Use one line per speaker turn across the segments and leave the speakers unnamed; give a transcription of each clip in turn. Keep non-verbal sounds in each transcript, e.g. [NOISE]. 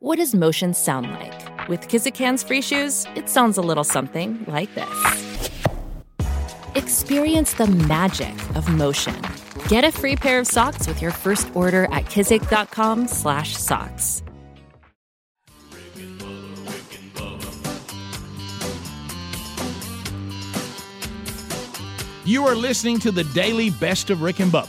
What does motion sound like? With Kizikans free shoes, it sounds a little something like this. Experience the magic of motion. Get a free pair of socks with your first order at kizik.com/socks.
You are listening to the daily best of Rick and Bubba.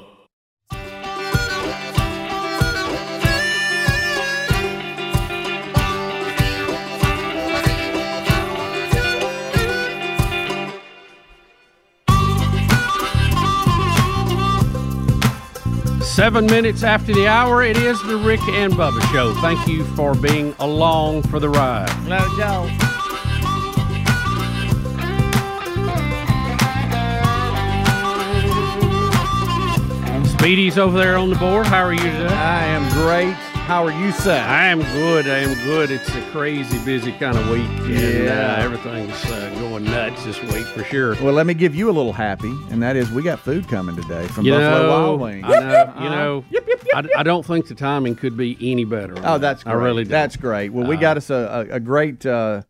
Seven minutes after the hour, it is the Rick and Bubba Show. Thank you for being along for the ride. Speedy's over there on the board. How are you today?
I am great. How are you, sir?
I am good. I am good. It's a crazy, busy kind of week, and
Yeah.
uh, everything's uh, going nuts this week for sure.
Well, let me give you a little happy, and that is we got food coming today from
You
Buffalo
know,
Wild Wings. Uh-huh.
I know, you know, I, I don't think the timing could be any better. on
Oh,
that.
that's great.
I really do. Uh-huh.
That's great. Well, we got us a, a, a great uh,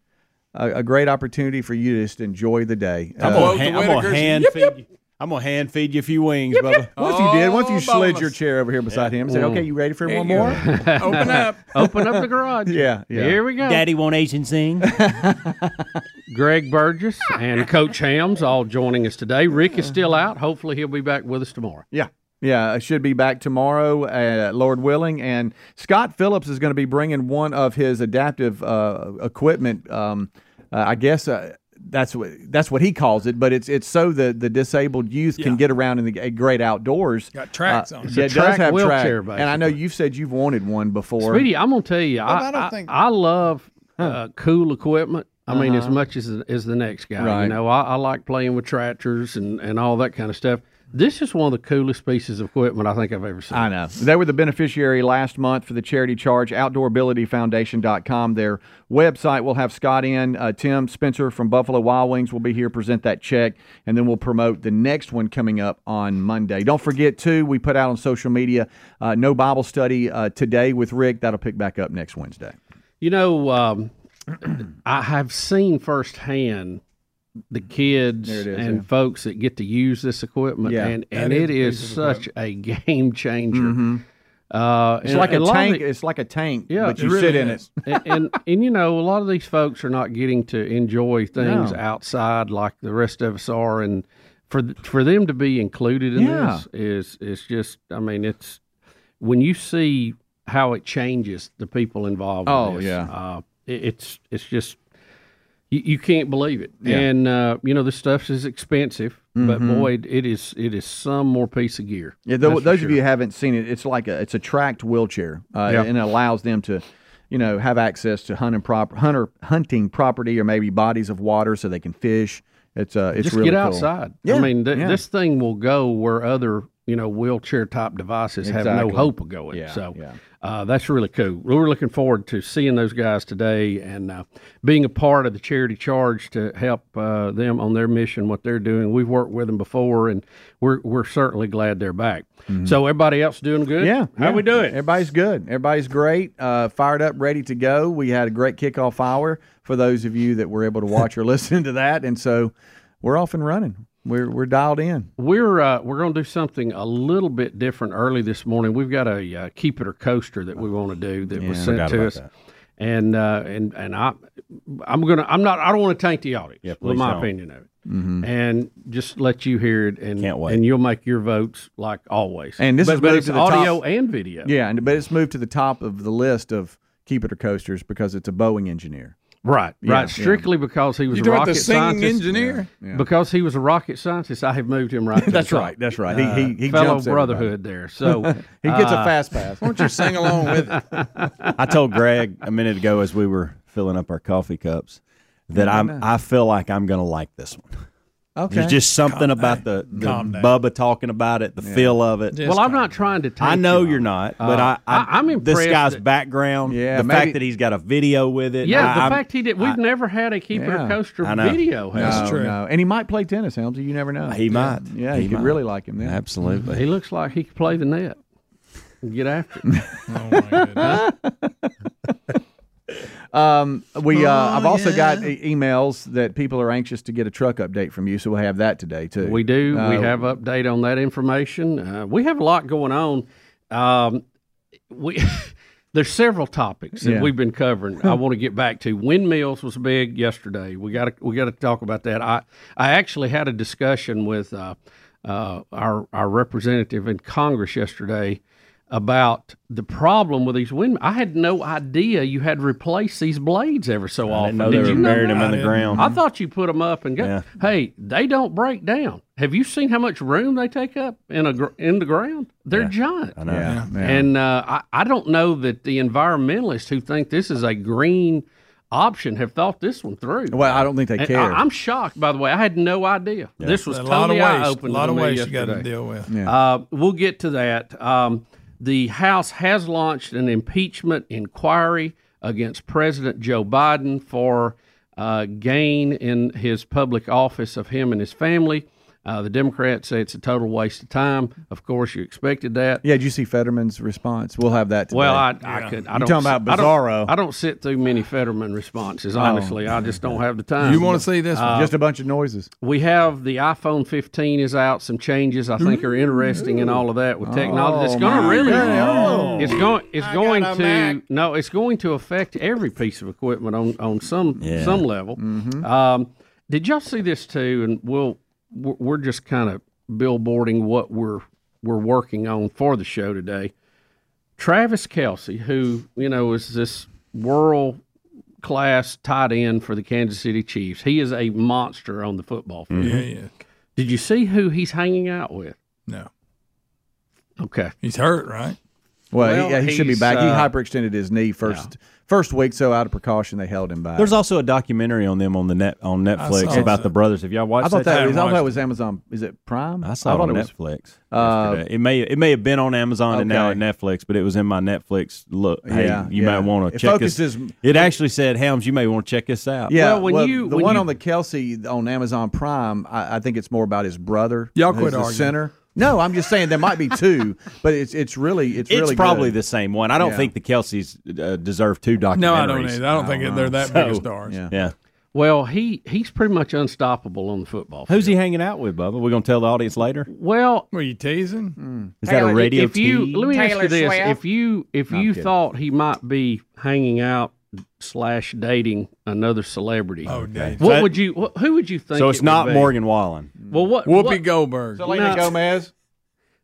a, a great opportunity for you to just enjoy the day.
I'm
Uh,
gonna, ha- I'm gonna hand feed you. I'm gonna hand feed you a few wings, Bubba.
what if you did? What if you
Oh,
slid your
boneless.
chair over here beside him and said, "Okay, you
[LAUGHS]
ready for one more?"
Open up.
Open up the garage.
Yeah, yeah.
Here we go.
Daddy want Asian sing.
e-, Greg Burgess and Coach Hams all joining us today. Rick is still out. Hopefully, he'll be back with us tomorrow.
Yeah. Yeah, I should be back tomorrow, uh, Lord willing. And Scott Phillips is going to be bringing one of his adaptive uh, equipment. Um, uh, I guess uh, that's what that's what he calls it, but it's it's so the the disabled youth can get around in the uh, great outdoors. Uh,
Got tracks on it.
yeah,
It's
it
a
does
track
have
wheelchair,
track. And I know you've said you've wanted one before.
Speedy, I'm gonna tell you, I,
I don't
I,
think-
I love uh, cool equipment. I mean, as much as as the next guy. You
Uh-huh. Right.
know, I, I like playing with tractors and and all that kind of stuff. This is one of the coolest pieces of equipment I think I've ever seen.
I know. They were the beneficiary last month for the charity charge, outdoorabilityfoundation.com. Their website will have Scott in. Uh, Tim Spencer from Buffalo Wild Wings will be here, present that check, and then we'll promote the next one coming up on Monday. Don't forget, too, we put out on social media uh, no Bible study uh, today with Rick. That'll pick back up next Wednesday.
You know, um, I have seen firsthand the kids
There it is,
and
yeah.
folks that get to use this equipment,
Yeah.
and, and it is such a [LAUGHS] game changer. Uh,
Mm-hmm. It's
and-
like a
and lot of
tank.
the-
it's like a tank,
Yeah,
but
it
you
really
sit in
is.
it.
and, and and you know a lot of these folks are not getting to enjoy things
No.
outside like the rest of us are and for th- for them to be included in
Yeah.
this is is just I mean it's when you see how it changes the people involved in
Oh,
this,
yeah.
uh, it, it's it's just you, you can't believe it
Yeah. Mm-hmm.
and uh, you know this stuff is expensive but boy it- it is it is some more piece of gear
Yeah,
That's
though,
for
those
sure.
of you who haven't seen it, it's like a it's a tracked wheelchair, uh,
Yeah.
and it allows them to, you know, have access to hunting prop hunter hunting property or maybe bodies of water so they can fish. It's uh, it's
just
really
get
cool.
outside. I
Yeah,
mean, th-
yeah.
this thing will go where other you know wheelchair type devices have no
Exactly.
hope of going.
Yeah,
so
yeah.
Uh, that's really cool. We're looking forward to seeing those guys today and uh, being a part of the charity charge to help uh, them on their mission, what they're doing. We've worked with them before, and we're we're certainly glad they're back. So everybody else doing
Mm-hmm.
good?
Yeah,
How
yeah.
we doing?
Everybody's good. Everybody's great. Uh, fired up, ready to go. We had a great kickoff hour for those of you that were able to watch or [LAUGHS] listen to that, and so we're off and running. We're we're dialed in.
We're uh, we're going to do something a little bit different early this morning. We've got a uh, keep it or coaster that we want to do that was sent to us, and uh, and and I I'm gonna I'm not I don't want to taint the audience
Yeah,
with
please
my
don't.
opinion of it, and just let you hear it and
Can't wait.
and you'll make your votes like always.
And this
but,
has
but
moved
it's
to the
audio
top.
and video.
Yeah, and but it's moved to the top of the list of keep it or coasters because it's a Boeing engineer.
right,
yeah.
right. Strictly because he was
You
a
talking about
rocket
the singing
scientist.
engineer?
Because he was a rocket scientist, I have moved
[LAUGHS]
him right. To
That's
the top.
right. That's right. He he, he
Uh, Fellow
jumps everybody.
brotherhood there.
[LAUGHS]
[LAUGHS]
So uh,
He gets a fast pass.
Why don't you sing along with it?
[LAUGHS]
I told Greg a minute ago as we were filling up our coffee cups that I'm I feel like I'm gonna like this one.
Okay.
There's just something about the, the
Calm down.
Bubba talking about it, the feel of it.
Well, I'm not trying to. Take
I know
you.
you're not, but
Uh,
I, I,
I- I'm
This
impressed
guy's
that-
background,
Yeah,
the
maybe-
fact that he's got a video with it.
Yeah,
I-
the
I'm-
fact he did. We've
I-
never had a keeper
Yeah,
coaster
I know.
video. have
no,
That's true.
no. and he might play tennis, Helmsy. You never know.
he might.
yeah, you
he
could
might.
really like him then.
we?
Absolutely.
He looks like he could play the net. and Get after
[LAUGHS]
it.
Oh my goodness.
[LAUGHS] Um, we uh, I've
Oh,
also
yeah.
got e- emails that people are anxious to get a truck update from you, so we'll have that today too.
we do. we
Uh,
have update on that information. Uh, we have a lot going on. Um, we [LAUGHS] there's several topics that
Yeah.
we've been covering. I want to get back to windmills was big yesterday. We got to we got to talk about that. I I actually had a discussion with uh, uh, our our representative in Congress yesterday about the problem with these windmills. I had no idea you had to replace these blades ever so
I didn't
often.
know
Did
they
you
were
know
burying
that?
him in the ground.
I thought you put them up and go.
Yeah.
Hey, they don't break down. Have you seen how much room they take up in a gr- in the ground? They're giant.
I know.
yeah, yeah.
And uh, I I don't know that the environmentalists who think this is a green option have thought this one through.
well, I don't think they
And
care.
I, am shocked. By the way, I had no idea. This was
a lot of
totally eye
waste. A
opening.
lot
to
of
me
waste you got to
yesterday.
deal with.
Uh, we'll get to that. Um, the House has launched an impeachment inquiry against President Joe Biden for uh, gain in his public office of him and his family. Uh, the Democrats say it's a total waste of time. Of course, you expected that.
yeah, did you see Fetterman's response? We'll have that. Today.
Well, I, I could. I
You're
don't
talking about
I don't- I
Bizarro.
don't, sit through many Fetterman responses. Honestly, I just don't have the time. Uh,
You want to see this? one?
Oh. just a bunch of noises.
We have the iPhone 15 is out. Some changes I think are interesting and all of that with technology. It's going to
Oh, my
really, Oh.
goodness.
it's going, it's going to no, it's going to affect every piece of equipment on on some
Yeah.
some level.
Mm-hmm.
Um, did y'all see this too? And we'll we're we're just kind of billboarding what we're we're working on for the show today. Travis Kelsey, who you know is this world class tight end for the Kansas City Chiefs, he is a monster on the football field.
yeah, yeah.
Did you see who he's hanging out with?
No,
Okay.
he's hurt, right?
Well,
Well,
he, yeah, he should be
he's,
back. he
uh,
hyperextended his knee first first week, so out of precaution, they held him back.
There's also a documentary on them on the net on Netflix
saw
about
that.
the brothers. Have y'all watched
I thought
that?
that was, I thought
watched
it was Amazon. Is it Prime?
I saw it
thought
on
it was
Netflix.
uh,
yesterday. it may it may have been on Amazon and now at
okay.
Netflix, but it was in my Netflix. Look, hey,
Yeah,
you
yeah.
might want
It
to check
focuses-
this. It actually said, "Helms, you may want to check this out."
Yeah,
Well, when you-
Uh, the
when
one
you-
on the Kelsey on Amazon Prime, I, I think it's more about his brother.
Y'all
who's
quit
the
arguing.
Center. No, I'm just saying there might be two, but it's it's really it's,
it's
really
probably
good.
the same one. I don't
Yeah.
think the Kelseys uh, deserve two documentaries.
No, I don't either. I don't think they're that big of
So,
stars.
yeah.
Yeah,
Well, he he's pretty much unstoppable on the football field.
who's he hanging out with, Bubba? We're gonna tell the audience later.
Well,
Were you teasing?
Mm. Is that a
Hell,
radio?
If you
tease?
let me ask you this: if you if you thought he might be hanging out slash dating another celebrity,
Oh, dang.
what
So-
would you? What, who would you think?
so
it
it's
would
not
be?
Morgan Wallen.
Well, what
Whoopi
what,
Goldberg.
Selena No.
Gomez.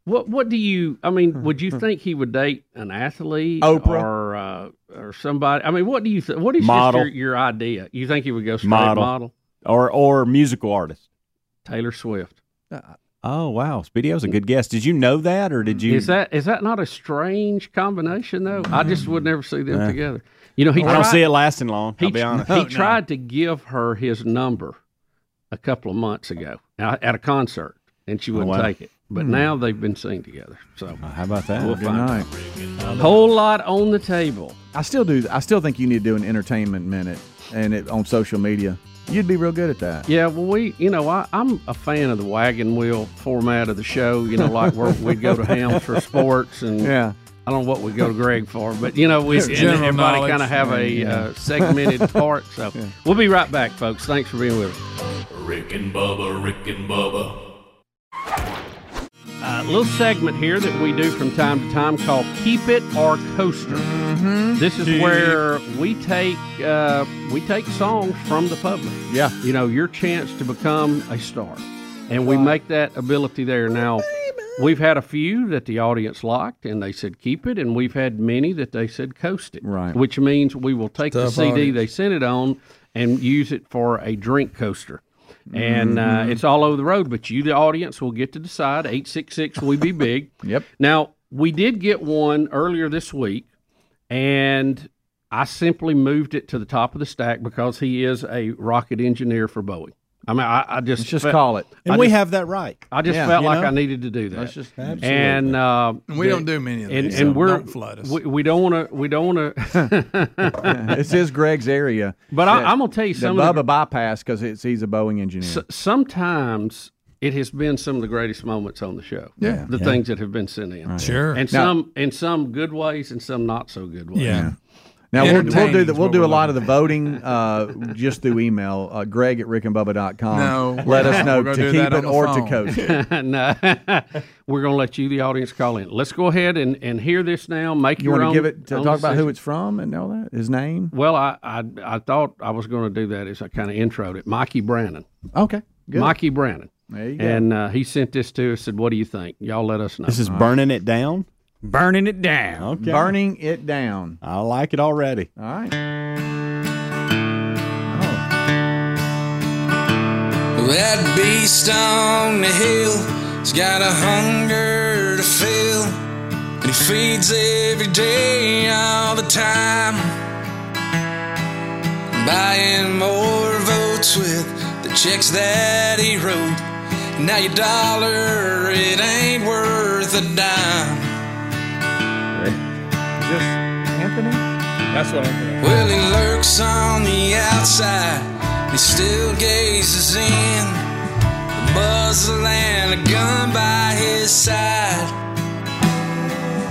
what what do you?
[LAUGHS]
I mean, would you think he would date an athlete,
Oprah.
or uh, or somebody? I mean, what do you? Th- what is just
Model.
your, your idea? You think he would go straight model,
Model. or or musical artist.
Taylor Swift?
Oh wow, Speedo's a good guess. Did you know that, or did you?
Is that is that not a strange combination though? I just would never see them together. You know, he
I don't
tried-
see it lasting long. I'll be honest.
He tried to give her his number a couple of months ago uh, at at a concert, and she wouldn't
Oh, wow. Hmm.
take it. But now they've been seen together. So
How about that?
we'll
Good
find
night.
a whole lot on the table.
I still do. I still think you need to do an entertainment minute and it on social media. You'd be real good at
[LAUGHS]
that.
Yeah, well, we, you know, I, I'm a fan of the wagon wheel format of the show. You know, like where we'd go to Hams for sports, and
Yeah.
I don't know what we go to Greg for, but you know, we and
General
everybody
knowledge.
kind of have a uh, segmented part. So we'll be right back, folks. Thanks for being with us.
Rick and Bubba, Rick and Bubba.
A little segment here that we do from time to time called Keep It or Coaster. This is where we take uh, we take songs from the public.
Yeah.
You know, your chance to become a star. And we make that ability there. Now, we've had a few that the audience liked and they said keep it, and we've had many that they said coast it.
Right.
Which means we will take the
Tough
CD
audience.
they sent it on and use it for a drink coaster. And uh,
Mm-hmm.
it's all over the road, but you, the audience, will get to decide. 866 We Be Big.
[LAUGHS] Yep.
Now, we did get one earlier this week, and I simply moved it to the top of the stack because he is a rocket engineer for Boeing. I mean, I, I just
Let's just
fe-
call it.
And we have that right.
I just
Yeah,
felt
you
like
know?
I needed to do that.
Let's just-
and uh,
And we
the-
don't do many of
and,
these.
and
so
we're
don't flood us.
we, we don't want to we don't want to.
this is Greg's area.
But I, I'm gonna tell you
The
some of the,
Bubba bypass because it's he's a Boeing engineer.
s- sometimes it has been some of the greatest moments on the show.
Yeah.
the things that have been sent in.
Sure.
and
Now-
some in some good ways and some not so good ways.
yeah.
Now we'll, we'll
Entertaining
do
is
the, We'll
what
do
we're
a lot of the voting uh, just through email. Uh, Greg at rickandbubba.com.
No,
Uh, let
we're
us
not.
know
We're
to
gonna do that
keep
on
it
the
or to
phone.
[LAUGHS]
coach. it.
no, [LAUGHS] we're going to let you, the audience, call in. Let's go ahead and, and hear this now. Make
You
your
want to
own-
give it to
own
talk about who
decision.
it's from and all that? His name.
Well, I, I I thought I was going to do that as I kind of introed it. Mikey Brannon,
Okay. Good.
Mikey Brannon,
There you go.
and uh, he sent this to us. Said, "What do you think? Y'all let us know."
This is burning it down.
Burning it down.
Okay.
Burning it down.
I like it already.
All right.
That beast on the hill has got a hunger to fill, and he feeds every day all the time. Buying more votes with the checks that he wrote. Now your dollar, it ain't worth a dime.
Just Anthony.
That's what I'm doing.
Well, he lurks on the outside, he still gazes in. A muzzle and a gun by his side.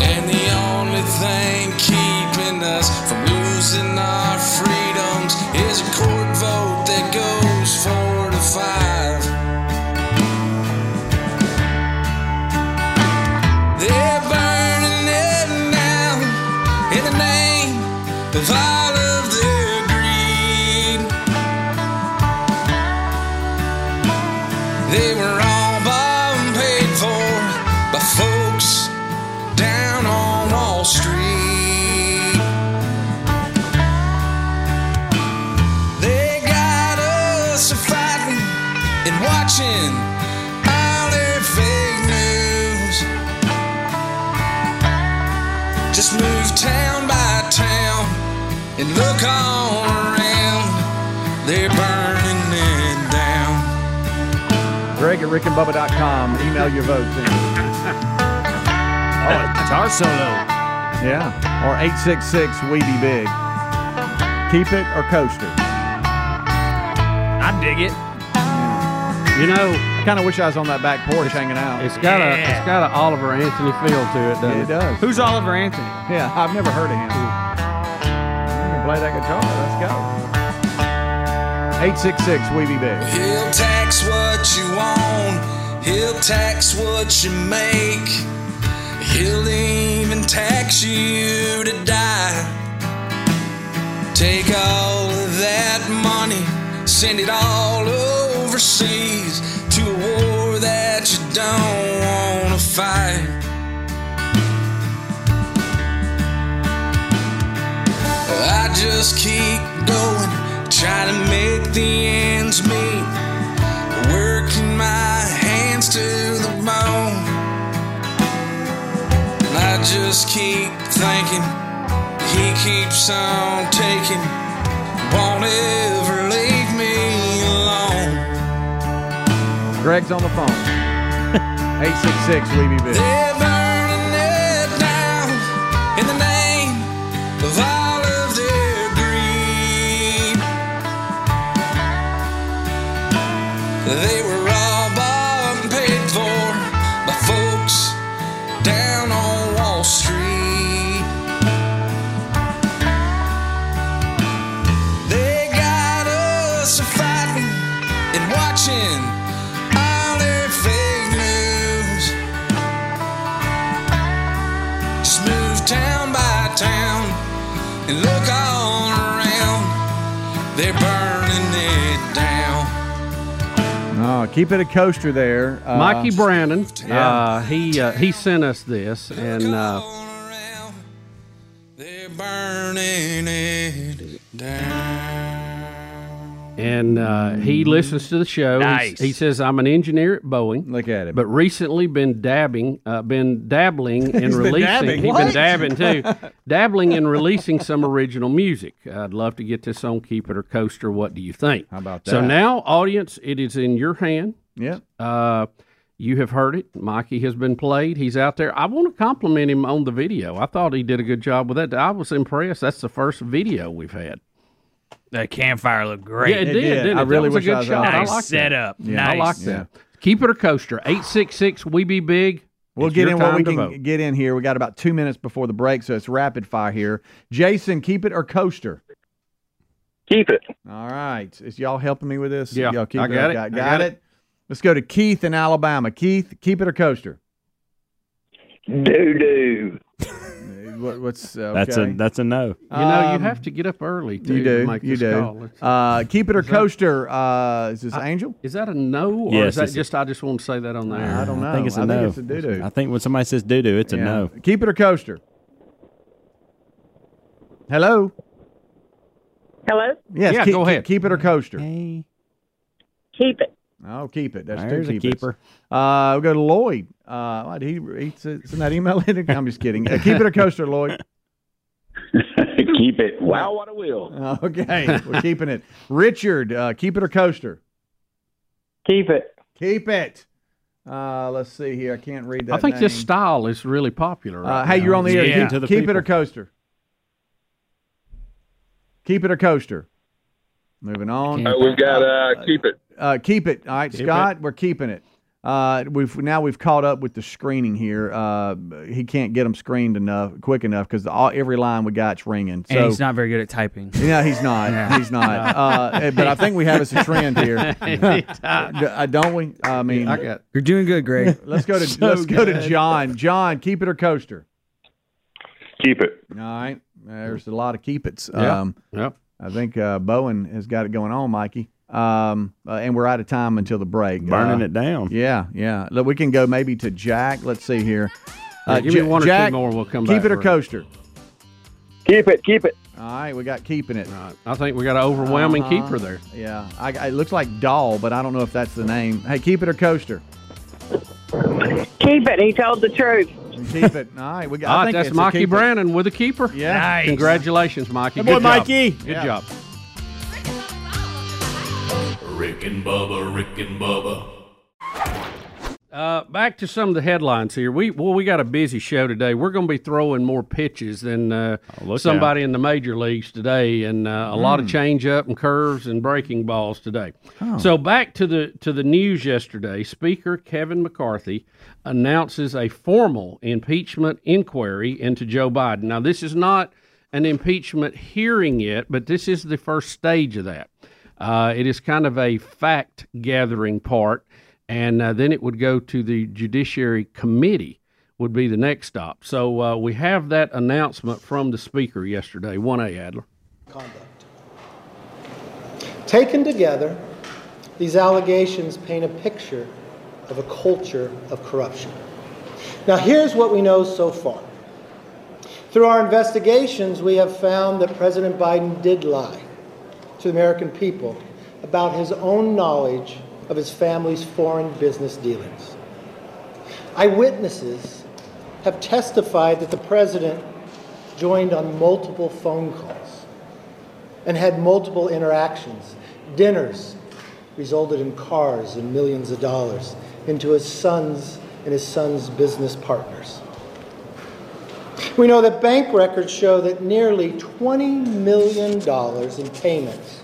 And the only thing keeping us from losing our freedoms is a court vote that goes four to five. They're burning it down in the name of all of their greed. They were all bought and paid for by folks down on Wall Street. They got us fighting and watching all their fake news. Just move town by town and look all around. They're burning it down.
Greg at rickandbubba.com. Email your votes in.
Oh, guitar solo.
Yeah. Or 866 We Be Big. Keep it or coaster.
I dig it.
you know,
I kind of wish I was on that back porch hanging out.
it's got a it's got a Oliver Anthony feel to it, doesn't
Yeah, it
it?
does.
Who's Oliver Anthony?
Yeah, I've never heard of him. You can play that guitar. Let's go. 866 We Be Big.
He'll tax what you own. He'll tax what you make. He'll even tax you to die. Take all of that money, send it all overseas to a war that you don't want to fight. I just keep going, trying to make the ends meet. Working my hands to the bone. I just keep thinking, he keeps on taking, won't ever leave me alone.
Greg's on the phone. [LAUGHS] 866 We Be Big.
They're burning it down in the name of all of their greed. They were all bought and paid for by folks down on Wall Street. They got us fighting and watching all their fake news. Just move town by town and look all around. They're burning it down.
Oh, keep it a coaster there. Uh,
Mikey Brannon, uh, he uh, he sent us this, and uh,
all around. They're burning it down.
and and uh, he listens to the show. He s-
Nice.
He, says, "I'm an engineer at Boeing."
Look at him.
But recently, been dabbing, uh, been
[LAUGHS]
dabbling in releasing.
dabbing.
[LAUGHS] He's been
What?
dabbing too, dabbling in releasing some original music. I'd love to get this on Keep It or Coaster. What do you think? How
about
So
that?
now, audience, it is in your hand.
yeah.
Uh, you have heard it. Mikey has been played. He's out there. I want to compliment him on the video. I thought he did a good job with that. I was impressed. That's the first video we've had.
That campfire looked great.
Yeah, it,
It
did.
did.
didn't
I
it?
really
that
wish
was a good
I was
shot.
out
I
there.
nice
like that.
setup.
Yeah,
nice.
I like that. Keep it or coaster. Eight six six. We be big.
We'll
It's
get
your
in what we
time to
can
vote.
get in here. We got about two minutes before the break, so it's rapid fire here. Jason, keep it or coaster?
Keep it.
All right. Is y'all helping me with this?
Yeah,
Y'all keep
I
it or-
got it.
Got,
I
got
got
it. Let's go to Keith in Alabama. Keith, keep it or coaster?
Doo doo.
Uh, What, what's uh,
That's
okay.
a that's a no.
You know,
Um,
you have to get up early too,
You
to
do.
make
You
this call.
do.
It's-
Uh, keep it or
Is that-
coaster? Uh, is this Angel?
is that a no, or
Yes,
is that
it's a-
just I just want to say that on there?
I don't know.
I think it's a
I
no.
Think it's a doo-doo.
I think when somebody says doo doo, it's a
Yeah.
no.
Keep it or coaster? Hello.
Hello?
Yes.
Yeah,
keep,
go
keep-
ahead.
Keep it or coaster?
Hey,
Keep it.
I'll keep it. That's
there's
two
a
keepers.
keeper.
Uh, we go to Lloyd. Uh, why did he, he s- send that email in? I'm just kidding. Uh, keep it or coaster, Lloyd.
[LAUGHS] Keep it. Wow, what a wheel.
Uh, [LAUGHS] okay, we're keeping it. Richard, uh, keep it or coaster.
Keep it.
Keep it. Uh, let's see here. I can't read that.
I think
name.
this style is really popular.
Uh,
Right
hey,
now.
you're on the air.
Yeah.
Keep,
To the
keep it or
people.
coaster. Keep it or coaster. Moving on.
Uh, we've got uh, keep it.
Uh, keep it. All right, Scott, we're keeping it. Uh, we've now we've caught up with the screening here. Uh, he can't get them screened enough, quick enough, because all every line we got's ringing. So
and he's not very good at typing.
[LAUGHS] yeah, he's not. He's not.
[LAUGHS]
Uh, but I think we have as a [LAUGHS] trend here, D- uh, don't we? I mean,
I got
You're doing good, Greg.
[LAUGHS] let's
[LAUGHS]
go to let's go to John. John, keep it or coaster.
Keep it.
All right, there's a lot of keep it's.
Yeah.
Um,
yep.
I think uh, Bowen has got it going on, Mikey. Um, uh, and we're out of time until the break.
Burning
Uh,
it down.
Yeah, yeah. Look, we can go maybe to Jack. Let's see here. Uh,
Yeah, give me one or two
Jack,
more, we'll come
Keep
back
it or
for it.
coaster.
Keep it. Keep it.
All right, we got keeping it.
All right. I think we got an overwhelming
Uh-huh.
keeper there.
Yeah, I, I- it looks like doll, but I don't know if that's the name. Hey, keep it or coaster.
Keep it. He told the truth.
Keep it. All right, we got. I
Ah,
think
that's
it's a keep
Mikey
it.
Brannon with a keeper.
Yeah.
Nice.
Congratulations, Mikey.
Good boy,
Good job.
Mikey.
Good
Yeah.
job.
Rick and Bubba, Rick and Bubba.
Uh, back to some of the headlines here. We well, we got a busy show today. We're going to be throwing more pitches than uh,
look
somebody in the major leagues today, and uh, a lot of change up and curves and breaking balls today. So back to the to the news yesterday. Speaker Kevin McCarthy announces a formal impeachment inquiry into Joe Biden. Now this is not an impeachment hearing yet, but this is the first stage of that. Uh, it is kind of a fact gathering part, and uh, then it would go to the Judiciary Committee, would be the next stop. So uh, we have that announcement from the Speaker yesterday, 1A Adler.
conduct. Taken together, these allegations paint a picture of a culture of corruption. Now, here's what we know so far. Through our investigations, we have found that President Biden did lie to the American people about his own knowledge of his family's foreign business dealings. Eyewitnesses have testified that the president joined on multiple phone calls and had multiple interactions. Dinners resulted in cars and millions of dollars into his son's and his son's business partners. We know that bank records show that nearly $20 million in payments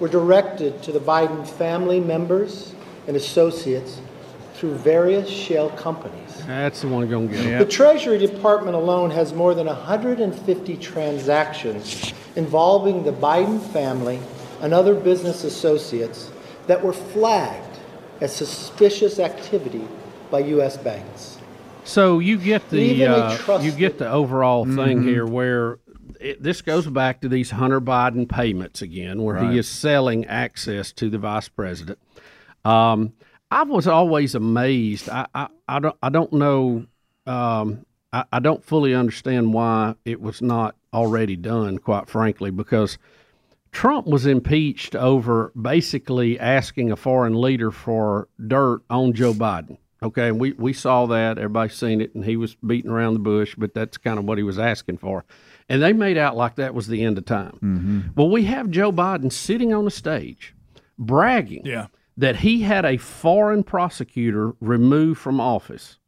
were directed to the Biden family members and associates through various shell companies.
That's the one going to get him.
The Treasury Department alone has more than 150 transactions involving the Biden family and other business associates that were flagged as suspicious activity by U.S. banks.
So you get the
Even a
uh, you
trusted-
get the overall thing here where it, this goes back to these Hunter Biden payments again, where he is selling access to the vice president. Um, I was always amazed. I, I, I don't I don't know. Um, I, I don't fully understand why it was not already done. Quite frankly, because Trump was impeached over basically asking a foreign leader for dirt on Joe Biden. Okay, and we, we saw that. Everybody's seen it, and he was beating around the bush, but that's kind of what he was asking for. And they made out like that was the end of time. Well, we have Joe Biden sitting on the stage bragging
Yeah.
that he had a foreign prosecutor removed from office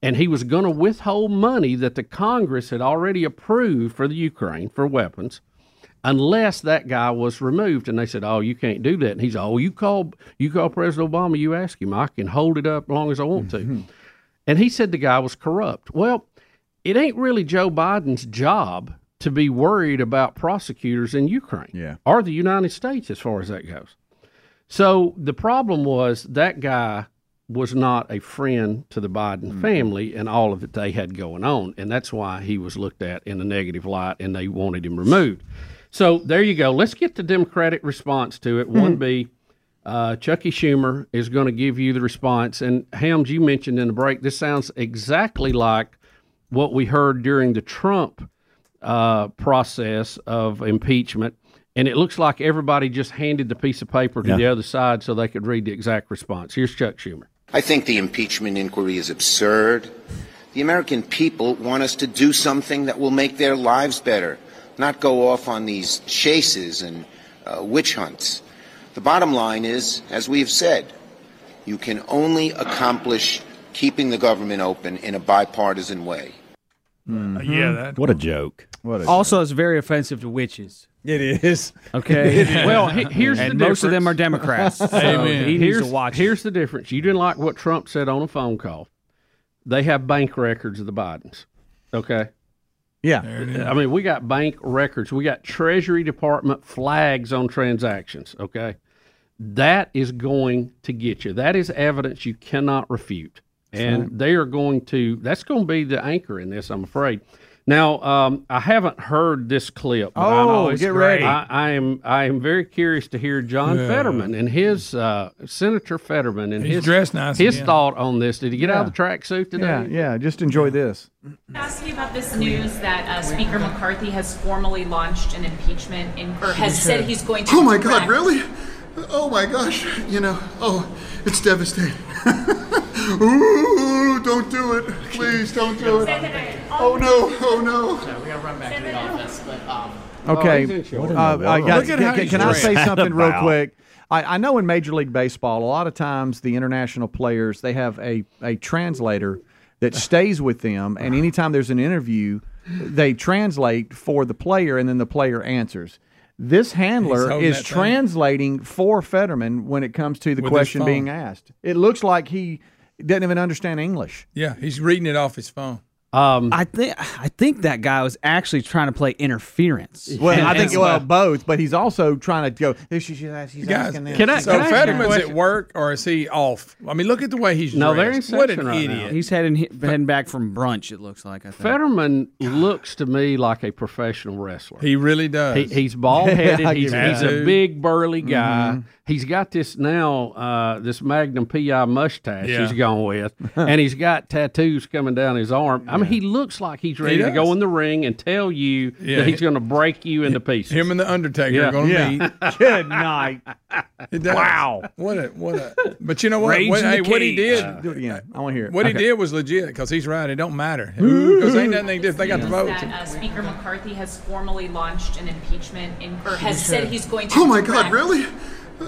and he was going to withhold money that the Congress had already approved for the Ukraine for weapons unless that guy was removed and they said oh you can't do that and he's oh you call you call president obama you ask him i can hold it up as long as i want to and he said the guy was corrupt well it ain't really joe biden's job to be worried about prosecutors in ukraine yeah. or the united states as far as that goes so the problem was that guy was not a friend to the Biden family and all of that they had going on. And that's why he was looked at in a negative light and they wanted him removed. So there you go. Let's get the Democratic response to it. 1B, uh, Chuckie Schumer is going to give you the response. And Helms, you mentioned in the break, this sounds exactly like what we heard during the Trump uh, process of impeachment. And it looks like everybody just handed the piece of paper to
Yeah.
the other side so they could read the exact response. Here's Chuck Schumer.
I think the impeachment inquiry is absurd. The American people want us to do something that will make their lives better, not go off on these chases and uh, witch hunts. The bottom line is, as we have said, you can only accomplish keeping the government open in a bipartisan way.
yeah, that-
what a joke.
What
also, it's very offensive to witches.
It is.
[LAUGHS]
Okay. [LAUGHS]
It is. Well, he- here's
and
the
most of them
difference.
are Democrats. So He needs
here's,
to watch.
Here's the difference. You didn't like what Trump said on a phone call. They have bank records of the Bidens. Okay.
Yeah.
I mean, we got bank records. We got Treasury Department flags on transactions. Okay. That is going to get you. That is evidence you cannot refute. And they are going to, that's going to be the anchor in this, I'm afraid. Now, um, I haven't heard this clip. but I know
Oh,
it's
get
great.
ready.
I, I am I am very curious to hear John
Yeah.
Fetterman and his uh, Senator Fetterman and
He's
his
dressed nice
his
again.
thought on this. Did he get out of the tracksuit today?
Yeah, yeah. Just enjoy this.
Ask you about this news that uh, Speaker McCarthy has formally launched an impeachment in, or has said he's going to.
Oh my God!
direct-
Really? Oh my gosh! You know, oh, it's devastating. [LAUGHS] Ooh, don't do it! Please, don't do it! Oh no! Oh no! we gotta run back to the office, but um.
Okay. Uh, I got-
Look at
can
how
can-
he's
can I
dressed.
say something real
About.
quick? I, I know in Major League Baseball, a lot of times the international players they have a, a translator that stays with them, and anytime there's an interview, they translate for the player, and then the player answers. This handler
holding
is
that thing.
translating for Fetterman when it comes to the
With his
question
phone.
being asked. It looks like he doesn't even understand English.
Yeah, he's reading it off his phone.
Um,
I think I think that guy was actually trying to play interference.
Well, I think well
well,
both, but he's also trying to go. She's, she's asking
Guys,
this.
so Fetterman's at work or is he off? I mean, look at the way he's
No, they're
dressed.
in
What
session
an
right now.
idiot.
He's heading heading back from brunch. It looks like I think.
Fetterman looks to me like a professional wrestler.
He really does.
He, he's bald headed.
Yeah, [LAUGHS] I
he's,
give you
he's
that.
a big burly guy.
Mhm.
He's got this now, uh, this Magnum PI mustache
Yeah.
he's gone
[LAUGHS]
with, and he's got tattoos coming down his arm. I mean, he looks like he's ready to
does.
go in the ring and tell you
Yeah.
that he's going to break you into pieces.
Him and the Undertaker are going to
[LAUGHS]
meet.
Good night.
Wow. What a what a. But you know what?
Rage
What,
in the
hey, what he
cage.
did.
Uh, do it again. I want to hear it.
What he
Okay.
did was legit because he's right. It don't matter because ain't nothing they did. They got the
News
vote.
That uh, Speaker McCarthy has formally launched an impeachment in, or has said he's going to.
Oh my God!
direct-
Really?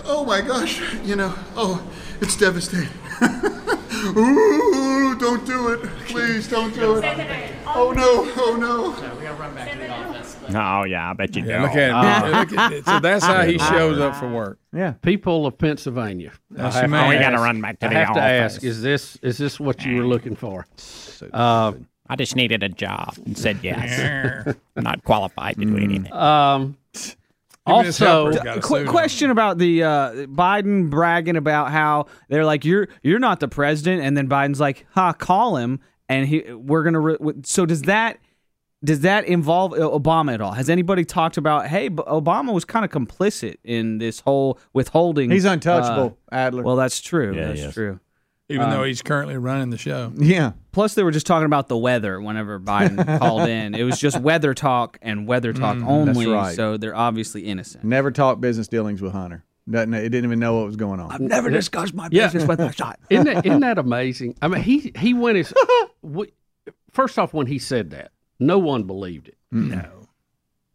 Oh my gosh! You know, oh, it's devastating. [LAUGHS] Ooh, don't do it! Please, don't do it! Oh no! Oh no! we gotta run back to the office.
Oh yeah, I bet you
Yeah, look at him. Look at it. So that's how [LAUGHS] he shows up for work.
Yeah,
people of Pennsylvania.
That's
I have
your
to
man. Oh, We gotta
ask-
run back to
I
the
have to
office.
ask: Is this is this what you were looking for? Uh,
I just needed a job and said
[LAUGHS]
yes. I'm not qualified to do
[LAUGHS]
anything.
Um,
Even his
also,
helper's got a
qu-
suit
question about the uh, Biden bragging about how they're like you're you're not the president, and then Biden's like, "Ha, call him," and he we're gonna. Re- w- so does that does that involve uh, Obama at all? Has anybody talked about? Hey, B- Obama was kind of complicit in this whole withholding. uh,
He's untouchable, Adler.
Well, that's true. that's
yes.
true.
Even
Um,
though he's currently running the show.
Uh, Yeah.
Plus, they were just talking about the weather whenever
[LAUGHS]
Biden called in. It was just weather talk and weather talk
Mm, that's
only.
right.
So they're obviously innocent.
Never talked business dealings with Hunter. Doesn't it didn't even know what was going on. I've
never discussed my business
[LAUGHS]
with my shot.
isn't,
[LAUGHS]
that,
[LAUGHS]
isn't that amazing? I mean, he he went as [LAUGHS] we, first off when he said that, no one believed it.
No.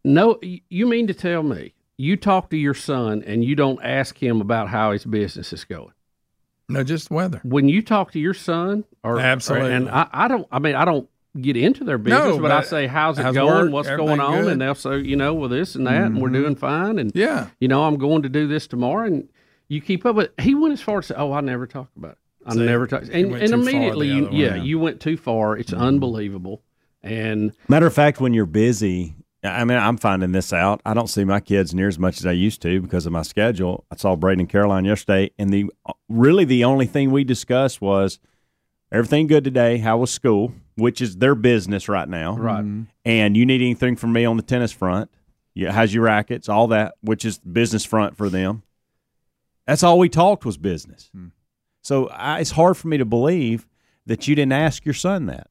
No, y- you mean to tell me you talk to your son and you don't ask him about how his business is going?
No, just weather.
Mm-hmm.
When you talk to your son, or or-
Absolutely.
and I, I don't. I mean, I don't get into their business, but, I
but
say, how's it
how's
going?
work?
What's
Everything
going on?
good?
And they'll say, you know, well, this and that, and we're
Mhm.
doing fine. And
Yeah.
you know, I'm going to do this tomorrow, and you keep up with. He went as far as say, oh, I never talk about it. I
See,
never talk.
you
And,
went
and
too far
immediately,
the
you,
other way, Mm-hmm.
yeah,
yeah.
you went too far. It's unbelievable. And
Matter of fact, when you're busy, I mean, I'm finding this out. I don't see my kids near as much as I used to because of my schedule. I saw Braden and Caroline yesterday, and the really the only thing we discussed was everything good today. How was school? Which is their business right now,
Right.
And you need anything from me on the tennis front? Yeah, how's your rackets? All that, which is business front for them. That's all we talked was business. So I, it's hard for me to believe that you didn't ask your son that.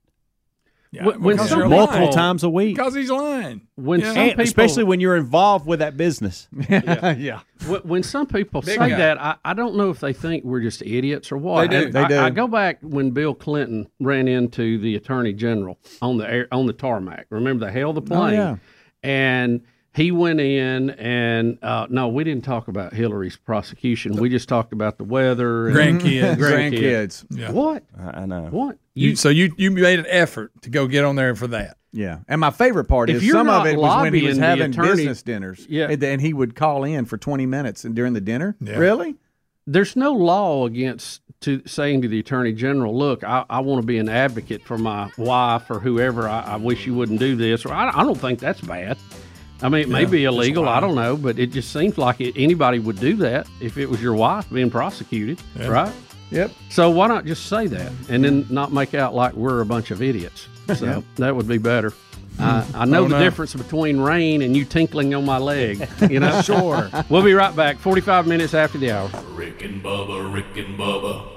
when, when
because
some
you're
people-
Multiple lying. times a week.
Because he's lying.
When
And
some people,
especially when you're involved with that [LAUGHS] business.
Yeah.
yeah.
When, when some people
Big
say
guy.
that, I, I don't know if they think we're just idiots or what.
They do.
And
They
I,
do.
I go back when Bill Clinton ran into the Attorney General on the air, on the tarmac. Remember they held the
Oh,
plane,
yeah.
and he went in and uh, no, we didn't talk about Hillary's prosecution. We just talked about the weather, and
Grandkids.
Grandkids.
Yeah.
What?
I know.
What?
You, so you you made an effort to go get on there for that.
Yeah, and my favorite part
If
is
you're
some of
not
it was when he
lobbying
was
the
having
attorney-
business dinners.
Yeah.
and then he would call in for twenty minutes and during the dinner. Really?
There's no law against to saying to the attorney general, "Look, I, I want to be an advocate for my wife or whoever. I, I wish you wouldn't do this." Or I, I don't think that's bad. I mean, it may
Yeah,
be
just
illegal.
lie.
I don't know, but it just seems like it, anybody would do that if it was your wife being prosecuted,
Yeah.
right?
Yep.
So why not just say that and then not make out like we're a bunch of idiots?
[LAUGHS]
So
Yeah.
that would be better. I, I know
Oh,
the
no.
difference between rain and you tinkling on my leg. [LAUGHS] You know,
Sure.
We'll be right back. Forty-five minutes after the hour.
Rick and Bubba, Rick and Bubba.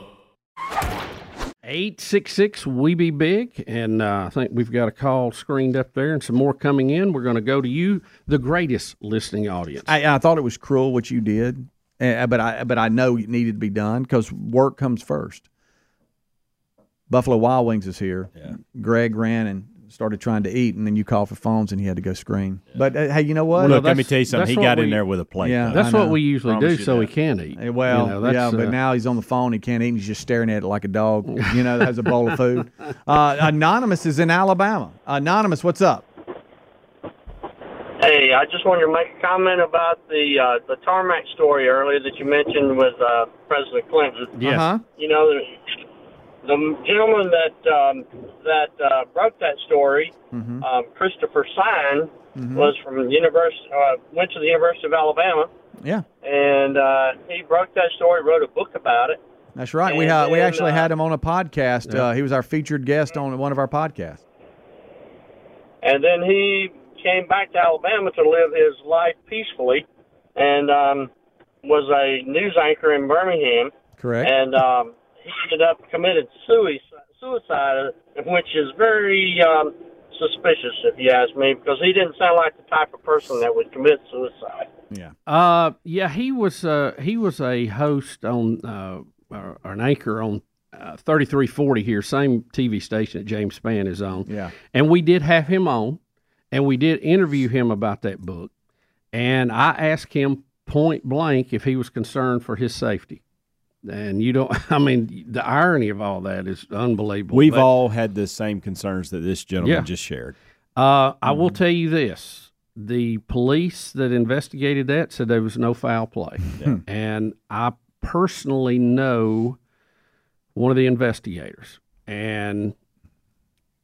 866 We Be Big. And uh, I think we've got a call screened up there and some more coming in. We're going to go to you, the greatest listening audience.
I, I thought it was cruel what you did, eh, but I but I know it needed to be done because work comes first. Buffalo Wild Wings is here. Yeah. Greg ran and started trying to eat, and then you called for phones and he had to go screen. But uh, hey, you know what?
Well, Look, let me tell you something. He got in there with a plate.
Yeah,
though.
That's I what know.
we usually
Promise
do
you
so we
that.
can eat.
Eh, Well,
You know, that's,
yeah, but
uh,
now he's on the phone. He can't eat. And he's just staring at it like a dog. You know, that has a bowl of food.
[LAUGHS]
Uh, Anonymous is in Alabama. Anonymous, what's up?
Hey, I just wanted to make a comment about the uh, the tarmac story earlier that you mentioned with uh, President Clinton.
Yes. Uh-huh.
You know, the, the gentleman that um, that uh, wrote that story,
Uh,
um, Christopher Sine,
Mm-hmm.
was from the university. Uh, went to the University of Alabama,
Yeah,
and uh, he broke that story, wrote a book about it.
that's right. We uh, we
And,
actually
uh,
had him on a podcast. Uh, he was our featured guest on one of our podcasts.
and then he came back to Alabama to live his life peacefully, and um, was a news anchor in Birmingham.
Correct.
And um, he ended up committed suicide, suicide, which is very um, suspicious, if you ask me, because he didn't sound like the type of person that would commit suicide.
Uh, yeah, he was uh, he was a host on uh, or, or an anchor on uh, thirty three forty here, same TV station that James Spann is on.
Yeah,
and we did have him on, and we did interview him about that book, and I asked him point blank if he was concerned for his safety. And you don't, [LAUGHS] I mean, the irony of all that is unbelievable.
We've
But-
all had the same concerns that this gentleman
Yeah.
just shared.
uh, I will tell you this: the police that investigated that said there was no foul play, and I personally know one of the investigators, and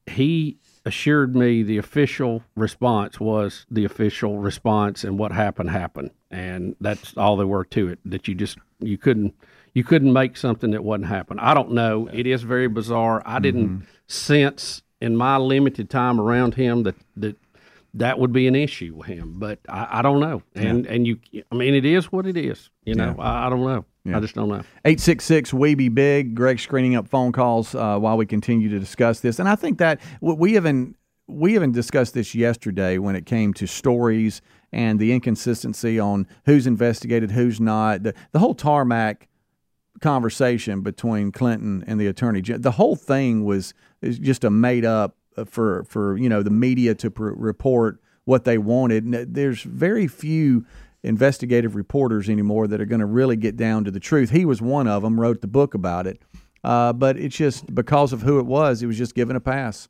he assured me the official response was the official response, and what happened happened, and that's all there were to it. That you just you couldn't you couldn't make something that wasn't happen. I don't know. It is very bizarre. I didn't sense in my limited time around him that that that would be an issue with him, but I, I don't know. And and you, I mean, it is what it is. You know,
Yeah.
I, I don't know. I just don't know.
866 we be big greg screening up phone calls uh, while we continue to discuss this and i think that w- we even we even discussed this yesterday when it came to stories and the inconsistency on who's investigated who's not the, the whole tarmac conversation between clinton and the attorney gen- the whole thing was is just a made up uh, for for you know the media to pr- report what they wanted and there's very few investigative reporters anymore that are going to really get down to the truth. He was one of them, wrote the book about it. Uh, but it's just because of who it was, it was just given a pass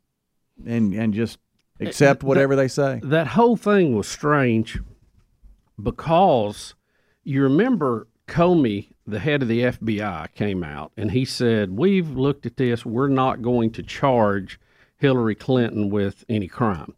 and, and just accept whatever they say.
Uh, That whole thing was strange because you remember Comey, the head of the FBI, came out and he said, We've looked at this. We're not going to charge Hillary Clinton with any crime.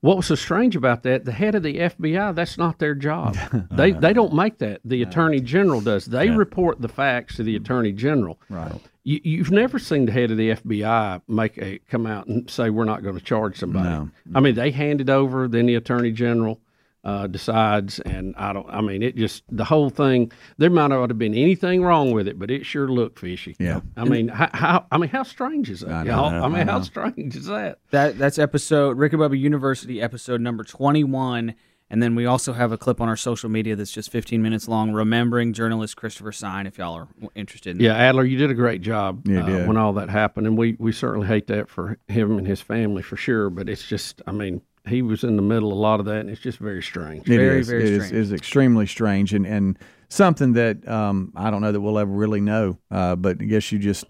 What was so strange about that? The head of the FBI, that's not their job. they they don't make that. The attorney general does. They report the facts to the attorney general.
Right.
You, you've never seen the head of the FBI make a come out and say we're not going to charge somebody.
No.
I mean, they hand it over, then the attorney general uh, decides, and I don't. I mean, it just the whole thing. There might not have been anything wrong with it, but it sure looked fishy.
Yeah.
I mean, how, how I mean, how strange is that?
I
I,
know,
y'all?
I know, Uh-huh.
I mean,
I
how
know.
strange is that?
That that's episode Rick and Bubba University episode number twenty one, and then we also have a clip on our social media that's just fifteen minutes long, remembering journalist Christopher Sign. If y'all are interested, in
Yeah, Adler, you did a great job
You
uh,
did.
when all that happened, and we we certainly hate that for him and his family for sure. But it's just, I mean, he was in the middle of a lot of that, and it's just very strange.
It is. It is- is extremely strange and, and something that um, I don't know that we'll ever really know. Uh, but I guess you just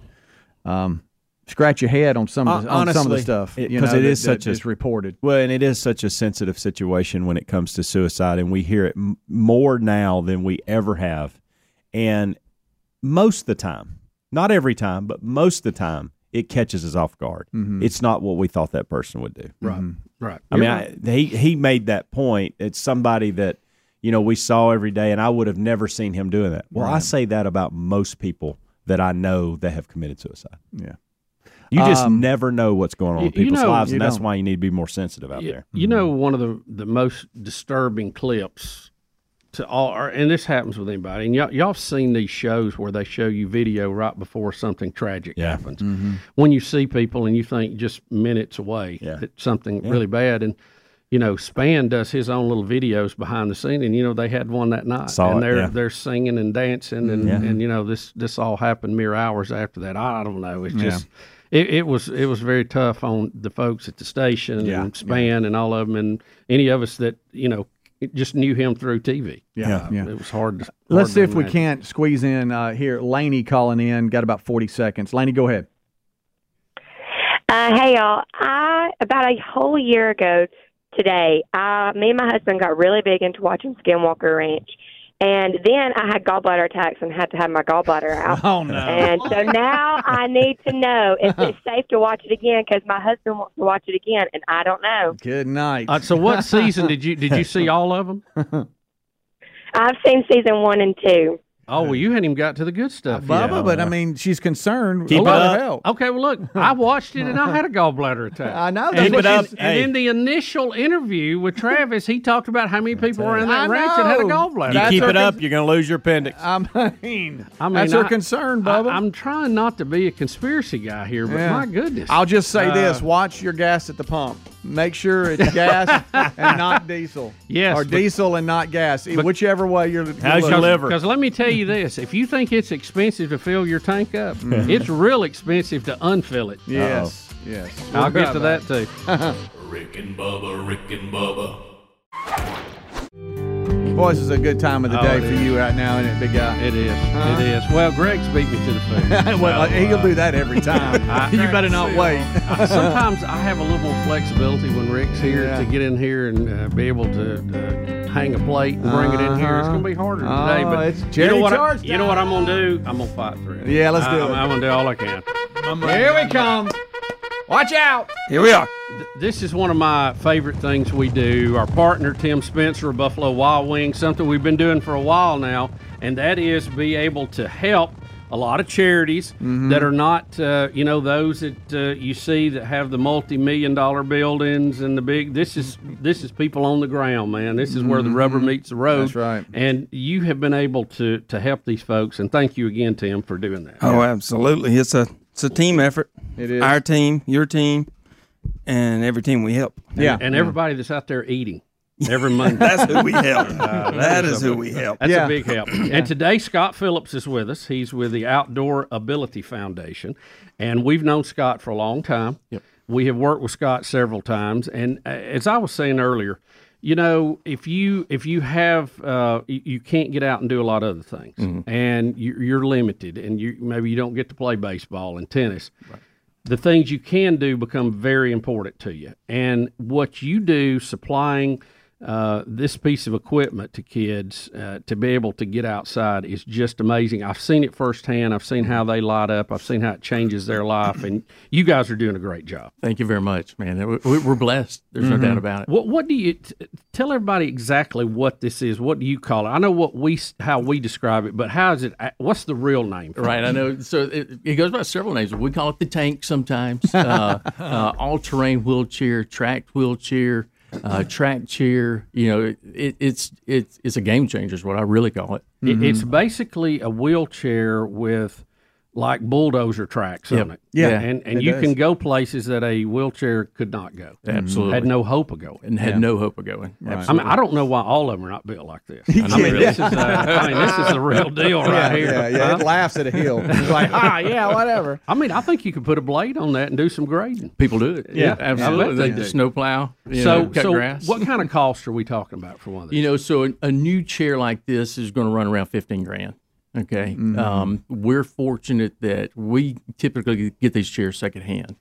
um, scratch your head on some of the, on some of the stuff you
because
know,
it
that-
is
that
such a
is reported.
Well, and it is such a sensitive situation when it comes to suicide, and we hear it m- more now than we ever have. And most of the time, not every time, but most of the time, it catches us off guard.
Mhm.
It's not what we thought that person would do.
Right.
Mm-hmm.
Right.
I mean, I, he he made that point. It's somebody that you know we saw every day, and I would have never seen him doing that. Well, I
Right.
say that about most people that I know that have committed suicide.
Yeah,
you just
Um,
never know what's going on in
you- you
people's
know-
lives, and
you
that's
don't.
why you need to be more sensitive out
Y-
there.
You know,
Mm-hmm.
one of the the most disturbing clips to all, or- and this happens with anybody, and y'all y'all seen these shows where they show you video right before something tragic happens.
Mm-hmm.
When you see people and you think just minutes away that something
Yeah.
really bad, and you know, Span does his own little videos behind the scene, and you know they had one that night,
Saw
and
it,
they're
yeah.
they're singing and dancing, and
Yeah.
and you know this this all happened mere hours after that. I don't know. It's
Yeah.
just it, it was it was very tough on the folks at the station and span and all of them and any of us that you know just knew him through TV.
Yeah. Yeah.
it was hard. To,
Let's
hard
see
to
if we
imagine.
can't squeeze in uh, here. Laney calling in. Got about forty seconds. Laney, go ahead.
Uh, hey y'all! I about a whole year ago today, I, me and my husband got really big into watching Skinwalker Ranch, and then I had gallbladder attacks and had to have my gallbladder out.
[LAUGHS] Oh, no.
And so now I need to know
[LAUGHS]
if it's safe to watch it again because my husband wants to watch it again, and I don't know.
Good night.
Uh, so what season did you did you see all
[LAUGHS]
of them?
I've seen season one and two.
Oh well, you hadn't even got to the good stuff,
Bubba,
yet.
but I mean, she's concerned.
Keep
a
it
lot
up.
of help.
Okay, well, look, I watched it and I had
[LAUGHS]
a gallbladder attack.
I know, that's
And,
what
and,
she's-
and
Hey.
in the initial interview with Travis, he talked about how many people were in that
I
ranch that had a
know.
gallbladder.
You That's keep her it up,
you're going to lose your appendix.
I [LAUGHS] mean,
I mean,
that's her
I-
concern, Bubba.
I, am trying not to be a conspiracy guy here, but
Yeah.
my goodness.
I'll just say
Uh,
this: watch your gas at the pump. Make sure it's gas and not diesel.
Yes,
or
but-
diesel and not gas. E- whichever way you're. you're
Because-
looking.
Because let me tell you this: if you think it's expensive to fill your tank up,
Mhm.
it's real expensive to unfill it.
Yes, yes.
I'll get to that too.
[LAUGHS]
[LAUGHS]
Rick and Bubba, Rick and Bubba.
Boy, this is a good time of the
Oh,
day
it
for
is.
you right now, isn't it, big guy?
It is. It is. Well, Greg's beat me to the [LAUGHS]
[LAUGHS]
food.
well,
So,
he'll
uh,
do that every time.
[LAUGHS] I-
you better not wait. [LAUGHS]
Sometimes I have a little more flexibility when Rick's here
Yeah.
to get in here and uh, be able to uh, hang a plate and bring it in here. It's going to be harder today,
Uh-huh.
but
Oh, it's
you
Jerry
know what? I,
Charge
you know what I'm going to do? I'm going to fight through it.
Yeah, let's do
I-
it.
I'm, I'm going to do all I can.
[LAUGHS] Here we come. Watch out.
Here we are. This is one of my favorite things we do. Our partner, Tim Spencer of Buffalo Wild Wings, something we've been doing for a while now, and that is be able to help a lot of charities that are not, uh, you know, those that uh, you see that have the multi-million dollar buildings and the big. This is this is people on the ground, man. This is where the rubber
Mhm.
meets the road.
That's right.
And you have been able to to help these folks, and thank you again, Tim, for doing that.
Oh, absolutely. It's a it's a team effort.
It is.
Our team, your team, and every team we help.
And, and everybody that's out there eating every
[LAUGHS]
Monday.
That's
[LAUGHS]
who we help. That is who we help.
That's
Yeah.
a big help.
Yeah.
And today, Scott Phillips is with us. He's with the Outdoor Ability Foundation. And we've known Scott for a long time. We have worked with Scott several times. And uh, as I was saying earlier, you know, if you if you have uh, you, you can't get out and do a lot of other things,
Mhm.
and you, you're limited, and you maybe you don't get to play baseball and tennis, the things you can do become very important to you. And what you do supplying uh, this piece of equipment to kids uh, to be able to get outside is just amazing. I've seen it firsthand. I've seen how they light up. I've seen how it changes their life. And you guys are doing a great job. Mm-hmm.
Thank you very much, man. We- we- We're blessed. There's no doubt about it.
What What do you t- tell everybody exactly what this is? What do you call it? I know what we s- how we describe it, but how is it? a- What's the real name? for it?
Right, I know. So it, it goes by several names. We call it the tank sometimes. [LAUGHS] uh, uh, all-terrain wheelchair, tracked wheelchair, uh, track chair. You know, it, it's it's it's a game changer. Is what I really call it.
It- It's
Mm-hmm.
basically a wheelchair with like bulldozer tracks on
Yep.
it.
Yeah.
and and
It
you
does.
can go places that a wheelchair could not go.
Absolutely.
had no hope of going,
And had Yeah. no hope of going.
I mean,
Absolutely.
I don't know why all of them are not built like
[LAUGHS]
this. I mean, this is a, I mean, this is the real deal
[LAUGHS]
right
Yeah,
here.
yeah, yeah. It laughs at a
[LAUGHS]
hill. It's like, ah, yeah, [LAUGHS] whatever.
I mean, I think you could put a blade on that and do some grading.
People do it.
Yeah,
absolutely.
I bet they
They
do.
snowplow, you
so,
know, cut
so
grass.
what kind of cost are we talking about for one of these?
You know, so a, a new chair like this is going to run around fifteen grand. Okay,
Mhm.
um, we're fortunate that we typically get these chairs secondhand,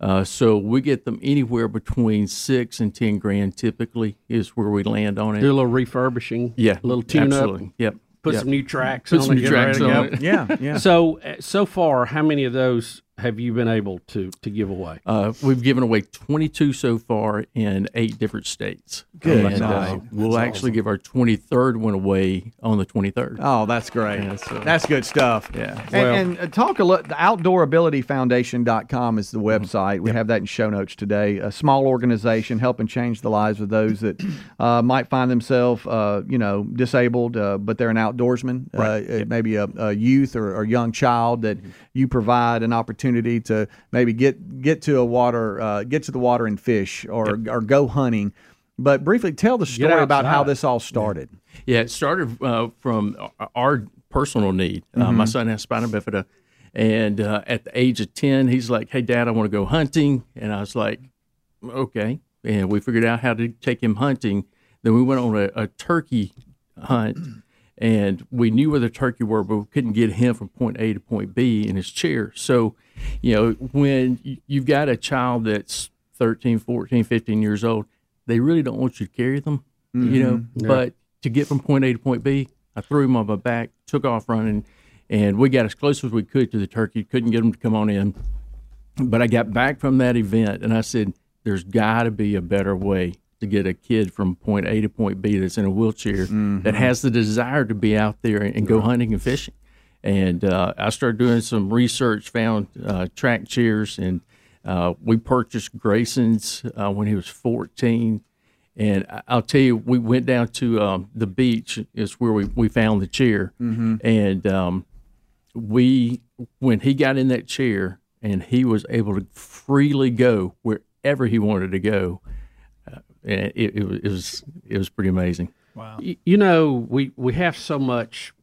uh, so we get them anywhere between six and ten grand. Typically, is where we land on it.
Do a little refurbishing.
Yeah,
A little tune
absolutely.
up.
Yep,
Put
yep.
some new tracks
Put
on
some
it.
new
get ready
tracks
to
on
go.
it. Yeah,
[LAUGHS]
yeah.
So, uh, so far, how many of those have you been able to, to give away?
Uh, we've given away 22 so far in eight different states.
Good
And,
night.
uh, we'll actually give our 23rd one away on the 23rd.
Oh, that's great. That's good stuff.
Yeah.
And, and uh, talk a look. The outdoorabilityfoundation.com is the
Mm-hmm.
website. We have that in show notes today. A small organization helping change the lives of
[CLEARS THROAT]
those that uh, might find themselves, uh, you know, disabled, uh, but they're an outdoorsman,
Right. Mm-hmm.
uh, uh, maybe a, a youth or, or young child that you provide an opportunity to maybe get get to a water, uh, get to the water and fish, or or go hunting. But briefly, tell the story about how
outside.
this all started.
Yeah, it started uh, from o- our personal need. Uh, my
Mhm.
son has spina bifida, and uh, at the age of ten, he's like, "Hey, Dad, I want to go hunting," and I was like, "Okay." And we figured out how to take him hunting. Then we went on a, a turkey hunt, and we knew where the turkey were, but we couldn't get him from point A to point B in his chair. So, you know, when y- you've got a child that's 13, 14, 15 years old, they really don't want you to carry them, you know. Mhm. Yeah. But to get from point A to point B, I threw him on my back, took off running, and we got as close as we could to the turkey. Couldn't get him to come on in. But I got back from that event and I said, there's got to be a better way to get a kid from point A to point B that's in a wheelchair that has the desire to be out there and, and go hunting and fishing. And uh, I started doing some research, found uh, track chairs, and uh, we purchased Grayson's uh, when he was 14. And I- I'll tell you, we went down to um, the beach, is where we, we found the chair.
Mhm.
And um, we when he got in that chair and he was able to freely go wherever he wanted to go uh, and it, it, was- it was it was pretty amazing
Wow. You, you know, we, we have so much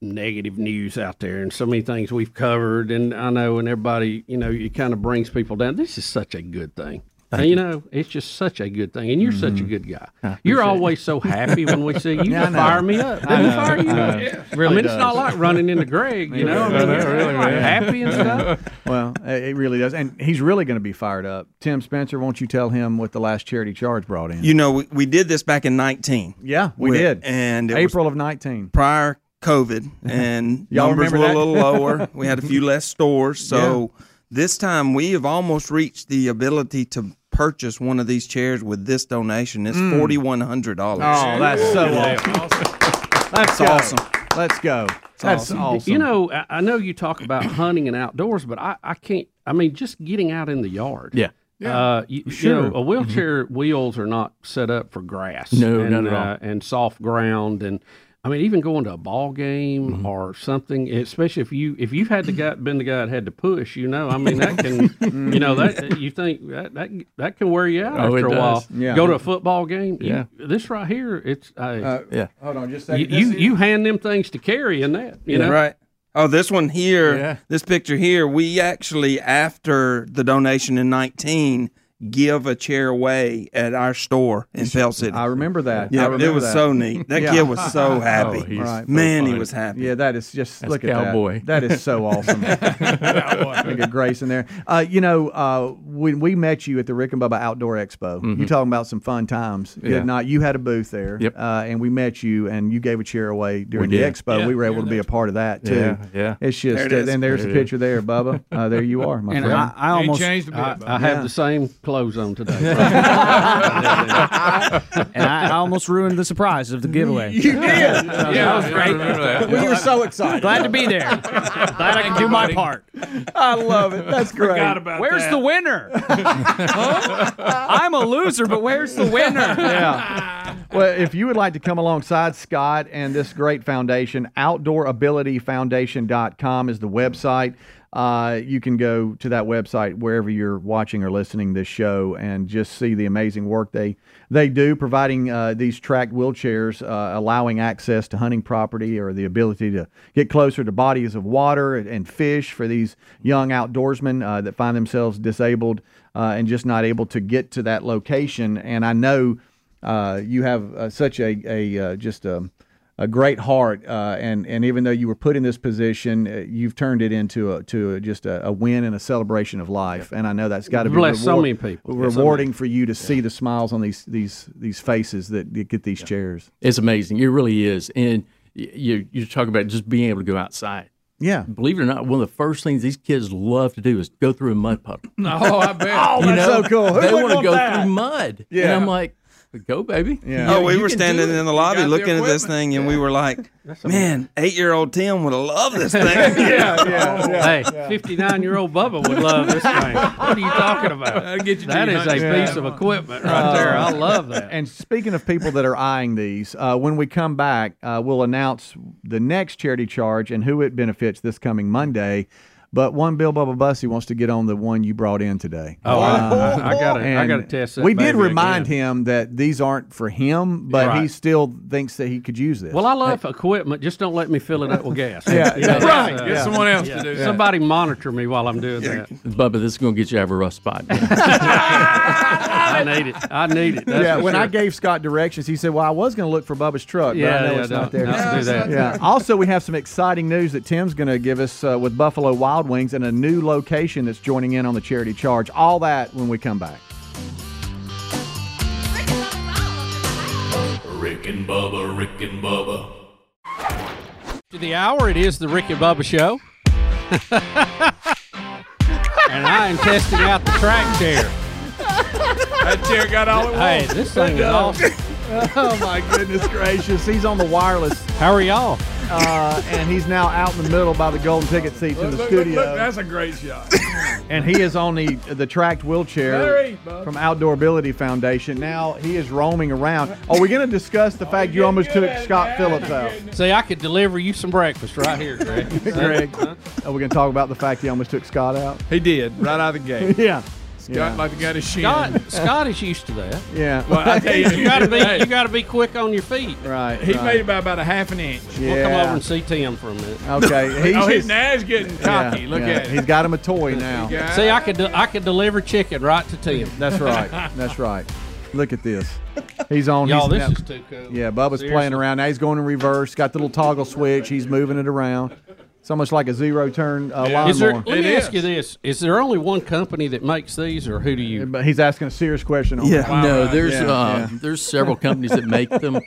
negative news out there and so many things we've covered. And I know, and everybody, you know, it kind of brings people down. This is such a good thing.
Thank Mm-hmm.
and, you know, it's just such a good thing. And you're such a good guy. You're
appreciate it.
always so happy
[LAUGHS]
when we see you.
Yeah, I
Just
know.
fire me up.
I
Let me
know.
fire you
I
up.
know.
Yeah.
Really
I mean, it's
does.
not like running into Greg,
[LAUGHS]
you know? I mean, you're like happy and stuff.
well, it it really does, and he's really going to be fired up. Tim Spencer, won't you tell him what the last charity charge brought in?
You know, we, we did this back in 19.
Yeah, we
With-
did.
And it was
April of nineteen.
prior
[LAUGHS]
COVID, and
Y'all
numbers were
remember
a
that? [LAUGHS]
little lower. We had a few less stores. So this time we have almost reached the ability to purchase one of these chairs with this donation. It's
Mm.
$4,100.
Oh, that's so awesome. Let's
That's awesome.
Let's go.
That's
awesome.
awesome. You know, I, I know you talk about hunting and outdoors, but I, I can't. I mean, just getting out in the yard.
Yeah.
Uh, you, you know,
Sure. Mm-hmm.
a wheelchair wheels are not set up for grass.
No,
and,
not at all.
uh, and soft ground, and I mean, even going to a ball game
Mm-hmm.
or something, especially if you if you've had the guy been the guy that had to push, you know, I mean, that
[LAUGHS]
[LAUGHS]
can, you know, that you think that that, that can wear you out
Oh, it
after a while.
does. Yeah.
Go to a football game. you-
Yeah.
this right here, it's uh,
Yeah.
Hold on, just a
you,
second.
you you hand them things to carry in that, you know,
Right. Oh, this one here,
Yeah.
this picture here, we actually, after the donation in 19, give a chair away at our store in Fell City. I
remember that.
Yeah,
I remember
it was
that.
so neat. That
Yeah.
kid was so happy.
[LAUGHS] Oh, he's so
Man, he
funny.
was happy.
Yeah, that is just
That's
look at
cowboy.
that. That is so
[LAUGHS]
awesome. look at Grace in there. Uh, you know, uh, when we met you at the Rick and Bubba Outdoor Expo,
Mhm.
you talking about some fun times. Good
Yeah.
night. You had a booth there,
Yep.
uh, and we met you, and you gave a chair away during the
did.
expo.
Yeah,
we were
yeah,
able to be a part of that too.
Yeah, yeah.
It's just,
There it is.
and there's
There
a
it is.
picture there, Bubba. Uh, there you are, my
And
friend.
I- I Ain't almost- changed a bit, I- Bubba. I have the same clothes on today.
and I, I almost ruined the surprise of the [LAUGHS] giveaway.
You did.
That was- that was
Yeah.
great.
We were so excited.
Glad to be there. [LAUGHS] Glad I could do my part.
I love it. That's great.
Forgot about
Where's
that.
the
[LAUGHS]
winner? I'm a loser, but where's the winner?
yeah. Well, if you would like to come alongside Scott and this great foundation, outdoorabilityfoundation.com is the website. Uh, you can go to that website wherever you're watching or listening this show and just see the amazing work they they do, providing uh, these tracked wheelchairs, uh, allowing access to hunting property or the ability to get closer to bodies of water and, and fish for these young outdoorsmen uh, that find themselves disabled uh, and just not able to get to that location. And I know uh, you have uh, such a, a uh, just a, a great heart, uh, and and even though you were put in this position, uh, you've turned it into a, to a, just a, a win and a celebration of life. And I know that's got to be
Bless so many people. Yeah, so many.
rewarding for you to see the smiles on these these these faces that that get these chairs.
It's amazing. It really is. And y- you you talk about just being able to go outside.
Yeah.
Believe it or not, one of the first things these kids love to do is go through a mud puddle.
[LAUGHS] Oh, I bet.
Oh, [LAUGHS] You that's know, so cool. Who they wouldn't wanna want go that? through mud. And
Yeah.
I'm like, go, baby.
Yeah.
Oh, we were standing in the lobby
got the
looking at this thing, and we were like, "Man, eight-year-old Tim would have loved
[LAUGHS]
this thing." [LAUGHS] yeah, [LAUGHS]
yeah,
Oh. Hey, fifty-nine-year-old Bubba would love this thing. What are you talking about? that is a piece of equipment right there.
[LAUGHS]
I love that.
And speaking of people that are eyeing these, uh, when we come back, uh, we'll announce the next charity charge and who it benefits this coming Monday. But one Bill Bubba Bussy wants to get on the one you brought in today.
Oh, I- I- I gotta- I
and
gotta test that
We did
baby
remind him that these aren't for him, but he
Right.
still thinks that he could use this.
Well, I love equipment. Just don't let me fill it up with gas.
Yeah, yeah.
that's,
Right.
uh,
Get someone else to do that.
Somebody monitor me while I'm doing that.
Bubba, this is going to get you out of a rough spot. [LAUGHS]
I need it. I need it. That's
yeah,
for
when
sure.
I gave Scott directions, he said, "Well, I was going to look for Bubba's truck, but
Yeah,
I know
yeah,
it's not
don't-
there."
don't do that.
Yeah. also, we have some exciting news that Tim's going to give us uh, with Buffalo Wild Wings and a new location that's joining in on the charity charge. All that when we come back.
Rick and Bubba, Rick and Bubba.
To the hour, it is the Rick and Bubba
[LAUGHS]
Show. and I am testing out the track chair.
That chair got all it
Hey,
wants.
this thing is awesome.
[LAUGHS] oh my goodness gracious! He's on the wireless.
How are y'all?
Uh, and he's now out in the middle by the golden ticket seats in the studio.
that's a great shot.
and he is on the the tracked wheelchair
Larry, bub.
from Outdoor Ability Foundation. Now he is roaming around. Are we going to discuss the fact you almost took Scott Phillips out?
See, I could deliver you some breakfast right here, Greg.
[LAUGHS]
[LAUGHS]
Greg, are we going to talk about the fact he almost took Scott out?
He did right out of the
[LAUGHS]
gate.
yeah.
Scott
Yeah.
like got his shin.
Scott, Scott is used to that.
Yeah.
Well, I tell you,
you gotta be
hey.
you gotta be quick on your feet.
Right.
He made about about a half an inch.
We'll come
[LAUGHS] Yeah. [LAUGHS]
over and see Tim for a minute.
[LAUGHS]
Okay.
oh,
he's-
he's now he's getting cocky.
Yeah,
Look
yeah.
at him.
He's got him a toy now.
See, I could de- I could deliver chicken right to Tim.
That's
[LAUGHS]
right. That's right. Look at this. He's on.
Y'all,
he's-
this is too cool.
Yeah, Bubba's playing around. Now he's going in reverse. Got the little toggle switch. He's moving it around. It's almost like a zero turn uh, lawnmower.
Is there, let me ask you this: Is there only one company that makes these, or who do you?
But he's asking a serious question. On that.
no, there's
Yeah,
uh,
yeah.
there's several companies
[LAUGHS]
that make
[LAUGHS]
them.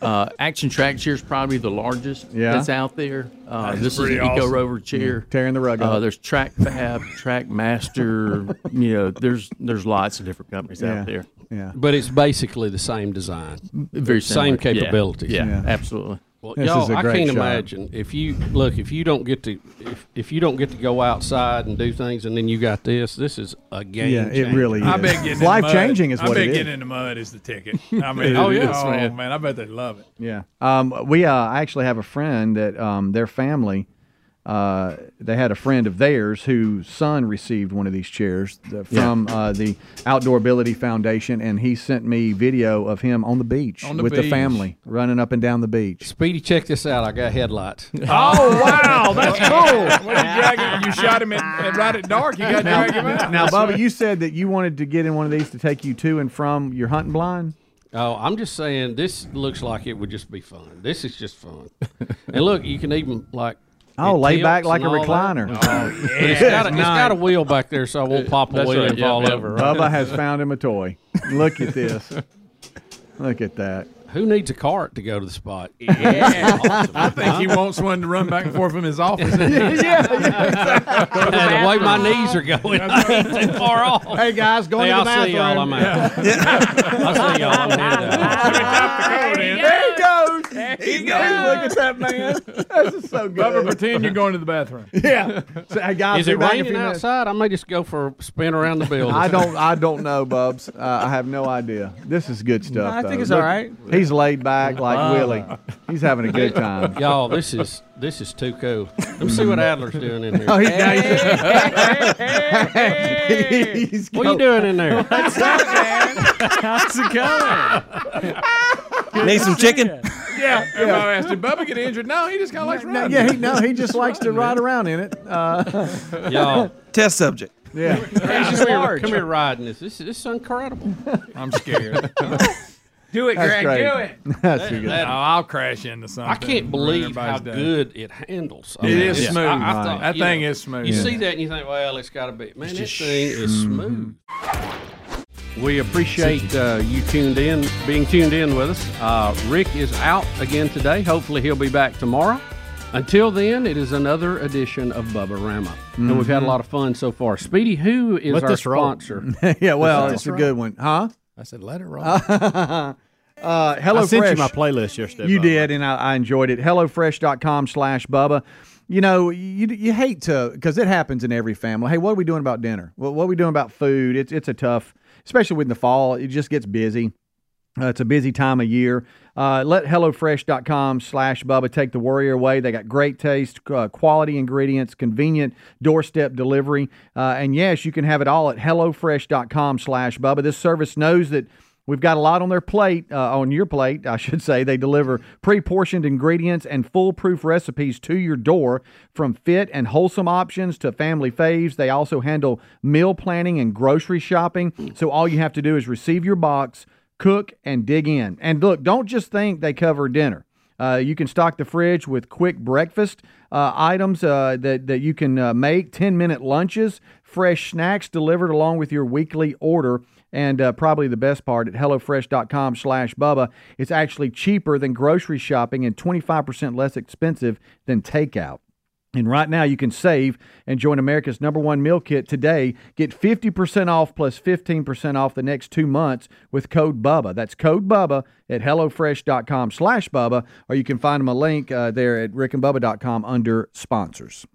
Uh, Action Track Chair is probably the largest
Yeah.
that's out there. Uh,
That's
this is an
pretty
Eco
awesome.
Rover chair.
Tearing the rug
Uh,
off.
there's Track Fab, Track [LAUGHS] Master. You know, there's there's lots of different companies
Yeah.
out there.
Yeah.
But it's basically the same design,
Very
same
similar. Yeah.
capabilities.
Yeah, absolutely.
Well,
This
y'all,
is a
I
great
can't
shot.
imagine if you look if you don't get to if, if you don't get to go outside and do things, and then you got this. This is a game.
Yeah, it
changer.
really
I bet getting in the mud- I bet
it is.
getting in the mud is
[LAUGHS]
the ticket. I
It
mean, oh,
is,
yeah. oh
man.
man. I bet they love it.
Yeah. Um, we uh, I actually have a friend that um, their family, uh, they had a friend of theirs whose son received one of these chairs the,
Yeah.
from uh, the Outdoor Ability Foundation, and he sent me video of him on the beach
On the
with the
beach.
family running up and down the beach.
Speedy, check this out. I got headlights.
Oh wow, [LAUGHS] that's cool. Well, you, drag him, you shot him at, at right at dark. You got to
Now,
drag him out.
now Bubba, you said that you wanted to get in one of these to take you to and from your hunting blind.
Oh, I'm just saying this looks like it would just be fun. This is just fun. and look, you can even
[LAUGHS]
like
Oh,
it
lay back
tilts
like
and
a
all that.
recliner.
Oh, [LAUGHS] But it's got a, it's got a wheel back there, so I
Uh,
won't pop a
That's
wheel
right,
and
yeah,
fall
yeah.
over. Right?
Bubba has found him a toy. Look at this. Look at that.
Who needs a cart to go to the spot? [LAUGHS]
I think he wants one to run back and forth from
[LAUGHS]
his
[LAUGHS]
office.
the way my knees are
[LAUGHS]
going, I ain't too far off.
Hey guys,
going
hey,
to
I'll
the
see y'all. I'm
bathroom.
out. I'll [LAUGHS] see y'all. I'm headed out.
There he goes. he goes. Look at that man. [LAUGHS]
This is so good.
Bubba, pretend you're going to the bathroom.
[LAUGHS] Yeah. So, hey, guys,
Is it
be back in a
raining
few minutes.
outside? I may just go for a spin around the building.
I don't.
[LAUGHS]
I don't know, Bubs. [LAUGHS] Uh, I have no idea. This is good stuff.
I think
though.
it's
Look,
all right.
He's laid back like
Uh.
Willie. He's having a good time.
[LAUGHS] Y'all, this is this is too cool. Let me see what Adler's doing in here.
[LAUGHS] Oh, he's-
[LAUGHS]
[LAUGHS]
He's what are you doing in there?
What's up, man?
[LAUGHS]
How's it
going?
Need some
chicken?
Yeah. Everybody asked, did Bubba get injured? No, he just kind of likes
No,
running.
yeah, he no,
[LAUGHS]
he just likes to ride around in it.
[LAUGHS]
Uh,
[LAUGHS] Y'all.
Test subject.
Yeah.
come, here, come here riding this. This, this is incredible.
I'm scared.
Do it, That's Greg, great. do
[LAUGHS]
it. That's too good.
Oh, I'll crash into something.
I can't
Ruin
believe how
everybody's day.
good it handles. I
It
mean,
is
it's-
smooth.
I- I
Right.
thought,
That
you know,
thing is smooth.
You
Yeah.
see that and you think, well, it's got to be. Man,
It's
this
just
thing is smooth.
We appreciate uh, you tuned in, being tuned in with us. Uh, Rick is out again today. Hopefully, he'll be back tomorrow. Until then, it is another edition of Bubba Rama, and we've had a
Mm-hmm.
Mhm.
lot of fun so far. Speedy, who is
Let
our
this roll.
sponsor?
[LAUGHS] yeah, well,
Let
it's
this
a
roll.
good one, huh?
I said, let it roll.
uh, Hello
I sent you
Fresh.
my playlist yesterday,
You
Bubba.
did, and I, I enjoyed it. HelloFresh.com slash Bubba. You know, you, you hate to, because it happens in every family. Hey, what are we doing about dinner? What, what are we doing about food? It's, it's a tough, especially with the fall, it just gets busy. Uh, it's a busy time of year. Uh, let HelloFresh.com slash Bubba take the worry away. They got great taste, uh, quality ingredients, convenient doorstep delivery. Uh, and yes, you can have it all at HelloFresh.com slash Bubba. This service knows that We've got a lot on their plate, uh, on your plate, I should say. They deliver pre portioned ingredients and foolproof recipes to your door from fit and wholesome options to family faves. They also handle meal planning and grocery shopping. So all you have to do is receive your box, cook, and dig in. And look, don't just think they cover dinner. Uh, you can stock the fridge with quick breakfast uh, items uh, that, that you can uh, make, 10 minute lunches, fresh snacks delivered along with your weekly order. And uh, probably the best part at HelloFresh.com slash Bubba, it's actually cheaper than grocery shopping and 25% less expensive than takeout. And right now, you can save and join America's number one meal kit today. Get 50% off plus 15% off the next two months with code BUBBA. That's code BUBBA at HelloFresh.com slash BUBBA, or you can find them a link uh, there at rickandbubba.com under sponsors.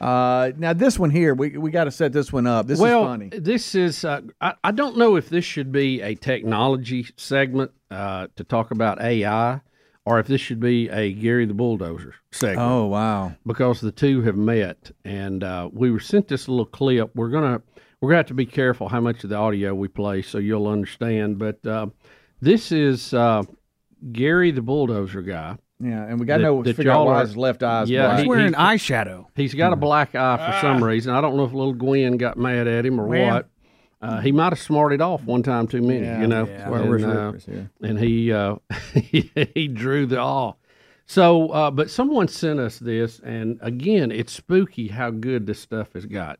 Uh, now, this one here, we, we got to set this one up. This
well,
is funny. [LAUGHS]
This is, uh, I, I don't know if this should be a technology segment uh, to talk about AI or if this should be a Gary the Bulldozer segment.
Oh, wow.
Because the two have met. And uh, we were sent this little clip. We're going to. We're going to have to be careful how much of the audio we play so you'll understand. But uh, this is uh, Gary the Bulldozer guy.
Yeah, and we gotta know- figure out
y'all
why
are-
his left eye's black.
Yeah,
He's wearing
eyeshadow.
He's got a black eye for some reason. I don't know if little Gwen got mad at him or
Well.
what. Uh, he might have smarted off one time too many,
Yeah,
you know.
yeah. Well, where's Rivers here?
and he uh, [LAUGHS] he drew the awe. So, uh, but someone sent us this, and again, it's spooky how good this stuff has got.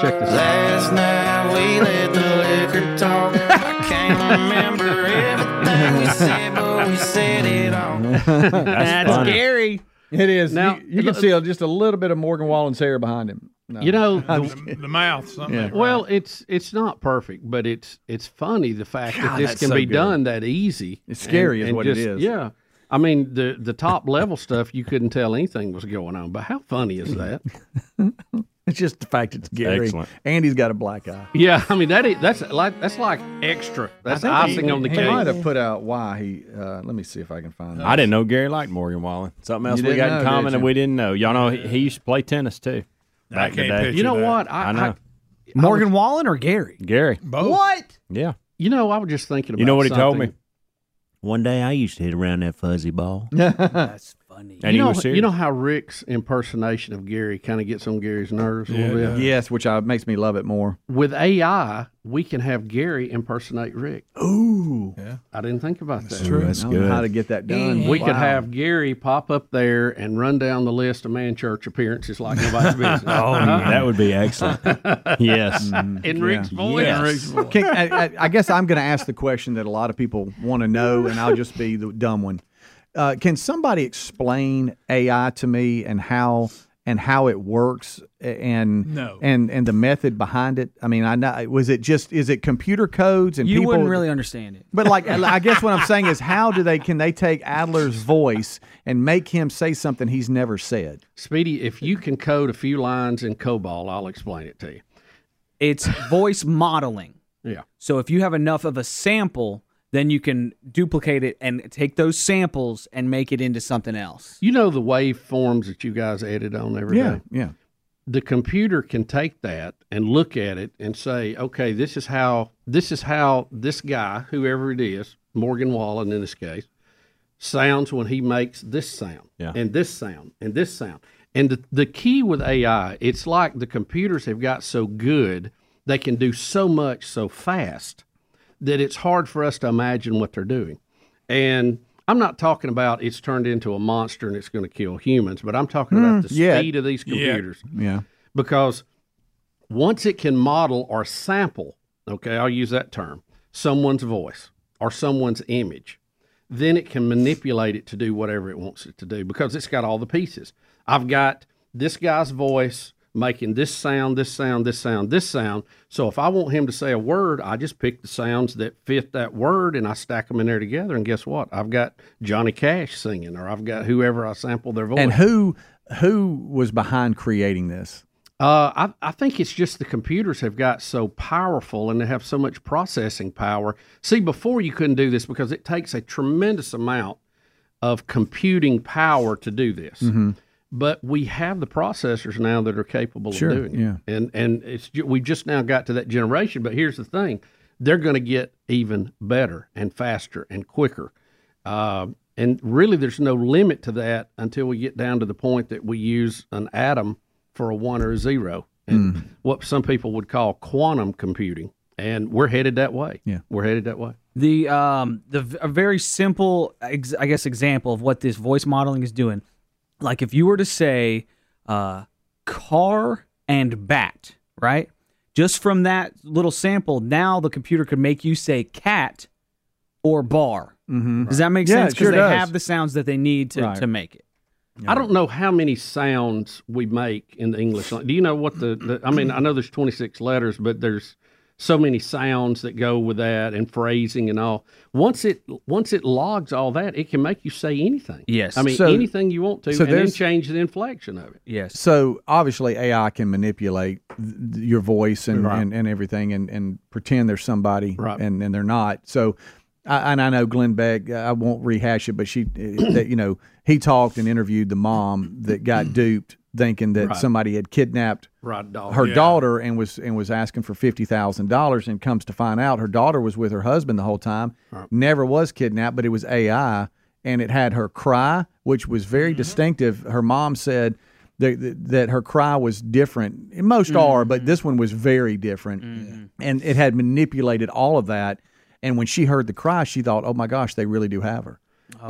Check this
Last
out.
night we let the liquor talk. I can't remember everything we said, but we said it all.
funny.
scary.
It is.
Now-
Now, you, you can see just a little bit of Morgan Wallen's hair behind him.
You know,
[LAUGHS] I'm
the-
just
The mouth, something.
Yeah.
Well, it's it's not perfect, but it's it's funny the fact
God,
that this
that's
can
so
be
good.
done that easy.
It's scary is what it is.
Yeah, I mean, the the top level stuff you couldn't tell anything was going on. But how funny is that?
[LAUGHS] It's just the fact it's Gary.
Excellent.
Andy's got a black eye.
Yeah, I mean that is, that's like that's like extra. That's
I think
icing
he-
on the
he
cake.
might have put out why he. Uh, let me see if I can find.
I didn't know Gary liked Morgan Wallen. Something else
You
we
didn't
got in
know,
common
did
that
you?
we didn't know. Y'all know he, he used to play tennis too. Back in the
can't
day.
picture You know that. what? I-
I, know.
I-
Morgan Wallen or Gary?
Gary.
What?
Yeah.
You know, I was just thinking. about
You know what he told me?
something.
One day I used to hit around that fuzzy ball.
[LAUGHS] That's
funny.
And
you
he
know,
was serious.
you know how Rick's impersonation of Gary kind of gets on Gary's nerves a little bit.
Yes, which I, makes me love it more.
With AI, we can have Gary impersonate Rick.
Ooh,
yeah. I didn't think about that.
true. Ooh, that's I don't know good. how to get that done.
We could
Wow.
have Gary pop up there and run down the list of man church appearances like nobody's business.
[LAUGHS] Oh, yeah, that would be
[LAUGHS]
excellent.
[LAUGHS]
Yes.
Mm-hmm.
in Rick's voice.
Can- I, I- I guess I'm going to ask the question that a lot of people want to know, and I'll just be the dumb one. Uh, can somebody explain AI to me and how and how it works a- and
No.
and and the method behind it? I mean, I know was it just is it computer codes and
You
people,
wouldn't really understand it.
[LAUGHS]
But like, [LAUGHS] I guess what I'm saying is, how do they can they take Adler's voice and make him say something he's never said?
Speedy, if you can code a few lines in COBOL, I'll explain it to you.
It's voice modeling.
Yeah.
So if you have enough of a sample, then you can duplicate it and take those samples and make it into something else.
You know the waveforms that you guys edit on every day.
Yeah,
yeah.
The computer can take that and look at it and say, okay, this is how this is how this guy, whoever it is, Morgan Wallen in this case, sounds when he makes this sound
Yeah.
and this sound and this sound. And the, the key with AI, it's like the computers have got so good, they can do so much so fast that it's hard for us to imagine what they're doing. And I'm not talking about it's turned into a monster and it's going to kill humans, but I'm talking
Hmm,
about the
yeah.
speed of these
Yeah.
computers
Yeah.
because once it can model or sample, okay, I'll use that term, someone's voice or someone's image, then it can manipulate it to do whatever it wants it to do because it's got all the pieces. I've got this guy's voice making this sound, this sound, this sound, this sound. So if I want him to say a word, I just pick the sounds that fit that word and I stack them in there together. And guess what? I've got Johnny Cash singing or I've got whoever I sample their voice.
And who who was behind creating this?
Uh, I, I think it's just the computers have got so powerful and they have so much processing power. See, before you couldn't do this because it takes a tremendous amount of computing power to do this.
Mhm.
But we have the processors now that are capable
Sure,
of doing
yeah.
it. And, and it's ju- we've just now got to that generation. But here's the thing they're going to get even better and faster and quicker. Uh, and really, there's no limit to that until we get down to the point that we use an atom for a one or a zero, and
Mm.
what some people would call quantum computing. And we're headed that way. Yeah, we're headed that way.
The um the v- a very simple ex- I guess example of what this voice modeling is doing. Like if you were to say uh car and bat, right? Just from that little sample, now the computer could make you say cat or bar.
Mm-hmm.
Does that make
Yeah,
sense?
it sure
they
does.
have the sounds that they need to,
Right.
to make it.
I don't know how many sounds we make in the English language. Do you know what the, the I mean, I know there's 26 letters, but there's so many sounds that go with that and phrasing and all. Once it once it logs all that, it can make you say anything.
Yes.
I mean
So-
anything you want to
so
and then
there's-
change the inflection of it.
Yes.
So obviously AI can manipulate th- th- your voice and,
Right.
and, and everything and, and pretend they're somebody
Right.
and, and they're not. So I, and I know Glenn Beck, I won't rehash it, but she, eh, that, you know, he talked and interviewed the mom that got
[CLEARS THROAT]
duped thinking that
Right.
somebody had kidnapped
Right, dog.
her
Yeah.
daughter and was and was asking for fifty thousand dollars and comes to find out her daughter was with her husband the whole time, never was kidnapped, but it was AI and it had her cry, which was very distinctive. Her mom said that, that, that her cry was different. And Most are, but this one was very different,
Mm-hmm.
and it had manipulated all of that. And when she heard the cry, she thought, "Oh my gosh, they really do have her."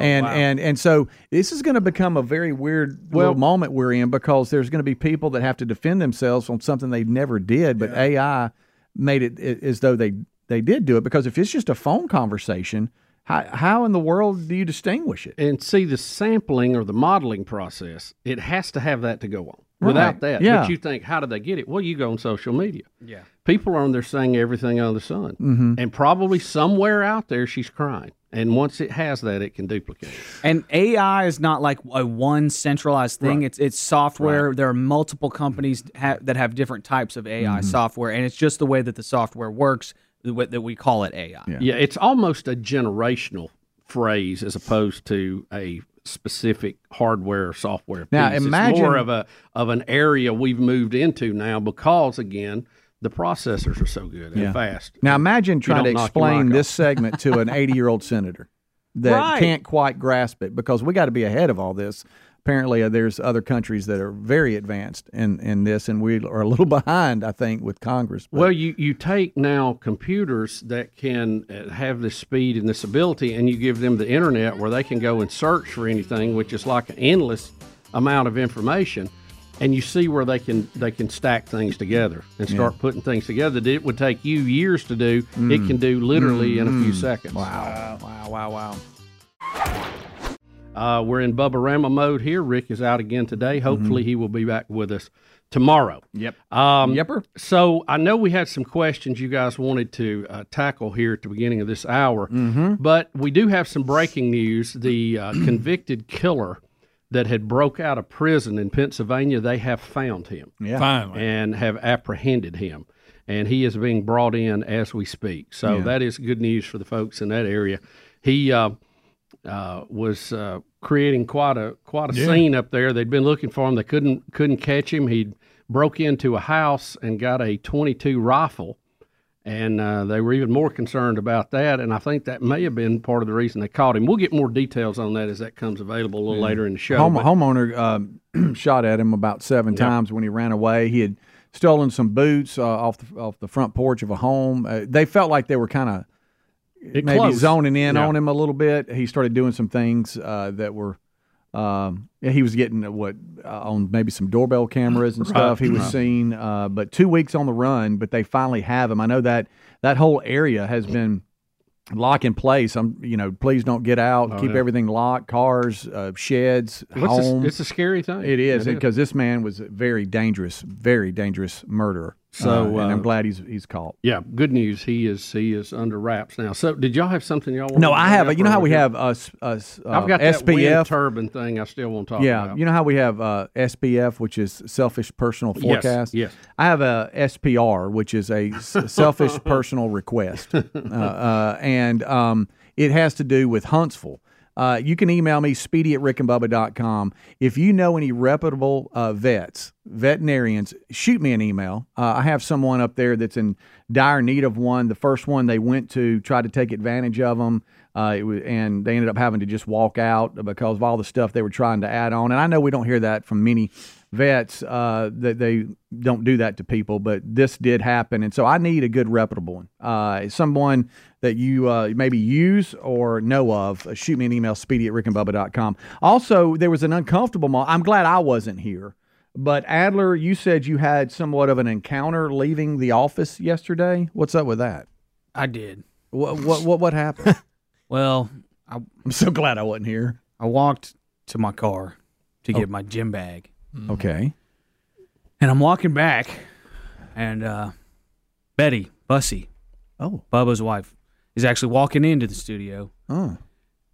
and
Oh, wow.
and and so this is going to become a very weird little
Well-
moment we're in because there's going to be people that have to defend themselves on something they never did, but AI made it a- as though they they did do it because if it's just a phone conversation, how how in the world do you distinguish it?
And see the sampling or the modeling process, it has to have that to go on. without
Right.
that.
Yeah.
But you think, how did they get it? Well, you go on social media.
Yeah.
People are on there saying everything under the sun.
Mm-hmm.
Mhm.
And probably somewhere out there, she's crying. And once it has that, it can duplicate.
And AI is not like a one centralized thing.
Right.
It's it's software. There are multiple companies ha- that have different types of AI
Mhm.
software, and it's just the way that the software works the way that we call it AI.
Yeah. it's almost a generational phrase as opposed to a specific hardware or software.
Now,
piece. It's
imagine-
more of a of an area we've moved into now because again the processors are so good and fast.
Now imagine
You
trying to
don't knock your mic
explain
off.
this segment to
[LAUGHS]
an 80 year old senator that
Right.
can't quite grasp it because we got to be ahead of all this. Apparently, uh, there's other countries that are very advanced in, in this, and we are a little [LAUGHS] behind, I think, with Congress.
Well, you, you take now computers that can uh, have this speed and this ability, and you give them the internet where they can go and search for anything, which is like an endless amount of information, and you see where they can they can stack things together and
Yeah.
start putting things together that it would take you years to do.
Mm.
It can do literally in a few
Mm.
seconds.
Wow! Wow! Wow! Wow!
Uh, we're in Bubba Rama mode here. Rick is out again today. Hopefully, he will be back with us tomorrow.
Mm-hmm. Yep.
Um,
Yepper.
So I know we had some questions you guys wanted to uh, tackle here at the beginning of this hour,
Mm-hmm.
but we do have some breaking news. The
[CLEARS THROAT]
uh, convicted killer that had broke out of prison in Pennsylvania, they have found him.
Yeah.
Finally.
And have apprehended him. And he is being brought in as we speak. So
Yeah.
that is good news for the folks in that area. He uh, uh, was uh, creating quite a quite a
Yeah.
scene up there. They'd been looking for him. They couldn't couldn't catch him. He broke into a house and got a 22 rifle, and uh, they were even more concerned about that. And I think that may have been part of the reason they caught him. We'll get more details on that as that comes available a little later in the show.
Home,
but-
homeowner um, [CLEARS THROAT] shot at him about seven
Yeah.
times when he ran away. He had stolen some boots uh, off the, off the front porch of a home. Uh, they felt like they were kind of
It
maybe
closed.
zoning in
Yeah.
on him a little bit. He started doing some things uh, that were. Um, yeah, he was getting uh, what uh, on maybe some doorbell cameras
[LAUGHS]
and
Right,
stuff. He was
right.
seen, uh, but two weeks on the run. But they finally have him. I know that that whole area has been lock in place. I'm, you know, please don't get out.
Oh,
Keep
yeah.
everything locked. Cars, uh, sheds,
Well, it's a-
home.
it's a scary thing.
It is
It is.
because this man was a very dangerous, very dangerous murderer.
So,
Uh, and I'm
uh,
glad he's he's caught.
yeah, good news. He is he is under wraps now. So did y'all have something y'all? wanted
No,
to
I
bring
have.
up
a- You know how
or-
we have us us uh,
I've got that wind
SPF.
turbine thing. I still won't talk
yeah,
about.
you know how we have uh, SPF, which is selfish personal
Yes,
forecast.
yes.
I have a SPR, which is a
[LAUGHS]
s- selfish personal request, uh, uh, and um, it has to do with Huntsville. Uh, you can email me speedy at rickandbubba.com. If you know any reputable uh, vets, veterinarians, shoot me an email. Uh, I have someone up there that's in dire need of one. The first one they went to tried to take advantage of them, uh, it was, and they ended up having to just walk out because of all the stuff they were trying to add on. And I know we don't hear that from many vets uh, that they don't do that to people, but this did happen, and so I need a good reputable one, uh, someone that you uh, maybe use or know of. Uh, shoot me an email, speedy at rickandbubba.com. Also, there was an uncomfortable moment. I'm glad I wasn't here, but Adler, you said you had somewhat of an encounter leaving the office yesterday. What's up with that?
I did.
What what what, what [LAUGHS] happened?
Well, I,
I'm so glad I wasn't here.
I walked to my car to
Oh.
get my gym bag,
okay.
and I'm walking back, and uh, Betty Bussy,
oh
Bubba's wife, is actually walking into the studio.
Oh.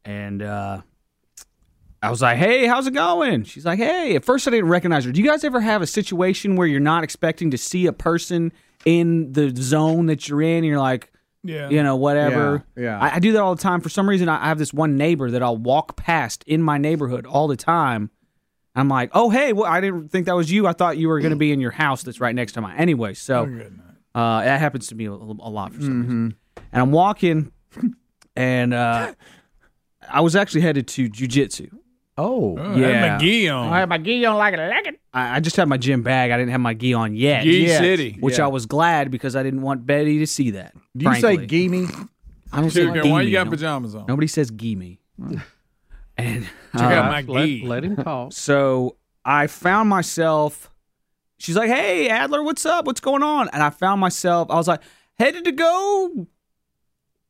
and uh, I was like, "Hey, how's it going?" She's like, "Hey." At first, I didn't recognize her. Do you guys ever have a situation where you're not expecting to see a person in the zone that you're in? And you're like,
Yeah.
you know, whatever."
Yeah, yeah.
I, I do that all the time. For some reason, I I have this one neighbor that I'll walk past in my neighborhood all the time. I'm like, "Oh, hey, well, I didn't think that was you. I thought you were going to be in your house that's right next to mine." Anyway,
Oh,
Oh,
so uh, that happens to me a, a lot for some reason. And I'm walking, and uh, I was actually headed to jujitsu.
Oh,
Uh,
yeah.
I
had my gi on like a legged.
[LAUGHS]
I, I just had my gym bag. I didn't have my gi on yet.
Gi Yet. city.
Which
Yeah.
I was glad because I didn't want Betty to see that.
Do you
frankly.
say gi me?
I don't say
Dude,
gi
why you
me.
got
No-
pajamas on?
Nobody says
[LAUGHS]
gi me. and
Check out
uh,
my gi.
Let him
[LAUGHS]
talk.
so I found myself. She's like, "Hey Adler, what's up? What's going on?" And I found myself. I was like, headed to go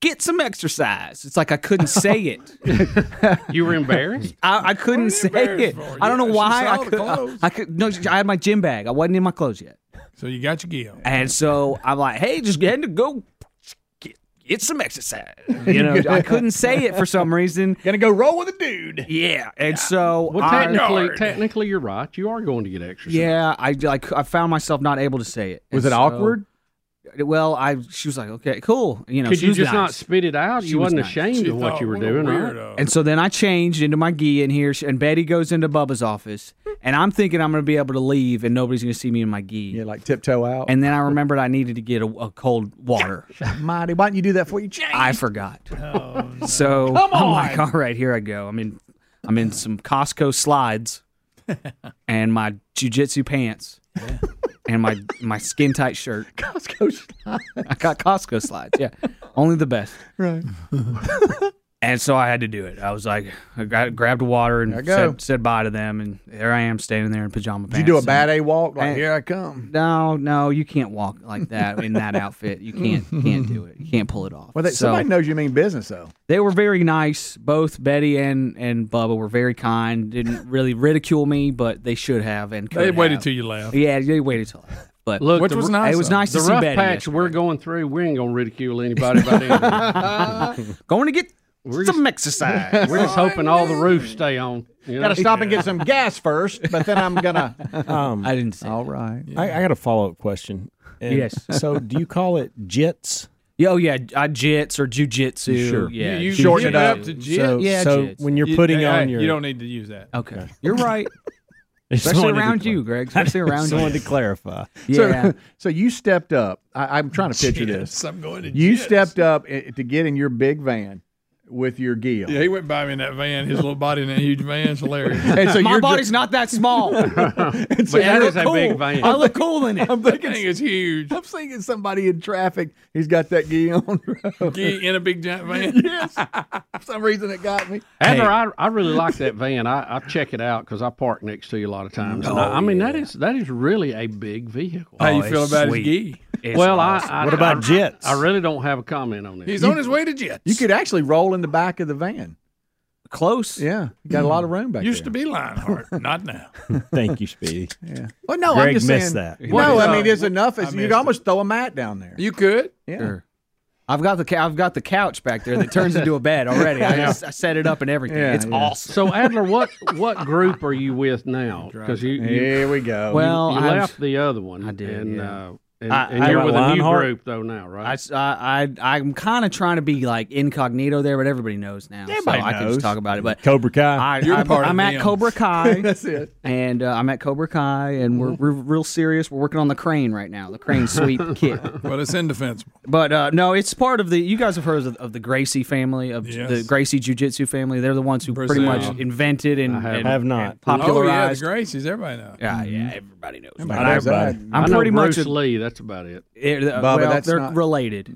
get some exercise. It's like I couldn't say it.
you were embarrassed.
I, I couldn't say it. I don't know why. I could, I, I could no. I had my gym bag. I wasn't in my clothes yet.
So you got your gear.
And so I'm like, hey, just had to go get, get some exercise. You know, I couldn't say it for some reason.
Gonna go roll with a dude.
[LAUGHS] Yeah, and so
Well,
I-
technically, technically, you're right. You are going to get exercise.
yeah, I like I found myself not able to say it.
Was
And
it awkward?
Well, I she was like, okay, cool. You know,
Could
she
you
was
just
nice.
not spit it out?
She
you
was
wasn't
nice.
ashamed
She
of what
thought,
you were
"What a
doing,
weirdo."
right?
And so then I changed into my gi in here, and Betty goes into Bubba's office, and I'm thinking I'm going to be able to leave, and nobody's going to see me in my gi. Yeah,
like tiptoe out.
And then I remembered I needed to get a, a cold [LAUGHS] water.
Mighty, why didn't you do that before you changed?
I forgot. Oh, So
Come
I'm
on.
like, all right, here I go. I'm in, I'm in some Costco slides, and my jujitsu pants, and my my skin tight shirt.
Costco slides.
I got Costco slides. Yeah, only the best.
Right.
And so I had to do it. I was like, I got, grabbed water
There I
and
go.
said, said bye to them, and there I am standing there in pajama
Did
pants.
you do a
and-
bad A walk? Like,
and-
here I come.
No, no, you can't walk like that in that outfit. You can't,
[LAUGHS]
can't do it. You can't pull it off.
Well, they,
So-
somebody knows you mean business, though.
they were very nice. Both Betty and and Bubba were very kind.
[LAUGHS]
Didn't really ridicule me, but they should have. And
They
could
waited
have.
till you left.
Yeah, they waited till. I left. But
Look, Which the was ru- nice
It was
of them.
nice
The
to see
rough
Betty.
patch
yesterday.
we're going through, we ain't gonna ridicule anybody about anything.
[LAUGHS] going to get
some
exercise.
[LAUGHS] We're just hoping all the roofs stay on.
Got to stop
[LAUGHS]
and get some gas first, but then I'm gonna.
Um,
I didn't. Say
all right.
I, I got a follow up
[LAUGHS]
question.
Yes.
[LAUGHS] So, do you call it jits?
Oh yeah, I jits or jujitsu.
Sure.
Yeah,
You- you Shorten it up.
to jits?
So-
yeah,
so
jits.
when you're You- putting hey, on hey, your-
You don't need to use that.
Okay. [LAUGHS] You're
[LAUGHS]
right.
Just
Especially
wanted to
around
cla-
you, Greg. Especially around
Just
you.
wanted to clarify.
Yeah.
So, [LAUGHS] so you stepped up. I, I'm trying to picture this.
Jits, I'm going to
You
jits.
stepped up i- to get in your big van with your gear. [LAUGHS]
Yeah, he went by me in that van. His little body in that huge van. It's
[LAUGHS]
hilarious.
And so
My
you're
body's not that small.
It's
But
a-
that
I
is
look
a big
cool.
van.
I
look cool in it.
[LAUGHS] I'm
That
thinking
thing is huge.
I'm thinking somebody in traffic. He's got that gi on.
Gee, in a big giant
[LAUGHS]
van.
yes. For some reason it got me.
Adler, I, I really
[LAUGHS]
like that van. I, I check it out because I park next to you a lot of times. And
Oh,
I, I mean, that is that is really a big vehicle.
How you feel about his gi?
Well, I, I
What about
I-
jets?
I really don't have a comment on this.
He's
You-
on his way to jits.
You could actually roll in the back of the van.
Close.
Yeah. You got a lot of room back
Used
there.
to be Lionheart,
[LAUGHS]
not now.
Thank you, Speedy.
Yeah. Well, no,
Greg
I'm just
missed
saying.
that. He
No,
missed
I mean,
it.
it's enough.
I
As,
missed
you'd
it.
almost throw
[LAUGHS]
a mat down there.
You could.
Yeah.
Sure. I've got the ca- I've got the couch back there that turns into a bed already. I,
[LAUGHS]
Yeah.
just, I set it up and everything. it's awesome.
So
[LAUGHS]
Adler, what what group are you with now? Because you, you
Here we go.
Well,
you,
I've-
left the other one. I did. And,
yeah.
uh, and,
I-
and
I-
you're with a new
Lionheart?
group though now, right?
I, s- I, am kind of trying to be like incognito there, but everybody knows now.
Everybody
so I can
knows.
just talk about it. But
Cobra Kai.
I,
You're
I'm,
part of
I'm at
them. [LAUGHS]
Cobra
[LAUGHS]
Kai.
That's it.
And uh, I'm at Cobra Kai, and
Mm-hmm.
we're, we're real serious. We're working on the crane right now, the crane
[LAUGHS]
sweep kit.
Well, it's indefensible.
But uh, no, it's part of the. You guys have heard of, of the Gracie family, of
Yes.
the Gracie Jiu Jitsu family. They're the ones who pretty
Brazil.
much invented and,
I have-
and-
have not.
and
Oh yeah, the
popularized.
Gracies. Everybody knows.
yeah, yeah, everybody knows.
Everybody knows that.
I'm
Mm-hmm. I know
pretty
Bruce
much a-
Lee. That's about it.
it-
[LAUGHS]
uh,
Bubba,
well,
that's
they're
not-
related.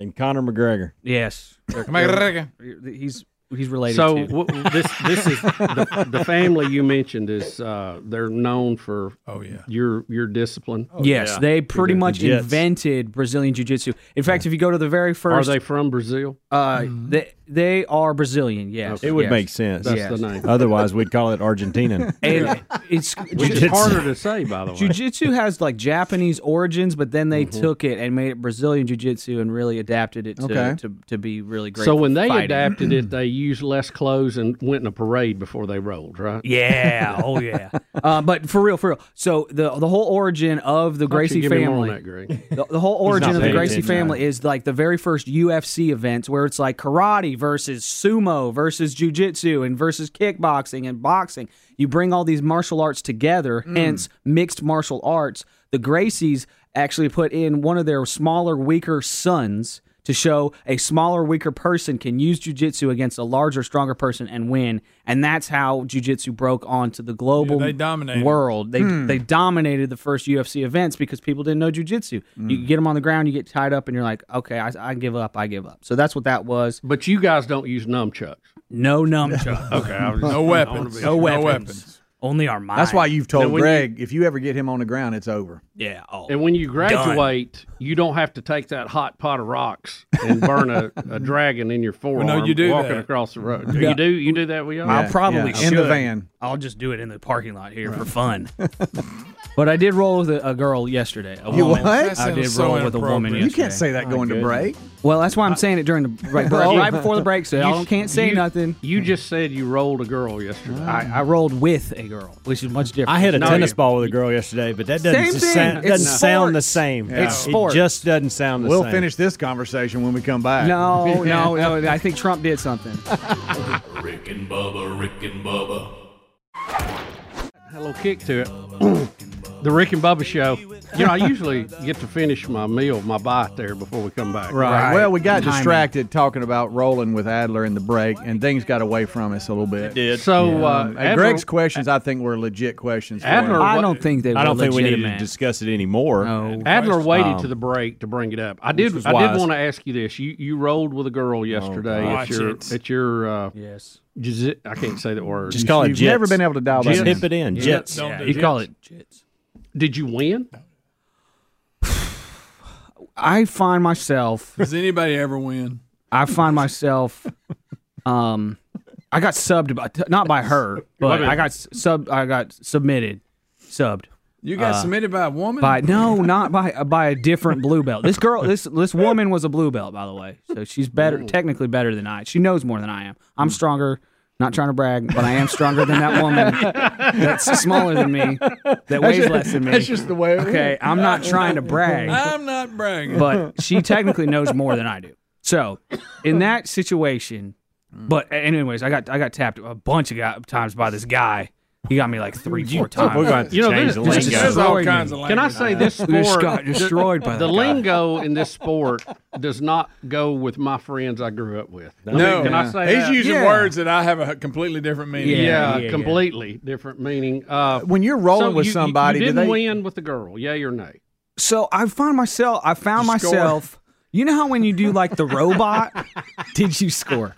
And Conor McGregor.
Yes, They're-
McGregor.
they're- he's he's related.
So
to.
w- this this is the,
[LAUGHS]
the family you mentioned is uh, they're known for
oh yeah
your your discipline.
Oh,
yes, they pretty
The
much
Jets.
invented Brazilian Jiu Jitsu. In fact, if you go to the very first,
Are they from Brazil?
Uh, they they are Brazilian. Yes,
It would
yes.
make sense.
That's the Yes. name.
Otherwise, we'd call it Argentinian.
[LAUGHS] And it's
Which is
Jiu-Jitsu-
harder to say, by the way. Mm-hmm.
Jiu-Jitsu has like Japanese origins, but then they took it and made it Brazilian Jiu-Jitsu and really adapted it to
Okay.
to, to be really great.
So
for
when they
fighting.
adapted it, they used less clothes and went in a parade before they rolled, right?
[CLEARS THROAT] Yeah. Oh
[LAUGHS]
yeah. uh, but for real, for real. So the the whole origin of the
Why don't
Gracie
you give me more on
family,
that, Greg?
[LAUGHS] the, the whole
He's
origin
not
of the
paying
Gracie
attention.
family is like the very first UFC events where it's like karate versus sumo versus jujitsu and versus kickboxing and boxing. You bring all these martial arts together, hence mixed martial arts. The Gracies actually put in one of their smaller, weaker sons to show a smaller, weaker person can use jujitsu against a larger, stronger person and win. And that's how jujitsu broke onto the global
they dominated.
world. They
Hmm.
they dominated the first UFC events because people didn't know jujitsu. You get them on the ground, you get tied up, and you're like, okay, I, I give up, I give up. So that's what that was.
But you guys don't use nunchucks.
No nunchucks.
[LAUGHS]
Okay, I was-
No weapons.
No
No weapons.
weapons.
Only our mind.
That's why you've
Now,
told
when you-
Greg if you ever get him on the ground, it's over.
Yeah. Oh,
And when you graduate, you don't have to take that hot pot of rocks and burn a, a dragon in your forearm.
you do
walking
that.
across the road.
Yeah.
You do you do that with y'all?
I'll probably should.
In the van.
I'll just do it in the parking lot here for fun.
But I did roll with a, a girl yesterday. A
You what?
woman.
That
I
sounds
did
so
roll with a woman.
inappropriate. You
Yesterday.
can't say that My going to goodness. break.
Well, that's why I'm saying it during the break.
[LAUGHS]
Oh.
[LAUGHS] right before the break, so
You-
y'all can't say
you-
nothing.
You just said you rolled a girl yesterday.
I, I rolled with a girl, which is much different.
I hit a
No,
tennis
you-
ball with a girl yesterday, but that doesn't
Same
just
thing.
sound,
It's
doesn't sound the
sports.
same.
Yeah. It's
It
sports.
just doesn't sound the
We'll
same.
finish this conversation when we come back. [LAUGHS]
No, Oh, no, no. I think Trump did
[LAUGHS]
something.
Rick and Bubba, Rick and Bubba.
Had a little kick to it. [CLEARS THROAT] the Rick and Bubba show. You know, I usually get to finish my meal, my bite there before we come back.
Well, we got distracted talking about rolling with Adler in the break, and things got away from us a little bit.
did. So, uh,
and
Adler-
Greg's questions, I think, were legit questions. for
Adler
him.
wa- I don't think they
I don't think we need to discuss it anymore.
Adler waited
Um,
to the break to bring it up. I
which
did.
was
I
wise. Oh,
did want to ask you this. You you rolled with a girl yesterday
gosh.
at your
Jits.
at your uh,
yes.
I can't say the word.
Just call it
You've
jits.
never been able
to dial
Just
that
hip
in.
it in.
Yeah,
Jets.
don't do You call jits. Did you win?
[SIGHS] I find myself.
[LAUGHS] Does anybody ever win?
I find myself. Um, I got subbed by not by her, but
minute.
I got s- sub. I got submitted, subbed.
You got
Uh,
submitted by a woman?
By no, not by uh, by a different blue belt. This girl, this this woman was a blue belt, by the way. So she's better, technically better than I. She knows more than I am. I'm
Hmm.
stronger. Not trying to brag, but I am stronger than that woman that's smaller than me, that
That's
weighs
just-
less than me.
that's just the way it
Okay,
is. Oh,
I'm [LAUGHS]
[LAUGHS]
not trying to brag
I'm not
[LAUGHS]
bragging.
but she technically knows more than I do. So in that situation, but anyways, I got I got tapped a bunch of guy, times by this guy. He got me like three, four times.
we're gonna have to
You know, there's,
Just destroyed me.
Can I
[LAUGHS]
say this sport?
Just got
the-
destroyed by
the
that guy.
lingo in this sport does not go with my friends I grew up with. I
[LAUGHS]
mean,
no,
can I say
he's
that?
using words that I have a completely different meaning.
Yeah, completely different meaning. Uh,
When you're rolling
so
with
you- you-
somebody,
you
do
didn't
they-
win with the girl, yay or nay?
So I found myself. I found
Did you score?
myself. You know how when you do like the robot, [LAUGHS] did you score?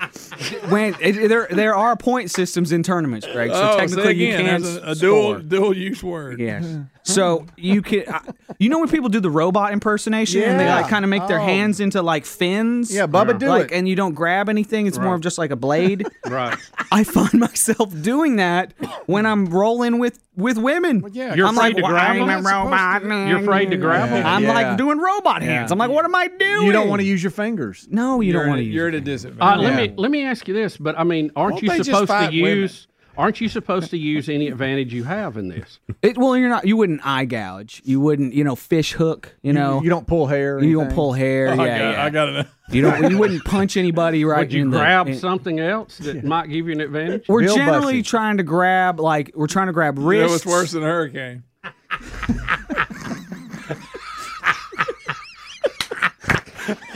When it, there there are point systems in tournaments, Greg. So
oh,
technically
say again,
you can
that's a, a
score.
dual dual use word.
Yes.
[LAUGHS]
So you can, I, you know, when people do the robot impersonation and they
Yeah.
like kind of make their
Oh.
hands into like fins.
Yeah, Bubba, do
like,
it.
And you don't grab anything; it's more of just like a blade.
[LAUGHS] right.
I find myself doing that when I'm rolling with with women.
yeah,
You're
I'm
afraid
like,
to
"Well,
grab
I'm a
'em?
robot man.
You're afraid to grab 'em?
I'm
Yeah.
like doing robot
Yeah.
hands. I'm like, what am I doing?
You don't want to use your fingers.
No, you
You're
don't
at-
want to use.
You're at a
Uh,
disadvantage.
Let me let me ask you this, but I mean, aren't
Won't
you
they just
supposed to
fight women?
use? Aren't you supposed to use any advantage you have in this?
It, well, you're not. You wouldn't eye gouge. You wouldn't. You know, fish hook. You know.
you don't pull hair. or
You don't
anything?
pull
[LAUGHS]
hair.
Oh, I
yeah,
got-
yeah.
I got it.
You don't. You wouldn't punch anybody right.
Would you
in the-
grab
in-
something else that might give you an advantage?
We're generally trying to grab like we're trying to grab
It
wrists.
was worse than a
[LAUGHS]
hurricane.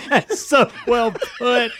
That's so well
[LAUGHS]
put.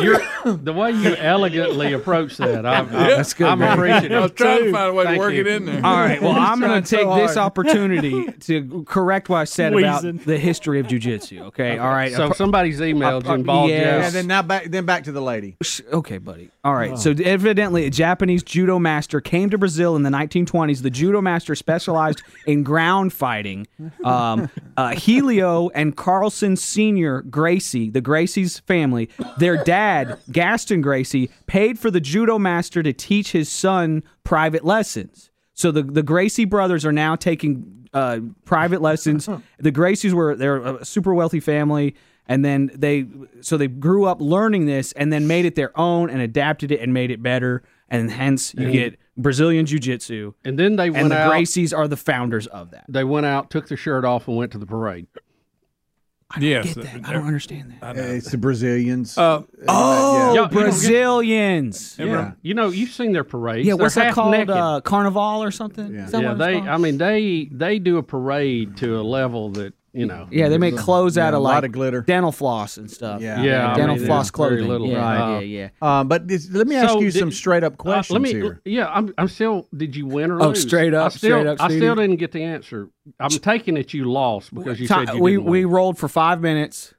You're, the way you elegantly approach
[LAUGHS]
that, I, I,
Oh,
That's good,
I'm
man.
appreciative. [LAUGHS]
I was trying to find a way to
Thank
work
you.
it in there.
All
[LAUGHS]
right. Well,
He's
I'm going
trying
to
so
take this
hard. [LAUGHS]
opportunity to correct what I said
Wheezing.
about the history of jujitsu. Okay? All right.
So
Appro-
somebody's emailed you involved.
yes.
Yeah. Then now back. Then back to the lady.
Okay, buddy. All
Oh.
right. So evidently, a Japanese judo master came to Brazil in the 1920s. The judo master specialized in ground fighting. Um, uh, Helio and Carlson Senior Gracie, the Gracie's family, their dad Gaston Gracie paid for the judo master to teach his son private lessons. So the the Gracie brothers are now taking uh, private
[LAUGHS]
lessons. the Gracies were they're a super wealthy family, and then they so they grew up learning this, and then made it their own and adapted it and made it better, and hence you
And-
get Brazilian Jiu Jitsu.
And then they went
and the
out.
Gracies are the founders of that.
They went out, took their shirt off, and went to the parade.
Yes,
I don't understand that.
It's the Brazilians.
Uh,
Oh,
Yeah, you don't get-
Brazilians!
Yeah. You know, you've seen their parades.
Yeah,
They're
what's that
half
called?
naked.
Uh, Carnival or something? Is that
yeah,
what it's
they.
called?
I mean, they they do a parade to a level that you know.
Yeah, they make clothes out
Yeah,
of
a
like
lot of glitter,
dental floss and stuff.
Yeah,
Yeah, I
dental
mean,
floss
there's very
clothing.
little,
yeah,
right.
yeah, yeah.
Um, but this, let me ask
So
you
did-
some straight up
Uh,
questions
let me.
here.
Yeah, I'm. I'm still. Did you win or
Oh,
lose?
straight up,
I still,
straight up,
I still
Stevie.
didn't get the answer. I'm taking it you lost because you
Ti-
said you
we
didn't win.
we rolled for five minutes.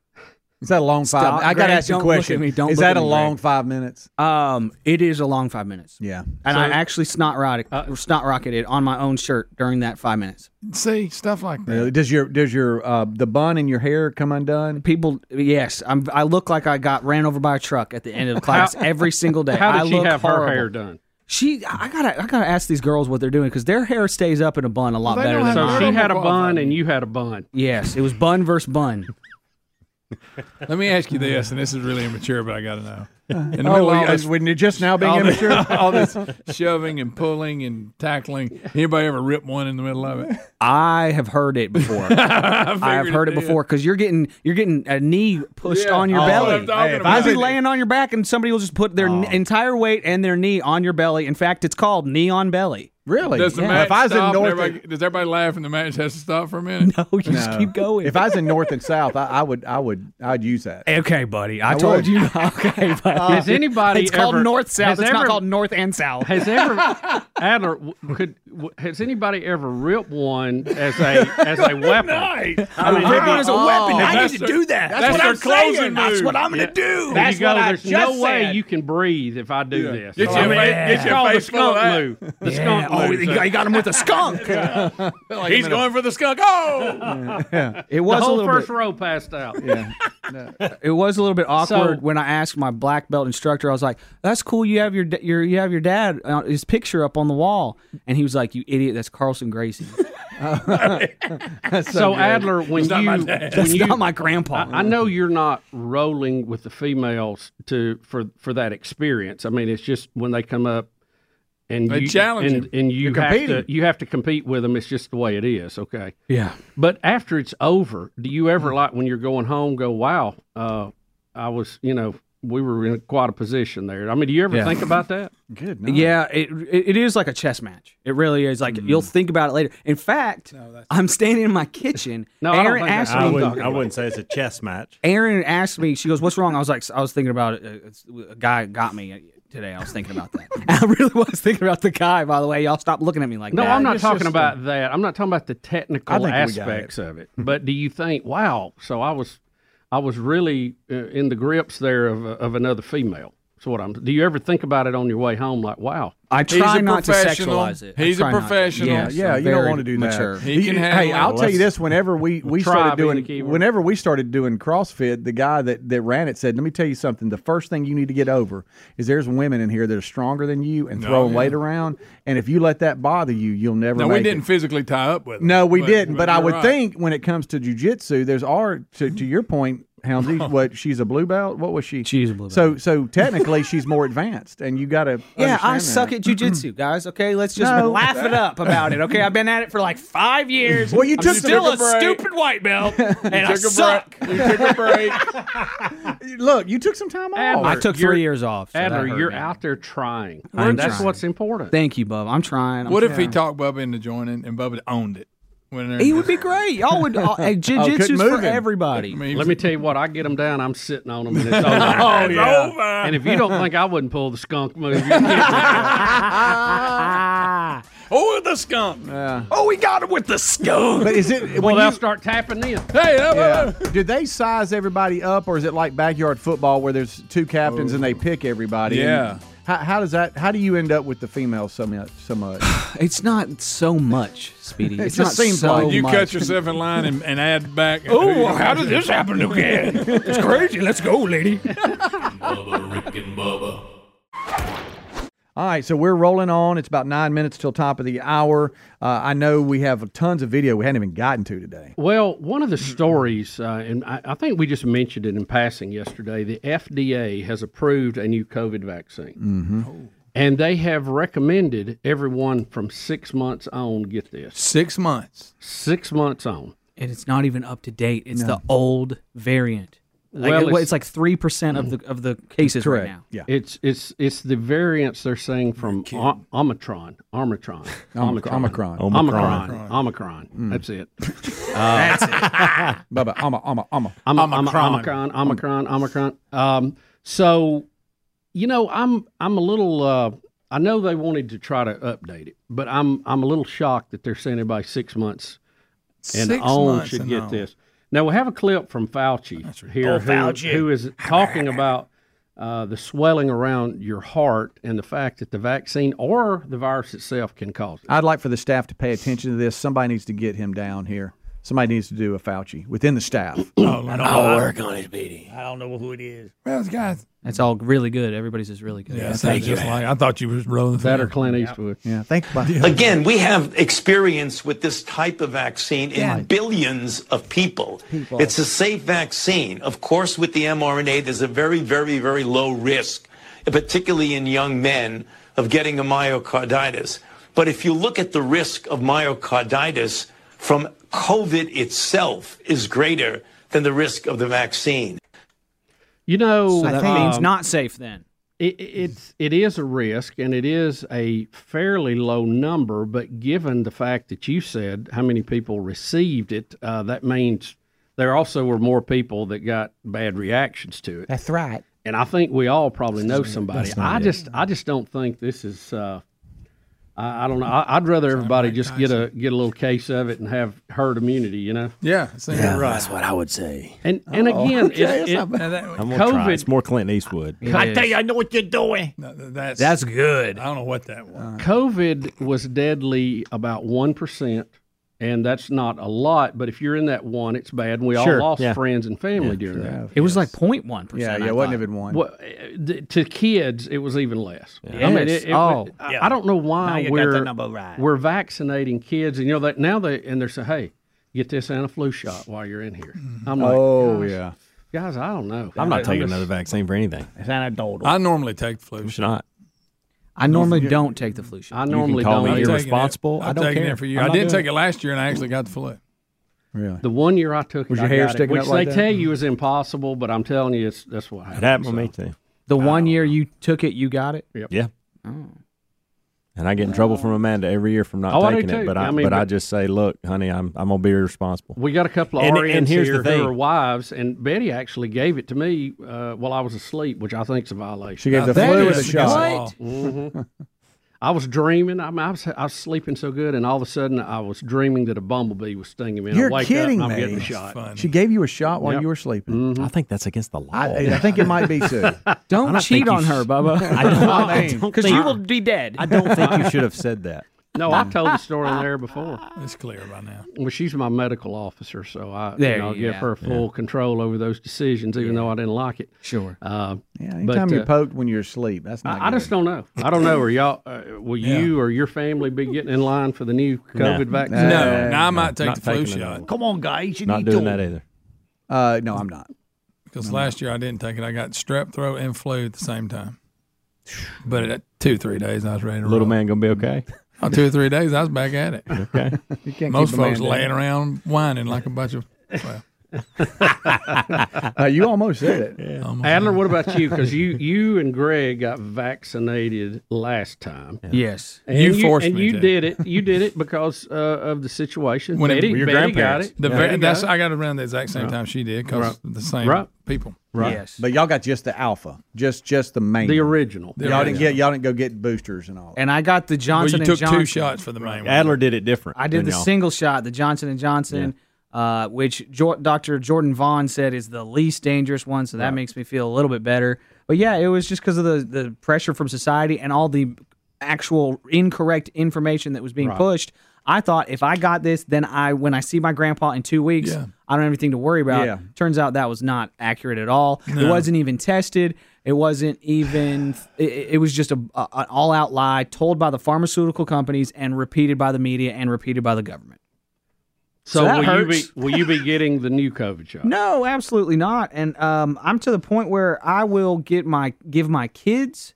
Is that a long five?
Stop,
I got
Greg,
to ask you a
don't look
question.
at me, don't
is
look
that
at
a
me,
long
Greg.
five minutes?
Um, it is a long five minutes.
Yeah,
and
So-
I actually snot rocket,
Uh,
snot rocketed on my own shirt during that five minutes.
See stuff like that.
Really? Does your does your uh, the bun in your hair come undone? People, yes, I'm. I look like I got ran over by a truck at the end
[LAUGHS]
of class
How-
every single day.
How did
I
she
look
have
horrible.
her hair done?
She, I gotta, I gotta ask these girls what they're doing because their hair stays up in a bun a lot better than
so
mine.
she had a bun and you had a bun.
Yes, it was bun versus bun.
Let me ask you this, and this is really immature, but I got to know. In
Oh,
of
we-
all
as when you're just now being
all this-
immature?
[LAUGHS] all this shoving and pulling and tackling. Anybody ever rip one in the middle of it?
I have heard it
[LAUGHS]
before. I
I
have
figured
heard it
it
before because you're getting you're getting a knee pushed
Yeah.
on your
Oh,
belly.
I'm talking
Hey,
about
I'll be
it. Oh.
laying on your back and somebody will just put their n- entire weight and their knee on your belly. In fact, it's called knee on belly.
Does the
Yeah.
match stop? and everybody, does everybody laugh and the match has to stop for a minute?
No, oh, you just keep going.
If I was in North and South, I, I would, I would, I'd use that.
Okay, buddy. I,
I
told
would.
you. [LAUGHS] Okay, buddy.
Uh, Has
anybody
It's called
ever-
north south.
has
It's not
ever-
called north and south. [LAUGHS]
Has ever Adler w- could w- has anybody ever ripped one as a
[LAUGHS]
as a weapon?
I mean, ripped one as a
Oh.
weapon. I need to do that. That's what I'm saying. That's what I'm gonna do. That's
you go,
what I
There's
just
no way
said.
you can breathe if I do this.
Get your
I mean,
fa- get
it's
your
called the
face full of that.
skunk move. The
Yeah.
skunk
Oh,
move.
he got- he got him with a
[LAUGHS]
skunk.
He's going for the skunk. Oh!
It was
the
a
whole
little
first
bit.
row passed out. [LAUGHS]
Yeah. It was a little bit awkward
So-
when I asked my black belt instructor. I was like, "That's cool. You have your, da- your you have your dad uh, his picture up on the wall," and he was like, "You idiot. That's Carlson
[LAUGHS]
Gracie."
so Adler, when
That's not
you
my
when
dad. That's
you-
not my grandpa.
I, I know you're not rolling with the females to for for that experience. I mean, it's just when they come up and
They
you
challenge
and,
you.
and you
You're
have to
competing.
you have to compete with them. It's just the way it is. Okay.
Yeah. Mm.
But after it's over, do you ever like when you're going home go, "Wow, uh, I was," you know. We were in quite a position there. I mean, do you ever
Yeah.
think about that?
Good.
Yeah, it, it it is like a chess match. It really is. Like
Mm.
you'll think about it later. In fact, I'm standing in my
[LAUGHS]
kitchen.
No, I don't
Aaron
think that-
asked
I
me.
wouldn't, I wouldn't say it's a chess match.
Aaron asked me. She goes, "What's wrong?" I was like, "I was thinking about it. It's- A guy got me uh, today. I was thinking about that. [LAUGHS] I really was thinking about the guy. By the way, y'all stop looking at me like
No,
that.
I'm not
It's
talking
just, uh,
about that. I'm not talking about the
I
technical
think we got
aspects of it. But do you think, wow? So I was, I was really uh, in the grips there of uh, of another female. So what I'm. Do you ever think about it on your way home? Like, wow,
I
He's try a not to professional. sexualize it. I He's a try not to. professional.
Yeah,
Yes,
yeah
I'm
you don't
very
want to do
mature.
that.
He
You-
can
hey,
handle
I'll
it.
try being
Let's-
the key word. Whenever we we started doing whenever we started doing CrossFit, the guy that that ran it said, "Let me tell you something. The first thing you need to get over is there's women in here that are stronger than you and
No,
throwing
yeah.
weight around. And if you let that bother you, you'll never."
No,
make
we
it."
didn't physically tie up with him.
No, we didn't. But I
you're
would
right.
think when it comes to jujitsu, there's are to, to your point,
[LAUGHS]
Houndsy. what she's a blue belt? What was she?
She's a blue belt.
So so technically, she's more advanced, and you got to.
Yeah, I suck at jujitsu, guys. Okay, let's just
No.
laugh it up about it. Okay, I've been at it for like five years.
Well, you
I'm
took the-
still
Took
a,
a break.
stupid white
[LAUGHS]
belt, and I
took a
suck.
break. You took a break. [LAUGHS] Look, you took some
[LAUGHS]
time off.
I took
Oh, you're-
three years off. so that
Adler,
hurt
you're
me.
out there trying.
I'm
And that's
trying.
what's important.
Thank you, Bub. I'm trying. I'm
What if he
trying.
talked Bubba into joining and Bubba owned it? Went in there
He
and
would be great. Y'all would.
[LAUGHS] Oh,
Uh, hey, jujitsu's for everybody.
Let me tell you what, I get them down, I'm sitting on them,
[LAUGHS]
and it's over.
Oh, It's yeah. over.
And if you don't think I wouldn't pull the skunk move, you
[LAUGHS]
can't.
Oh, the skunk.
Oh, we got him with the skunk.
But is it
well,
when
they'll
you-
start tapping in.
Hey,
Yeah. Do they size everybody up, or is it like backyard football where there's two captains and they pick everybody? And
Yeah.
How, how does that? How do you end up with the females so much? So much?
[SIGHS] It's not so much, Speedy.
[LAUGHS] It
It's
just
not
seems
so
like-
You
much. [LAUGHS]
cut yourself in line and, and add back.
Oh, how did this
happen again?
[LAUGHS]
It's crazy. Let's go, lady.
Bubba, Rick and Bubba.
All right, so we're rolling on. It's about nine minutes till top of the hour. Uh, I know we have tons of video we hadn't even gotten to today.
Well, one of the stories, uh, and I, I think we just mentioned it in passing yesterday, the FDA has approved a new COVID vaccine.
Mm-hmm.
And they have recommended everyone from six months on get this.
Six months.
Six months on.
And it's not even up to date. It's
No.
the old variant. Like,
Well,
well, it's,
it's-
like three percent of the of the cases right now.
Yeah.
It's it's it's the variants they're saying from o- Omicron, Omicron,
Omicron.
Omicron,
Omicron.
Omicron, Omicron.
Mm.
That's it. Uh,
That's
[LAUGHS] it.
Bubba, Oma, Oma, Oma.
I'm
Omicron.
Omicron. Omicron, Omicron, Omicron. Um, so, you know, I'm I'm a little. Uh, I know they wanted to try to update it, but I'm I'm a little shocked that they're saying everybody six months and
Six
on
months
should
and
get
on.
this. Now we have a clip from Fauci here,
Oh,
who,
Fauci.
who is talking about uh, the swelling around your heart and the fact that the vaccine or the virus itself can cause it.
I'd like for the staff to pay attention to this. Somebody needs to get him down here. Somebody needs to do a Fauci within
[CLEARS THROAT]
the staff.
Oh, I don't I'll know. work
on
it, BD. I don't know who it is.
Well, this guy's
That's all really good. Everybody's is really good.
Yeah, thank you. Like, I thought you was rolling.
That or Clint Eastwood.
Yeah, thank
Again, we have experience with this type of vaccine in
Yeah.
billions of people.
People.
It's a safe vaccine. Of course, with the mRNA, there's a very, very, very low risk, particularly in young men, of getting a myocarditis. But if you look at the risk of myocarditis from COVID itself is greater than the risk of the vaccine.
You know, um,
So that means not
safe then. It, it's it is a risk, and it is a fairly low number. But given the fact that you said how many people received it, uh, that means there also were more people that got bad reactions to it.
That's right.
And I think we all probably know somebody.
that's not
I
it.
just I just don't think this is. Uh, I, I don't know. I, I'd rather everybody just get a get a little case of it and have herd immunity. You know.
Yeah,
seems Yeah, right. that's what I would say.
And and
Uh-oh.
again,
Okay,
it's-
that's
it-
not bad. I'm gonna try.
COVID
It's more Clint Eastwood.
I tell you,
I know what you're doing.
that's
That's good. Uh,
I don't know what that was.
COVID was deadly about 1%, and that's not a lot, but if you're in that one, it's bad. And we
Sure,
all lost
yeah.
friends and family during that.
It was like 0.1 percent.
Yeah, yeah,
I
it wasn't
thought.
even one.
Well, uh, th- to kids, it was even less.
Yeah.
I mean,
Yes.
it, it,
Oh.
I-
Yeah.
I don't know
Now
why
you got
we're
the number right.
we're vaccinating kids, and you know that now they and they're saying, "Hey, get this and a flu shot while you're in here." I'm like,
Oh,
"Gosh,
yeah.
guys, I don't know.
I'm not taking
just-
another vaccine for anything.
It's anecdotal.
I normally take the flu.
Should not.
I normally don't take the flu shot.
I
You can call me irresponsible.
I'm
I don't
taking
care.
it for you.
I'm
I
not
didn't
doing
take it last year, and I actually got the flu.
Really?
The one year I took it,
Was your
I
hair
got it,
sticking
which
up like
they
that?
tell you is impossible, but I'm telling you, it's that's what happened.
happened
so.
with me too.
The one year you took it, you got it. Oh.
Yep.
Yeah. And I get in trouble from Amanda every year from not
Oh, I do
taking
too.
it, but I,
I mean,
but, I
but-
just say, look, honey, I'm I'm gonna be irresponsible.
We got a couple of
And-
RNs
and here's
here
the thing.
who are wives, and Betty actually gave it to me uh, while I was asleep, which I think is a violation.
She gave the Now, flu that the is
Oh.
shot.
What?
Mm-hmm.
Mm-hmm.
Mhm. I was dreaming. I, mean, I, was, I was sleeping so good, and all of a sudden, I was dreaming that a bumblebee was stinging me. And I
You're
wake
kidding
up, and
me.
I'm getting a shot.
She gave you a shot while
Yep. Mm-hmm.
you were sleeping.
I think that's against the law.
I, I think it might be
[LAUGHS]
too.
Don't cheat on her, Bubba.
I don't
Because
think-
you will be dead.
I don't think you should have
[LAUGHS]
said that.
No, I've told the story on there before.
It's clear by now.
Well, she's my medical officer, so I
There
you know,
you
give
go.
her full control over those decisions, even though I didn't like it.
Sure.
Uh,
yeah,
but,
Anytime you're
uh,
poked when you're asleep, that's not.
I, I just don't know. I don't know. Are y'all? Uh, will you or your family be getting in line for the new COVID vaccine?
No, no, I might take the flu shot.
Come on, guys. You need to.
either.
Uh, no, I'm
[LAUGHS]
not.
Because last year I didn't take it. I got strep throat and flu at the same time. But at two, three days, I was ready to
Little
roll.
man gonna be okay.
Oh, two or three days, I was back at it.
Okay.
You can't
Most
keep a man
folks
down.
laying around whining like a bunch of. Well,
Uh, you almost said it.
Adler, what about you? Because you, you and Greg got vaccinated last time.
Yes.
and
You
you,
forced
and
me
you
to.
did it. You did it because uh, of the situation.
When it-
Betty,
your
Betty got
grandparents.
it.
[LAUGHS] The
Betty
very- that's-
got it.
I got around the exact same time she did 'cause the same
Right.
people.
Right.
Yes.
But y'all got just the alpha, just just the main,
The
one.
original.
Y'all didn't get y'all didn't go get boosters and all.
And I got the Johnson and Johnson.
Adler did it different.
I did
than
the
y'all.
single shot, the Johnson and Johnson, uh, which jo- Dr. Jordan Vaughn said is the least dangerous one. So that
Right.
makes me feel a little bit better. But yeah, it was just because of the the pressure from society and all the actual incorrect information that was being
Right.
pushed. I thought if I got this, then I when I see my grandpa in two weeks,
Yeah.
I don't have anything to worry about.
Yeah.
Turns out that was not accurate at all. It
No.
wasn't even tested. It wasn't even. It, it was just a, a an all out lie told by the pharmaceutical companies and repeated by the media and repeated by the government.
So,
that
will you
hurts.
be will you be getting the new COVID
[LAUGHS]
shot?
No, absolutely not. And um, I'm to the point where I will get my give my kids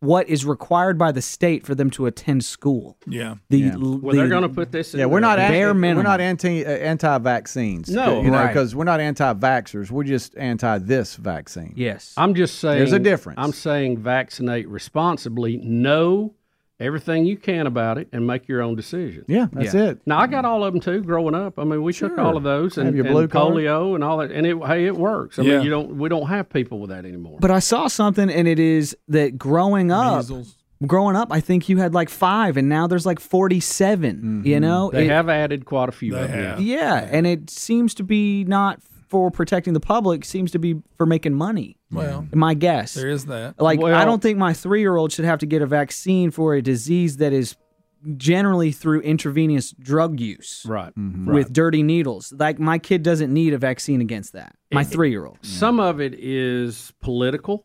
what is required by the state for them to attend school.
Yeah.
The,
Yeah.
Well, they're going to put this. In
Yeah, we're not
there.
anti, we're not anti uh, anti vaccines.
No.
you know
Right.
because we're not anti vaxxers. We're just anti this vaccine.
Yes,
I'm just saying
There's a difference.
I'm saying vaccinate responsibly. Know everything you can about it and make your own decision.
Yeah, that's Yeah. it.
Now I got all of them too. Growing up, I mean, we took
Sure.
all of those and,
Have your
and
blue card.
polio and all that, and it hey, it works. I
Yeah.
mean, you don't we don't have people with that anymore.
But I saw something, and it is that growing up, growing up, I think you had like five, and now there's like 47. Mm-hmm. You know,
they it, have added quite a few.
Yeah. yeah, and it seems to be not for protecting the public; seems to be for making money.
Well,
my guess
there is that.
Like,
well,
I don't think my three year old should have to get a vaccine for a disease that is generally through intravenous drug use,
right?
Mm-hmm. With right. dirty needles. Like, my kid doesn't need a vaccine against that. My three year old.
Some of it is political.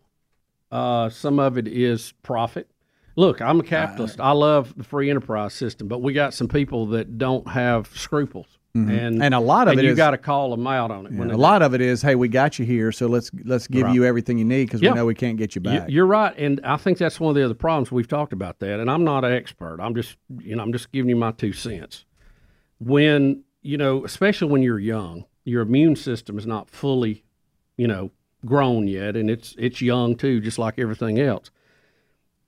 Uh, some of it is profit. Look, I'm a capitalist. I love the free enterprise system, but we got some people that don't have scruples.
Mm-hmm. And, and a lot of
and
it
you got to call them out on it.
Yeah, a lot of it is, hey, we got you here, so let's let's give right. you everything you need because yeah. we know we can't get you back.
You're right, and I think that's one of the other problems we've talked about that. And I'm not an expert. I'm just you know I'm just giving you my two cents. When you know, especially when you're young, your immune system is not fully, you know, grown yet, and it's it's young too, just like everything else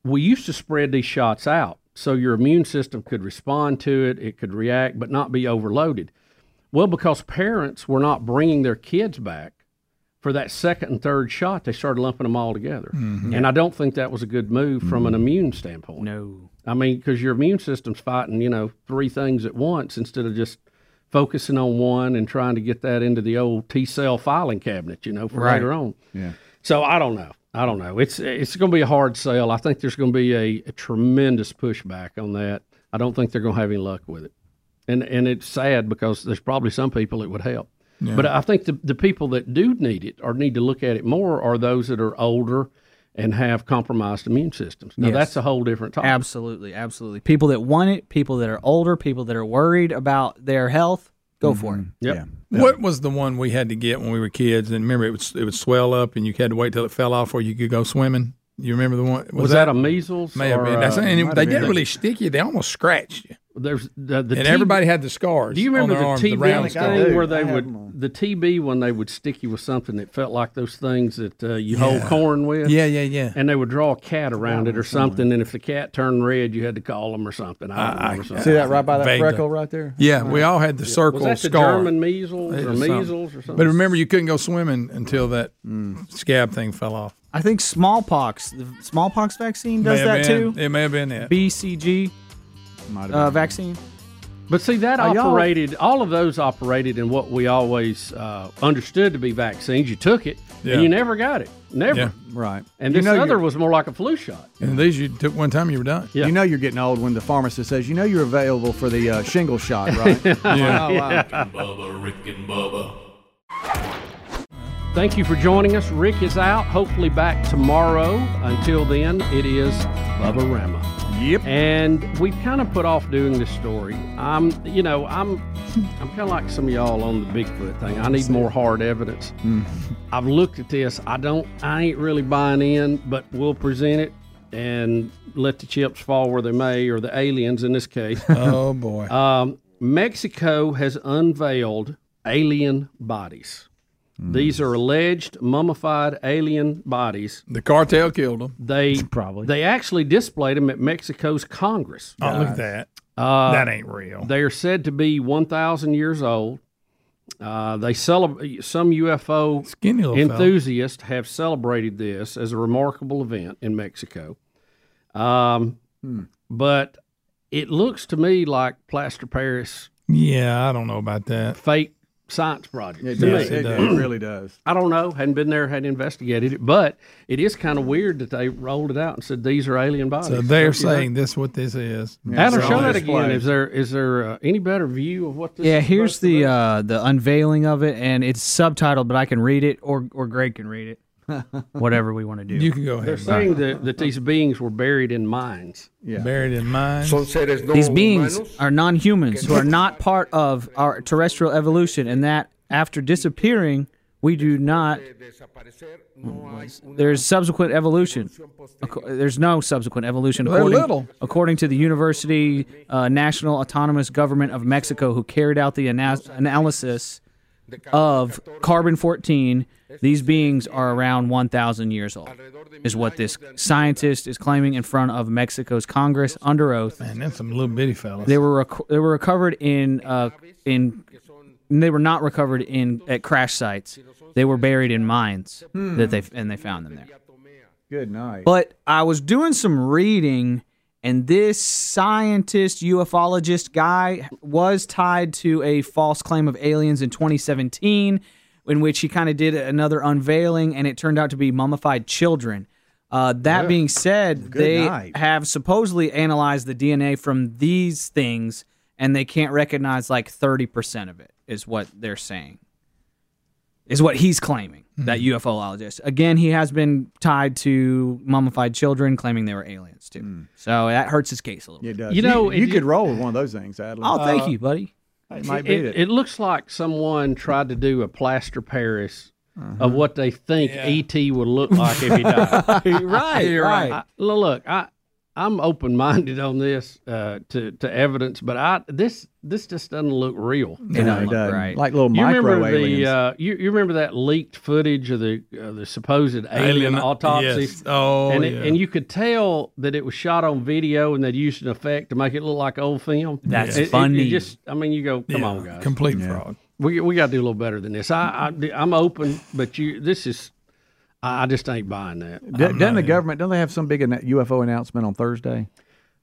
we used to spread these shots out so your immune system could respond to it, it could react, but not be overloaded. Well, because parents were not bringing their kids back for that second and third shot, they started lumping them all together. Mm-hmm. And I don't think that was a good move from mm-hmm. an immune standpoint.
No.
I mean, because your immune system's fighting, you know, three things at once instead of just focusing on one and trying to get that into the old T cell filing cabinet, you know, for right. later on.
Yeah.
So I don't know. I don't know. It's it's going to be a hard sell. I think there's going to be a, a, tremendous pushback on that. I don't think they're going to have any luck with it, and and it's sad because there's probably some people it would help, yeah. but I think the the people that do need it or need to look at it more are those that are older and have compromised immune systems. Now yes. that's a whole different topic.
Absolutely, absolutely. People that want it, people that are older, people that are worried about their health, go mm-hmm. for it.
Yep. Yeah.
What was the one we had to get when we were kids? And remember, it would it would swell up, and you had to wait till it fell off, or you could go swimming. You remember the one?
Was, was that, that, a measles?
May have been. That's, uh, and they get really sticky. They almost scratched you.
There's the, the
and T- everybody had the scars.
Do you remember the
arms,
TB
the
thing do. where
[LAUGHS]
they would the TB when they would stick you with something that felt like those things that uh, you yeah. hold corn with?
Yeah, yeah, yeah.
And they would draw a cat around oh, it or something. something. And if the cat turned red, you had to call them or something. I, I, I something.
see that right by that Vega. freckle right there. Uh-huh.
Yeah, right. we all had the yeah. circle
Uh-huh. was that
scar.
The German measles or measles something. or something.
But remember, you couldn't go swimming until that mm. scab thing fell off.
I think smallpox. The smallpox vaccine does that
been,
too.
It may have been it.
BCG uh, vaccine.
But see, that Are operated, y'all... all of those operated in what we always uh, understood to be vaccines. You took it yeah. and you never got it. Never. Yeah.
Right.
And this you know other you're... was more like a flu shot.
And these you took one time, you were done.
Yeah. You know you're getting old when the pharmacist says, you know you're available for the uh, shingle shot, right? yeah.
yeah. Oh, wow. Rick and Bubba, Rick and Bubba.
Thank you for joining us. Rick is out, hopefully back tomorrow. Until then, it is Bubba Rama.
Yep.
And we've kind of put off doing this story. I'm, you know, I'm, I'm kind of like some of y'all on the Bigfoot thing. I need more hard evidence. Mm. I've looked at this. I don't. I ain't really buying in, but we'll present it and let the chips fall where they may, or the aliens in this case.
[LAUGHS] [LAUGHS] oh
[LAUGHS]
boy.
Um, Mexico has unveiled alien bodies.
Hmm.
Mm. These are alleged mummified alien bodies.
The cartel killed them. [LAUGHS]
They
probably.
They actually displayed them at Mexico's Congress.
Oh, look at that. Uh, that ain't real.
They are said to be 1,000 years old. Uh, they celebrate some UFO enthusiasts fella. have celebrated this as a remarkable event in Mexico. Um, hmm. But it looks to me like Plaster Paris.
Yeah, I don't know about that.
Fake science project.
It, does. It, does. it, really does.
I don't know. Hadn't been there, hadn't investigated it, but it is kind of weird that they rolled it out and said these are alien bodies.
So they're saying know? this what this is.
Yeah, Adam, show that again. Is there is there uh, any better view of what this?
Yeah, here's the uh, the unveiling of it, and it's subtitled, but I can read it, or or Greg can
[LAUGHS]
read it. Whatever we want to do,
you can go ahead.
They're saying that, that these beings were buried in mines.
Yeah. Buried in mines.
These beings are non humans who are not part of our terrestrial evolution, and that after disappearing, we do not. There's subsequent evolution. There's no subsequent evolution. According, according to the University uh, National Autonomous Government of Mexico, who carried out the ana- analysis of carbon 14 these beings are around 1000 years old is what this scientist is claiming in front of mexico's congress under oath
man that's some little bitty fellas
they were rec- they were recovered in uh, in they were not recovered in at crash sites they were buried in mines hmm. that they and they found them there
Good night.
But I was doing some reading, and this scientist, ufologist guy was tied to a false claim of aliens in 2017, in which he kind of did another unveiling, and it turned out to be mummified children. Uh, that
Yeah.
being said,
Good
they
night.
have supposedly analyzed the DNA from these things, and they can't recognize like 30% of it, is what they're saying is what he's claiming. That
Hmm.
ufologist again, he has been tied to mummified children, claiming they were aliens too. So that hurts his case a little.
Hmm. It
bit.
does. You know, you, could roll with one of those things, Adley.
Oh, thank
Uh,
you, buddy.
It might be it.
Uh, it looks like someone tried to do a plaster Paris
Uh-huh.
of what they think ET would look like if
[LAUGHS]
he [LAUGHS] died.
right, right.
I- look, look, I I'm open minded on this uh, to to evidence, but I this this just doesn't look real.
No, it doesn't. Like little
you
micro
remember
aliens.
The, uh, you, you remember that leaked footage of the uh, the supposed alien,
Alien- uh,
autopsy?
yes. Oh,
and,
yeah.
it, and you could tell that it was shot on video and they used an effect to make it look like old film.
That's
It- it- it
funny.
just I mean, you go, come
Yeah,
on, guys,
complete Yeah. fraud.
We we got to do a little better than this. I, I I'm open, but you this is I I just ain't buying that.
Do- doesn't the government? Don't they have some big anno- UFO announcement on Thursday?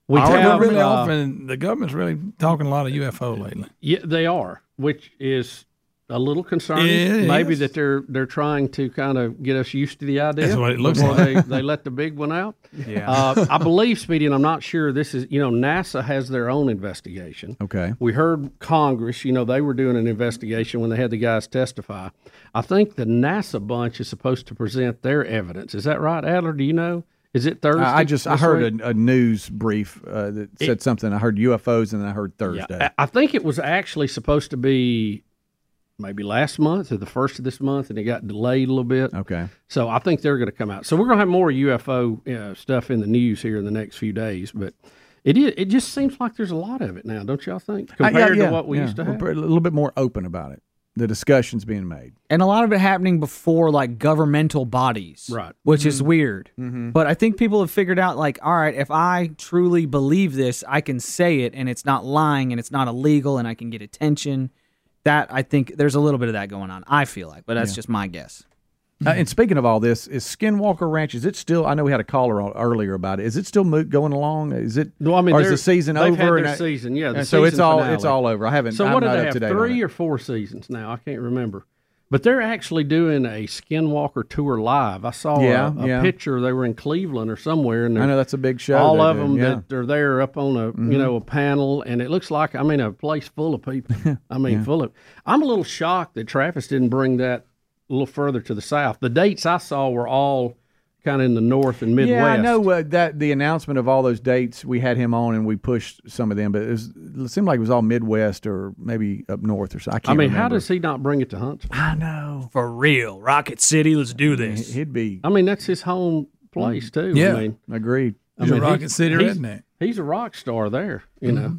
We
I
have,
really
uh,
often the government's really talking a lot of UFO lately.
Yeah, they are, which is a little concerning.
It
Maybe
is.
that they're they're trying to kind of get us used to the idea.
That's what it looks
before
like.
They, they let the big one out.
Yeah.
Uh, I believe, Speedy, and I'm not sure. This is you know NASA has their own investigation.
Okay.
We heard Congress. You know they were doing an investigation when they had the guys testify. I think the NASA bunch is supposed to present their evidence. Is that right, Adler? Do you know? Is it Thursday?
I I just I
this week?
heard a, a news brief uh, that said something. I heard UFOs and then I heard Thursday.
I I think it was actually supposed to be maybe last month or the first of this month, and it got delayed a little bit.
Okay.
So I think they're going to come out. So we're going to have more UFO uh, stuff in the news here in the next few days. But it is, it just seems like there's a lot of it now, don't y'all think?
Uh, yeah,
Compared
yeah,
to what we
yeah.
used to
We're
have.
pr- a little bit more open about it. The discussions being made.
and a lot of it happening before like governmental bodies,
Right.
Which is weird.
Mhm.
But I think people have figured out like, all right, if I truly believe this, I can say it, and it's not lying, and it's not illegal, and I can get attention. That I think there's a little bit of that going on. I feel like, but that's
Yeah.
just my guess.
Uh, and speaking of all this, is Skinwalker Ranch? Is it still? I know we had a caller on earlier about it. Is it still mo- going along? Is it? No,
I mean,
or is
they're-
the season
they've
over?
had
and
their
I-
season, yeah. the
and so it's
season
all
finale.
it's all over. I haven't.
So
I'm
what do
not
they
up
have?
to date on it.
Three or four seasons now. I can't remember. But they're actually doing a Skinwalker tour live. I saw a-
Yeah,
a,
yeah.
picture. They were in Cleveland or somewhere, and
I know
they're-
that's a big show.
All
they're
of
doing,
them
yeah.
that are there up on a
Mhm.
you know a panel, and it looks like I mean a place full
[LAUGHS]
of people. I mean full of. I'm a little shocked that Travis didn't bring that a little further to the south. The dates I saw were all kind of in the north and midwest.
Yeah, I know uh, that the announcement of all those dates we had him on and we pushed some of them, but it, was, it seemed like it was all Midwest or maybe up north or so. I
I
can't.
mean, how
remember.
does he not bring it to Huntsville?
I know for real, Rocket City. Let's do
He- he'd be?
I mean, that's his home place too.
Yeah,
I mean,
agreed.
I mean, he- he's- He's a rock star there. You
Mm-hmm.
know.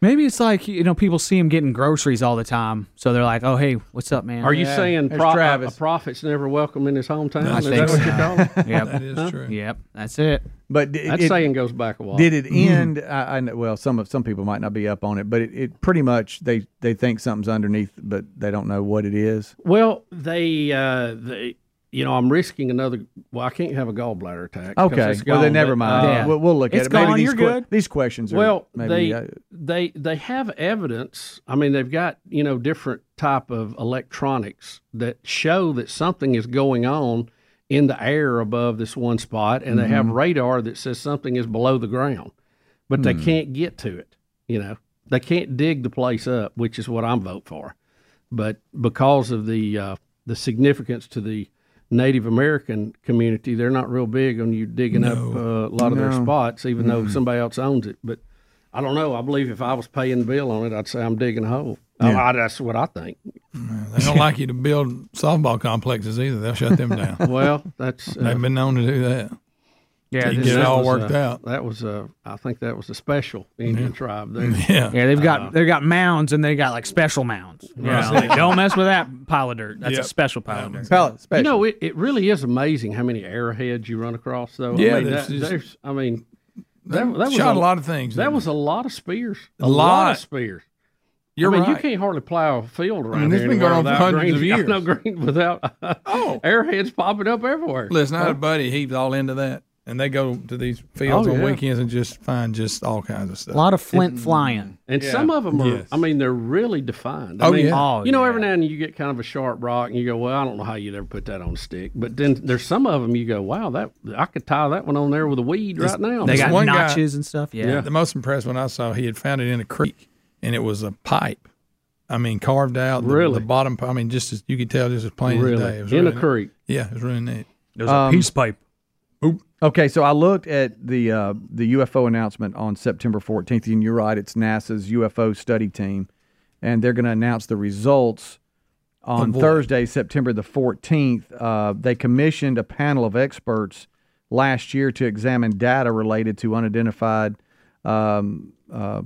Maybe it's like you know people see him getting groceries all the time, so they're like, "Oh, hey, what's up, man?"
Are you saying pro- uh, a, a
Travis?
prophet's never welcome in his hometown?
I
is
think
that what
so.
you call it?
[LAUGHS] Yep. That
is true.
Yep, that's it.
But d-
That
it-
saying goes back a while. Mm-hmm.
Did it end? I, I know, well, some of some people might not be up on it, but it, it pretty much they they think something's underneath, but they don't know what it is.
Well, they, uh, they, you know, I'm risking another. Well, I can't have a gallbladder attack. 'cause
Okay,
it's
well then
gone,
never
but,
mind.
uh,
We'll, we'll look at it. Maybe these que- These questions are
well,
maybe,
they
uh,
they they have evidence. I mean, they've got you know different type of electronics that show that something is going on in the air above this one spot, and they have
Mhm.
radar that says something is below the ground, but they
Hmm.
can't get to it. You know, they can't dig the place up, which is what I'm vote for. But because of the uh, the significance to the Native American community, they're not real big on you digging up uh, a lot of their
No.
spots, even though
Mm-mm.
somebody else owns it. But I don't know. I believe if I was paying the bill on it, I'd say I'm digging a hole. I-
Yeah.
I, that's what I think.
They
[LAUGHS]
don't like you to build softball complexes either. They'll shut them down.
Well, that's, uh,
they've been known to do that. They get it all
was,
worked
uh,
out.
That was uh, I think that was a special Indian
[LAUGHS]
tribe there.
yeah. They've got they've got mounds and they got like special mounds. You
Right.
know, like, don't mess with that pile of dirt. That's
Yep.
a special pile of dirt.
You know, it, it really is amazing how many arrowheads you run across, though.
Yeah,
I mean,
there's
that-
just-
there's- I mean,
They shot a lot of things,
That
didn't
was a lot of spears.
A
a lot
lot.
of spears. You're
I mean,
right. You can't hardly plow a field around
I mean, this
here
been going on for
anywhere without
hundreds of
green- [LAUGHS]
years.
No green without [LAUGHS] oh. airheads popping up everywhere.
Listen, I had a buddy. He was all into that, and they go to these fields
Oh,
on
yeah.
weekends and just find just all kinds of stuff.
A lot of flint
flying,
And some of them are,
Yes.
I mean, they're really defined. I
Oh,
mean,
yeah. Oh,
you know, every now and then you get kind of a sharp rock and you go, well, I don't know how you'd ever put that on a stick. But then there's some of them you go, wow, that I could tie that one on there with a weed right now.
This one guy- The
The
most impressive one I saw, he had found it in a creek, and it was a pipe. I mean, carved out. the-
Really?
The, bottom. I mean, just as you could tell, just as plain
Really?
as day. It was
In a
neat.
creek.
Yeah, it was really neat.
There's a Um, [LAUGHS] peace
pipe.
Okay, so I looked at the uh, the UFO announcement on September 14th, and you're right, it's NASA's UFO study team, and they're going to announce the results on
Of what?
Thursday, September the 14th. Uh, they commissioned a panel of experts last year to examine data related to unidentified um, uh,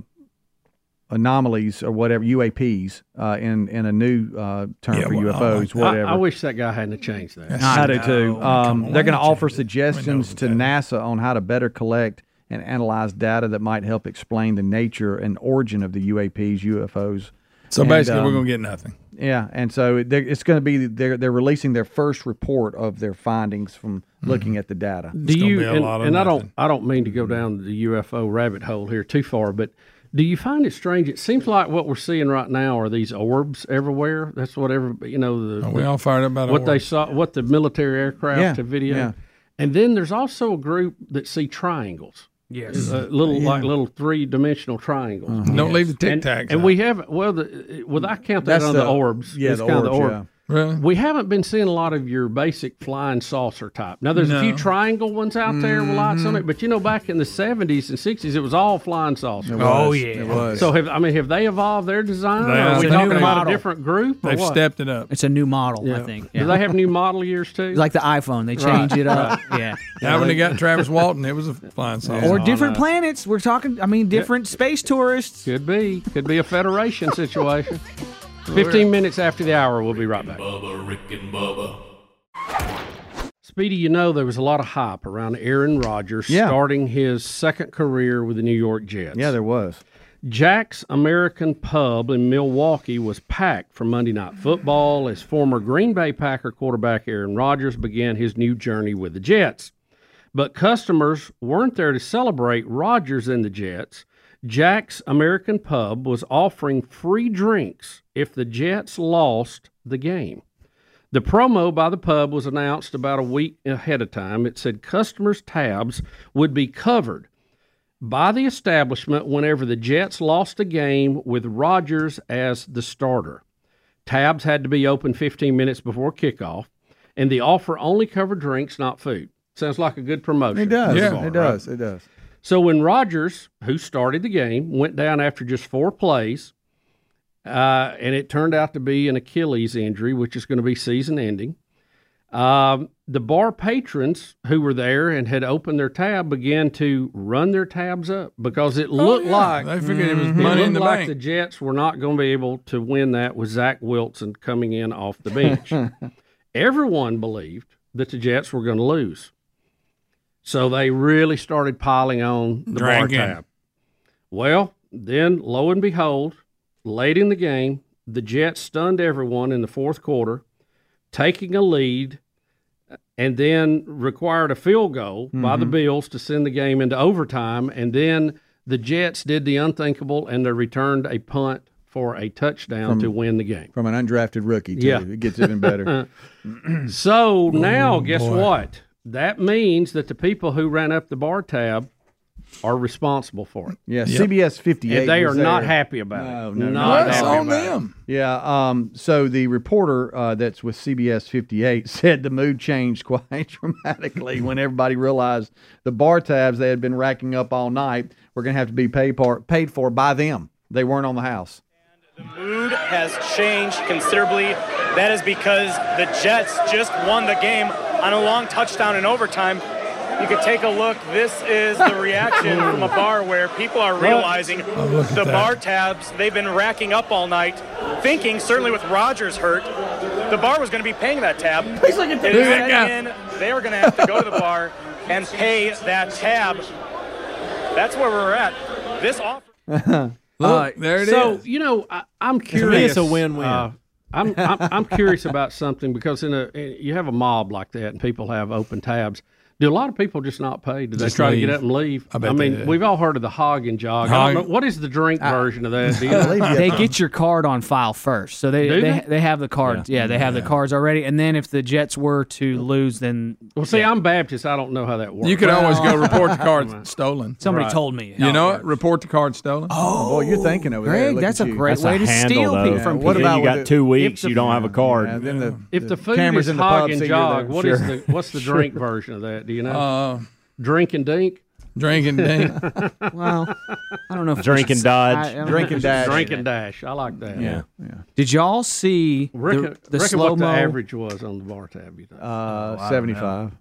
anomalies or whatever UAPs uh, in in a new uh, term for UFOs, whatever.
I, wish that guy hadn't have changed that.
I do too. Um, they're going to offer suggestions to NASA on how to better collect and analyze data that might help explain the nature and origin of the UAPs, UFOs.
So
And,
basically, we're
um,
gonna get nothing.
Yeah, and so they're- it's going to be they're they're releasing their first report of their findings from
Mm-hmm.
looking at the data.
do you and, and I don't I don't mean to go down the UFO rabbit hole here too far, but do you find it strange? It seems like what we're seeing right now are these orbs everywhere. That's what every you know the
Are we all fired up about
what they
orbs?
saw, what the military aircraft
Yeah,
have video,
yeah.
and then there's also a group that see triangles.
Yes.
Uh, little like
Yeah.
little three dimensional triangles.
Uh-huh. Don't leave the Tic
And-
Tacs
And,
out.
we have well, the, well, I count that
That's
on the,
the-
orbs.
yeah,
It's
the
kind of
orbs,
orb.
yeah. Really?
We haven't been seeing a lot of your basic flying saucer type. Now there's a few
No. Mm-hmm.
triangle ones out there with lights on it, but you know back in the 70s and 60s it was all flying saucer.
It Oh, was. yeah. It was.
So have I mean have they evolved their design?
They
Are
are.
we
It's a new
talking about a
model.
different group? or
They've
what?
stepped it up.
It's a new model, I
Yeah.
think.
Do they have new model years
[LAUGHS]
too?
Like the iPhone, they change
Right.
it up. [LAUGHS]
Right.
Yeah.
Yeah, when they got
[LAUGHS]
Travis Walton, it was a flying saucer.
Or different planets. We're talking. I mean, different space tourists.
Could be. Could be a
[LAUGHS]
federation situation. 15 minutes after the hour, we'll be right back.
Bubba, Rick and Bubba.
Speedy, you know, there was a lot of hype around Aaron Rodgers
Yeah.
starting his second career with the New York Jets.
Yeah, there was.
Jack's American Pub in Milwaukee was packed for Monday Night Football as former Green Bay Packer quarterback Aaron Rodgers began his new journey with the Jets. But customers weren't there to celebrate Rodgers and the Jets. Jack's American Pub was offering free drinks if the Jets lost the game. The promo by the pub was announced about a week ahead of time. It said customers' tabs would be covered by the establishment whenever the Jets lost a game with Rodgers as the starter. Tabs had to be open 15 minutes before kickoff, and the offer only covered drinks, not food. Sounds like a good promotion.
It does.
thus
Yeah.
far,
It does.
right?
It does.
So when Rodgers, who started the game, went down after just four plays, uh, and it turned out to be an Achilles injury, which is going to be season ending. Um, the bar patrons who were there and had opened their tab began to run their tabs up because it looked
yeah.
like
They figured it was
Mhm.
money in
looked
the
like
bank.
The Jets were not going to be able to win that with Zach Wilson coming in off
[LAUGHS]
the bench. Everyone believed that the Jets were going to lose, so they really started piling on the
Drinking.
bar tab. Well, then lo and behold, late in the game, the Jets stunned everyone in the fourth quarter, taking a lead, and then required a field goal by the
Mhm.
Bills to send the game into overtime. And then the Jets did the unthinkable and they returned a punt for a touchdown
From-
to win the game.
From an undrafted rookie, too.
Yeah.
It gets even
[LAUGHS]
better.
so now,
Oh,
guess
boy.
what? That means that the people who ran up the bar tab are responsible for it.
Yeah, CBS 58.
And they are
was
not
there.
happy about it.
no, no.
not happy about it.
Yeah. Um, so the reporter uh, that's with CBS 58 [LAUGHS] said the mood changed quite [LAUGHS] dramatically when everybody realized the bar tabs they had been racking up all night were going to have to be paid, par- paid for by them. They weren't on the house.
mood has changed considerably. That is because the Jets just won the game on a long touchdown in overtime. You could take a look. This is the
[LAUGHS]
reaction from a bar where people are realizing
Oh,
look at
the
that.
bar tabs they've been racking up all night, thinking certainly with Rogers hurt, the bar was going to be paying that tab.
[LAUGHS] Please look at
It
this.
set
Yeah.
in. They were going to have to go to the bar and
[LAUGHS]
pay that tab. That's where we're at. This offer.
Look, uh, there it so, is. you know, I, am curious.
It's a win-win. Uh,
[LAUGHS] I'm, I'm, I'm curious about something because in a you have a mob like that and people have open tabs. Do a lot of people just not pay? Do they
Just
try
leave.
to get up and leave?
I bet they
mean,
do.
we've all heard of the hog and jog. I don't
Hog-
know, what is the drink version of that? Do you know?
they get your card on file first, so they
Do
they,
they?
they have the cards. Yeah, they have the cards already, and then if the Jets were to lose, then
Well, see, I'm Baptist. I don't know how that works.
You could always
[LAUGHS]
go report the
[LAUGHS]
card stolen.
Somebody Right. told me how
You
it
know what? Report the card stolen.
Oh, boy, you're thinking over there.
Greg,
Look
that's
at
a
you.
great That's a way to handle, steal though. people from
What
people.
about
You got
with
two
the-
weeks, you don't have a card.
Yeah, then the,
If the food
cameras
is
in the
hog
pub
and
see you're
jog,
there.
what is
Sure.
the what's [LAUGHS] the drink version of that? Do you know? drink and dink.
Uh, Drink and
[LAUGHS]
dink.
well, I don't know. If
Drink and dodge.
I- I don't know
Drink
if
and
it's-
dash.
Drink and dash. I like that.
Yeah.
Did y'all see
Reckon,
the, the
reckon
slow
what the
mo?
average was on the bar tab? You think?
Uh,
Oh, I don't
75.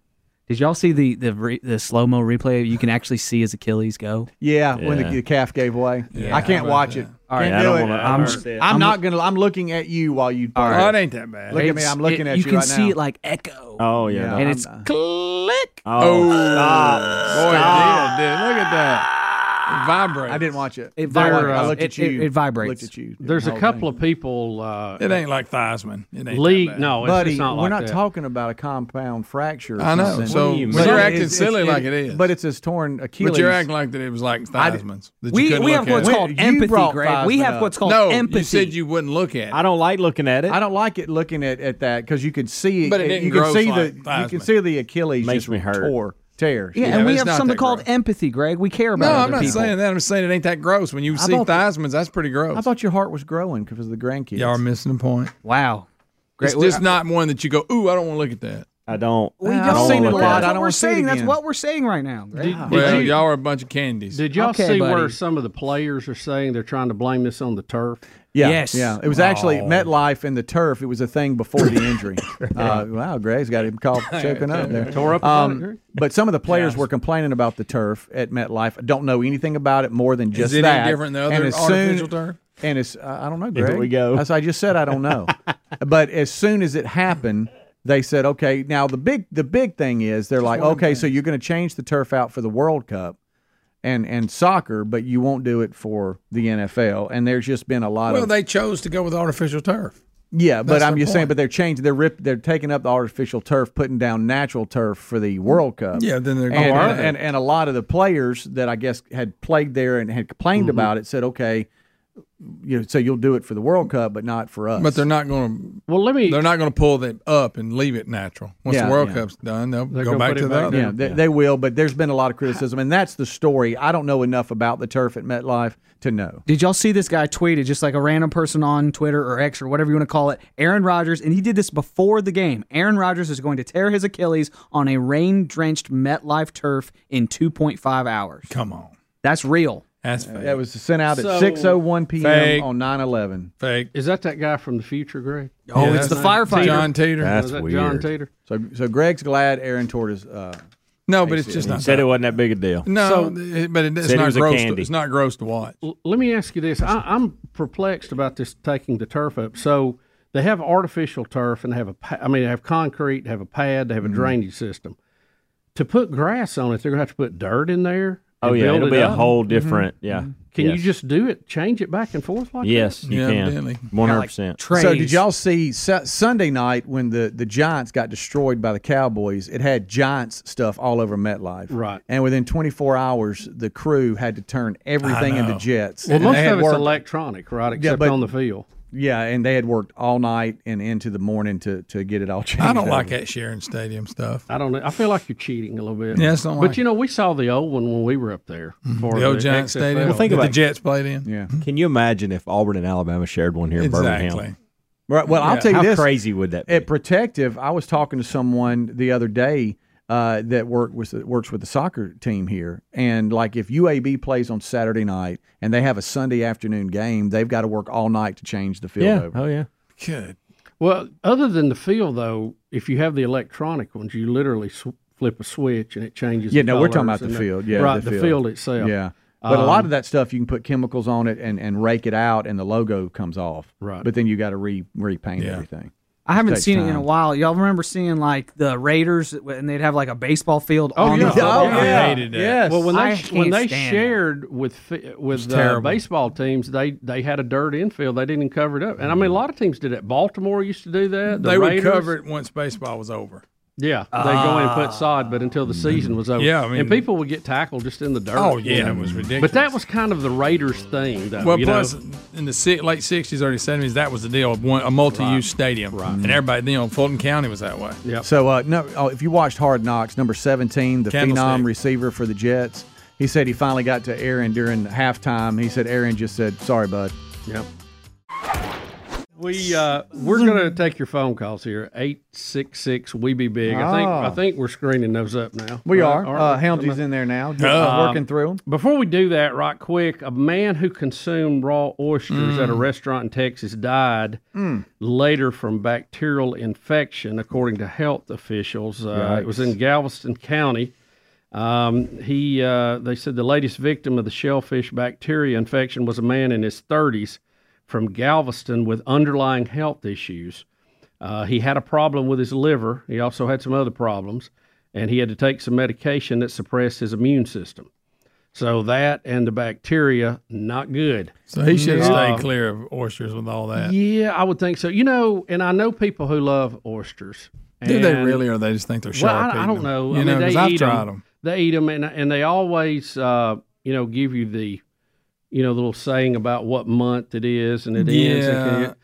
Did y'all see the the, re, the slow mo replay? You can actually see his Achilles go.
Yeah, when the,
Yeah.
the calf gave way.
Yeah.
I can't
How about
watch
that?
it.
All right,
Can't
I
do
don't
it.
wanna-
I'm,
I'm-
I'm,
I'm-
not gonna. I'm looking at you while you.
All right.
Oh, it ain't that bad.
Look at me.
It's-
I'm looking
it-
at
You
you.
can
right
see
now.
it like echo.
Oh yeah,
and it's click.
Oh, stop.
Boy,
Stop.
it did, dude. Look at that. It vibrates.
I didn't watch it.
It
I,
vibrates.
watched- I looked
It-
at
it-
you.
it vibrates.
Looked at you.
uh, There's a
Whole
couple of people. Uh,
It ain't like Theismann. It ain't that
League-
bad.
no, it's-
Buddy,
it's not
we're
like
not
that.
talking about a compound fracture. or
I know.
something.
So
But
but you're
it-
acting
it's-
silly
it's-
like it is.
But it's his torn Achilles.
But you're acting like that it was like
I did-
Theismann's. that you
We-
couldn't
we
look
have
at
what's
it.
called You empathy, brought Greg. We Theismann have up. what's called
no, You
empathy.
said you wouldn't look at it.
I don't like looking at it.
I don't like it looking at, at that because you could see
But it didn't
you could
grow
see
like
the [LAUGHS] you can
Theismann.
see the Achilles
Makes
just
me hurt.
tore tear.
Yeah, and we have something called empathy, Greg. We care
No,
about
I'm
other
not
people.
saying that. I'm just saying it ain't that gross. When you see
thought-
Theismann's, that's pretty gross.
I thought your heart was growing because of the grandkids.
Y'all are missing the point.
Wow.
It's
Great.
just not one that you go, ooh, I don't want to look at that.
I don't.
We
I've
don't
seen it a
Well,
lot.
That's
I
what
don't
we're
wanna see it
saying. That's
again.
what we're saying right now. Greg.
Did
Well,
you-
y'all are a bunch of candies.
Did y'all
Okay,
see where
buddy.
some of the players are saying they're trying to blame this on the turf? Oh.
Yeah,
Yes.
Yeah. It was actually MetLife and the turf. It was a thing before
[COUGHS]
the injury. [LAUGHS] uh, wow, Greg's got him
[LAUGHS]
called choking up there.
Tore up the
Um,
Greg.
but some of the players were complaining about the turf at MetLife. Don't know anything about it more than just
it any
that.
different than
And
other
as
artificial turf?
And it's uh, I don't know,
Here
Greg.
we go.
As I just said, I don't
[LAUGHS]
know. but as soon as it happened. They said, okay. Now the big the big thing is they're like, okay, so you're going to change the turf out for the World Cup, and and soccer, but you won't do it for the NFL. And there's just been a lot
Well,
of
they chose to go with artificial turf.
yeah, but
That's
I'm
the
just saying,
point.
but they're changing. They're rip, They're taking up the artificial turf, putting down natural turf for the World Cup.
Yeah, then they're
and, uh,
going
and, and and a lot of the players that I guess had played there and had complained
Mm-hmm.
about it said, okay, you know, so you'll do it for the World Cup, but not for us.
But they're not going
Well, let me.
to. They're not going to pull that up and leave it natural. Once
Yeah,
the World
yeah.
Cup's done, they'll
They're
go
gonna
back
put
to
it
the
back
other.
yeah, they, they will. But there's been a lot of criticism, and that's the story. I don't know enough about the turf at MetLife to know.
Did y'all see this guy tweeted just like a random person on Twitter or X or whatever you want to call it? Aaron Rodgers, and he did this before the game. Aaron Rodgers is going to tear his Achilles on a rain-drenched MetLife turf in 2.5 hours.
Come on,
That's real.
that's fake.
That was sent out at
So-
6:01 p.m.
Fake.
on 9/11.
fake.
Is that that guy from the future, Greg?
Oh,
Yeah,
it's the
that's-
firefighter.
John Teeter.
That's
Was that
weird.
John Teeter?
So so Greg's glad Aaron tore his. Uh,
no, but it's just not.
Said
that-
it wasn't that big a deal.
No, it- but it, it's
Said it
not
was a
gross. To,
candy.
it's not gross to watch.
L- let me ask you this. I, I'm perplexed about this taking the turf up. So they have artificial turf and they have a, pa- I mean, they have concrete, they have a pad, they
Mm-hmm.
have a drainage system. To put grass on it, they're going to have to put dirt in there.
Oh
and
yeah,
build
it'll
it
be a
up.
whole
Mm-hmm.
different. Yeah.
Can
Yes.
you just do it? Change it back and forth like
Yes,
that?
you
Yeah,
can.
evidently.
One hundred percent.
Trains.
So did y'all see Su- Sunday night when the, the Giants got destroyed by the Cowboys? It had Giants stuff all over MetLife.
Right.
And within 24 hours, the crew had to turn everything into Jets.
Well,
And
most
they had
of it's
worked-
electronic, right? Except
but-
on the field.
Yeah, and they had worked all night and into the morning to, to get it all changed.
I don't
over.
like that Sharon Stadium stuff.
I don't know. I feel like you're cheating a little bit.
Yeah, it's not
But
like- Mm-hmm.
you know, we saw the old one when we were up there. for
The old Giant
XFL.
Stadium.
Well, think
that
about
the
it.
Jets played in.
Yeah.
Can you imagine if Auburn and Alabama shared one here in
Exactly.
Birmingham?
Right. Well, I'll
Yeah.
tell you
How
this.
crazy would that be?
At Protective, I was talking to someone the other day uh, that work with, works with the soccer team here, and like if UAB plays on Saturday night and they have a Sunday afternoon game, they've got to work all night to change the field
yeah.
over.
Oh yeah.
Good.
Well, other than the field, though, if you have the electronic ones, you literally sw- flip a switch and it changes.
Yeah,
the
no, we're talking
colours
about the
and
field. Yeah,
right,
the
the,
field.
field. itself.
Yeah. But a lot
Um,
of that stuff you can put chemicals on it and, and rake it out, and the logo comes off.
Right.
But then you got to re repaint
Yeah.
everything.
I haven't
Take
seen it in a
time.
while. Y'all remember seeing like the Raiders and they'd have like a baseball field
Oh
on
yeah,
the football field?
Well, when
I
they
can't
when they
stand it.
shared with fi- with uh,
terrible.
baseball teams, they they had a dirt infield. They didn't cover it up, and I mean a lot of teams did it. Baltimore used to do that. The
they
Raiders.
would cover it once baseball was over. Uh,
Yeah, they go in and put sod, but until the season was over,
Yeah, I mean-
and people would get tackled just in the dirt.
Oh, yeah,
you know.
it was
But
ridiculous.
that was kind of the Raiders thing, though.
Well,
you
plus
know?
in the si- late '60s, early '70s, that was the deal of one, a multi-use stadium, right? And everybody, you know, Fulton County was that way.
Yeah.
So uh, no, oh, if you watched Hard Knocks, number seventeen, the
Candlestick.
phenom receiver for the Jets, he said he finally got to Aaron during halftime. He said Aaron just said, "Sorry, bud."
Yep. We uh, we're gonna take your phone calls here. Eight six six. We be big. I think
Ah.
I think we're screening those up now.
We are.
All
Uh, Helmsley's in there now, just
Uh-huh.
working through 'em.
Before we do that, right quick, a man who consumed raw oysters
Mm.
at a restaurant in Texas died
Mm.
later from bacterial infection, according to health officials. Uh, it was in Galveston County. Um, he, uh, they said the latest victim of the shellfish bacteria infection was a man in his 30s from Galveston with underlying health issues. Uh, he had a problem with his liver. He also had some other problems, and he had to take some medication that suppressed his immune system. So that and the bacteria, not good.
So he should have
Uh,
stayed clear of oysters with all that.
yeah, I would think so. You know, and I know people who love oysters.
Do they
And-
really, or they just think they're
Well,
sharp?
I, I
eating
don't
them?
know.
You know,
I mean,
'cause
they
I've
eat
tried
'em.
them.
They eat them, and and they always, uh, you know, give you the, you know, the little saying about what month it is, and it ends. and
Yeah.
can you-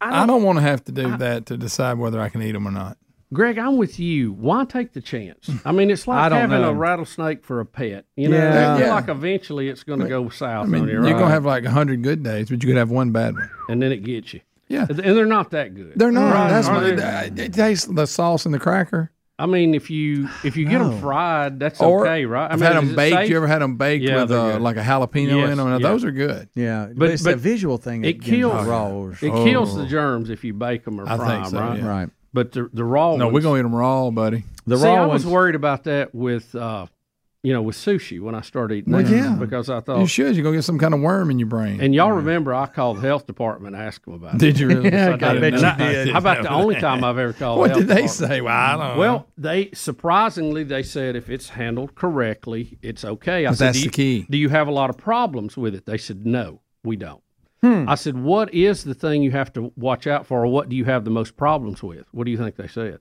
I,
don't-
don't, want to have to do that to decide whether I can eat them or not.
Greg, I'm with you. Why take the chance? I mean, it's
I
like
don't
having
know.
a rattlesnake for a pet. You know,
Yeah.
I feel
Yeah.
like eventually it's going to go south
I mean,
on you,
you're
right?
gonna have like hundred good days, but you could have one bad one.
and then it gets you.
Yeah,
and they're not that good.
They're not.
Right,
That's
are
what,
they?
it, it tastes the sauce and the cracker.
I mean, if you if you get 'em get
No.
them fried, that's
Or
okay, right? I
I've
mean,
had
is
them
it
baked.
safe?
You ever had them baked
Yeah,
with
they're
uh,
good.
like a jalapeno
Yes,
in them? Now,
yeah.
Those are good.
Yeah, but,
But-
it's
but
that visual thing. that
It
gives you
kills
raw or
It kills the germs if you bake them or
Oh. I
fry
think
'em,
so,
right?
yeah. Right.
But the the raw.
No, we're
ones-
gonna eat them raw, buddy.
See, I was worried about that with, uh, you know, with sushi when I started eating
Well,
that
yeah.
because I
You
thought.
should. You're gonna get some kind of worm in your brain.
and y'all remember I called the health department and asked them about it.
Did you
[LAUGHS]
really?
Yes, I
I
did.
bet
And
you
I-
did.
How about the only time I've ever called? the
What
health
did they
department?
say? Well, I don't know.
Well, they surprisingly they said if it's handled correctly, it's okay. I
But
said,
that's
do
the
you,
key.
Do you have a lot of problems with it? They said no, we don't.
Hmm.
I said, what is the thing you have to watch out for, or what do you have the most problems with? What do you think they said?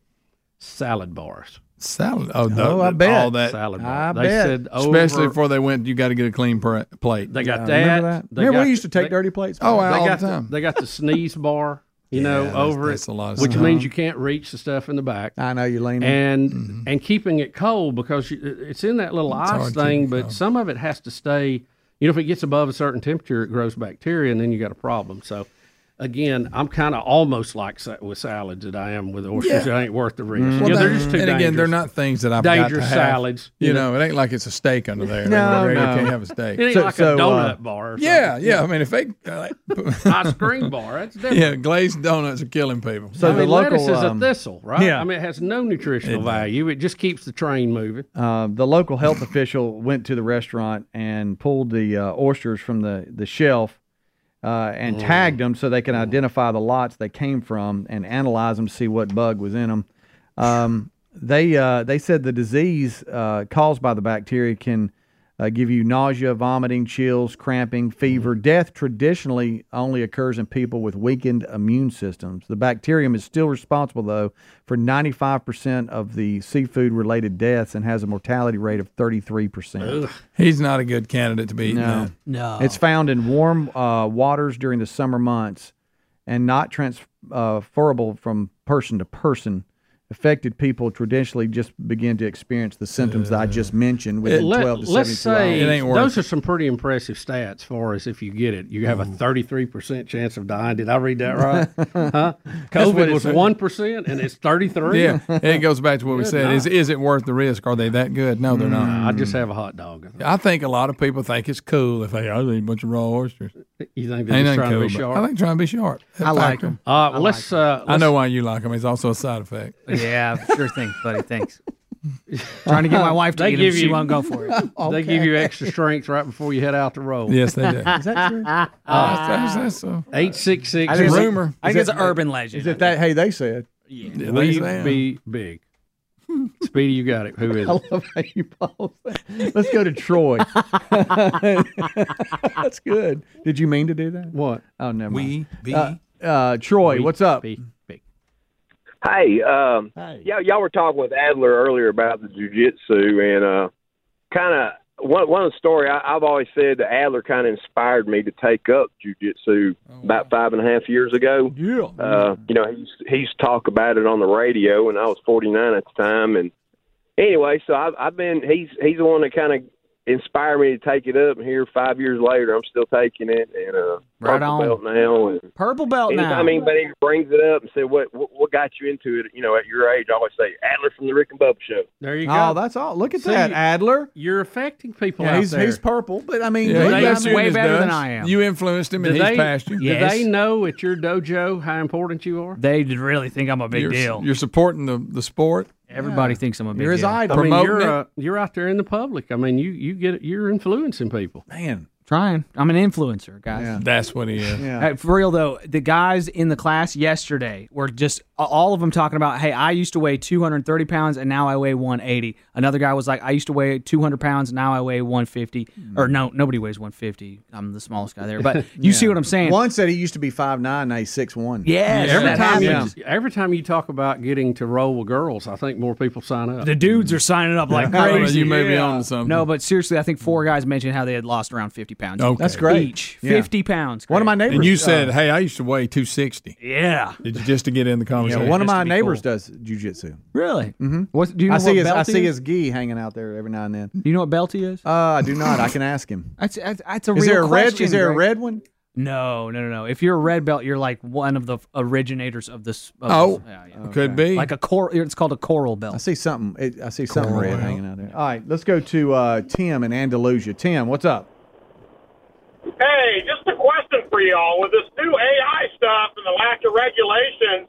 Salad bars.
Salad. Oh, the,
Oh, I bet.
all that
Salad bar. I They bet. said
especially
over-
before they went. You got to get a clean pra- plate.
They got that. They
Remember,
got
we used to
the-
take dirty plates.
Oh,
they
all
got
the time.
They got the sneeze bar,
[LAUGHS]
you know,
that's-
over
that's
it,
a lot of
which
stuff.
means you can't reach the stuff in the back.
I know you're leaning.
and
Mm-hmm.
and keeping it cold because you, it's in that little
It's
ice
hard
thing,
keeping
but some of it has to stay. You know, if it gets above a certain temperature, it grows bacteria, and then you got a problem. So. Again, I'm kind of almost like sa- with salads that I am with oysters.
Yeah. Mm.
It ain't worth the risk.
Well,
You know, they're
that-
just too
and again, they're
dangerous.
not things that I've
dangerous
got to have.
salads.
You know, it ain't like it's a steak under there.
No,
you
no.
can't have a steak.
It ain't So- like a so, donut uh, bar or
yeah,
something.
yeah. I mean, if they uh,
ice cream bar, that's
[LAUGHS]
different.
yeah, glazed donuts are killing people.
So the lettuce is a thistle, right?
yeah.
I mean, it has no nutritional
It-
value. It just keeps the train moving.
Uh, the local health official went to the restaurant and pulled the uh, oysters from the, the shelf uh,
Mm.
and tagged them so they can identify the lots they came from and analyze them, see what bug was in them. Um, they, uh, they said the disease uh, caused by the bacteria can uh, give you nausea, vomiting, chills, cramping, fever. Death traditionally only occurs in people with weakened immune systems. The bacterium is still responsible, though, for 95% of the seafood related deaths and has a mortality rate of 33%.
He's not a good candidate to be eating
No.
that.
No.
It's found in warm uh, waters during the summer months and not transferable from person to person. Affected people traditionally just begin to experience the symptoms that I just mentioned within
Let,
12 to 72
us say
hours.
those are some pretty impressive stats for us. If you get it, you have a thirty-three percent chance of dying. Did I read that right? huh?
That's what
COVID
it
was
said.
one percent, and it's thirty-three.
Yeah, it goes back to what we
Good
said. Is
night.
is it worth the risk? Are they that good? No, they're
I
not.
just have a hot dog.
I think a lot of people think it's cool if they I eat a bunch of raw oysters.
You think they're just trying to be sharp?
I think trying to be sharp.
I like 'em. Uh, I let's, like 'em. uh,
I know
let's- [LAUGHS]
why you like them. It's also a side effect.
Yeah, sure thing, buddy. Thanks.
[LAUGHS] trying to get my wife to
They
eat
give
them. She
you-
won't go for [LAUGHS] it.
They give you extra strength right before you head out the road.
Yes,
[LAUGHS]
they do. Is [LAUGHS]
that
true?
Uh,
That's- that's- that's a-
Eight six six.
I think it's a- I think it's
an urban legend.
Is it that? Hey, they said.
Yeah, we be
[LAUGHS]
big. Speedy, you got it. Who is
I
it?
love how you pause. Let's go
[LAUGHS]
to Troy. That's good. Did you mean to do that?
What?
Oh, never
mind.
We uh, uh, Troy, what's up?
Hey, um, yeah, y'all were talking with Adler earlier about the jujitsu, and uh, kind of one one of the story I, I've always said that Adler kind of inspired me to take up jujitsu about five and a half years ago.
Yeah,
uh, you know, he's he's talk about it on the radio, and I was forty nine at the time, and anyway, so I've I've been he's he's the one that kind of inspired me to take it up, and here five years later, I'm still taking it, and uh,
Right
purple
on.
belt now, and
Purple belt now.
Anytime anybody brings it up and say what, what what got you into it, you know, at your age, I always say Adler from the Rick and Bubba Show.
There you
Oh, that's all. Look at
See,
that, Adler.
You're affecting people
Yeah,
out
he's,
there.
he's purple, but I mean,
Yeah,
look
they
at
assume
him.
his does.
You influenced
Do they- Do
Yes.
they know at your dojo how important you are?
They really think I'm a big
you're,
deal.
You're supporting the, the sport.
Everybody thinks I'm a big deal.
I mean,
Promoting
you're,
it.
uh, you're out there in the public. I mean, you you get you're influencing people.
Man,
Trying. I'm an influencer, guys.
That's what he is.
Hey, Uh, for real though, the guys in the class yesterday were just all of them talking about, "Hey, I used to weigh 230 pounds and now I weigh 180." Another guy was like, "I used to weigh 200 pounds, now I weigh 150."
Mm.
Or no, nobody weighs 150. I'm the smallest guy there, but
[LAUGHS]
you see what I'm saying?
One said he used to be five nine, now he's six one.
Yes,
every
that
time
happens.
you every time you talk about getting to roll with girls, I think more people sign up.
The dudes are signing up
[LAUGHS]
like
Yeah.
crazy.
You may be
Yeah.
onto something.
No, but seriously, I think four guys mentioned how they had lost around 50 pounds.
Okay. That's great.
Each
Yeah.
50 pounds.
One of my neighbors.
And you
uh,
said, "Hey, I used to weigh 260."
Yeah.
Did you just to get in the
Yeah,
conversation?
one of my neighbors does jujitsu.
Really?
Mm-hmm.
What do you know
I see
what
his
belt
I
he
see
is?
his gi hanging out there every now and then.
Do you know what Belty is?
Uh, I do not. I can ask him.
That's, that's, that's a
Is
real
there a red-
question,
is there a
Greg.
red one?
No, no, no, no. If you're a red belt, you're like one of the originators of this. Of
Oh,
this-
could be.
like a coral. It's called a coral belt.
I see something. It, I see something
Cool.
red hanging out there. All right, let's go to uh, Tim in Andalusia. Tim, what's up?
Hey, just a question for y'all. With this new AI stuff and the lack of regulations,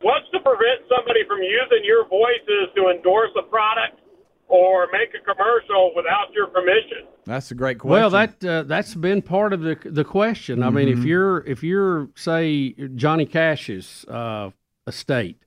what's to prevent somebody from using your voices to endorse a product or make a commercial without your permission?
That's a great
Well, that uh, that's been part of the the question. I mean,
Mm-hmm.
if you're if you're say Johnny Cash's uh, estate,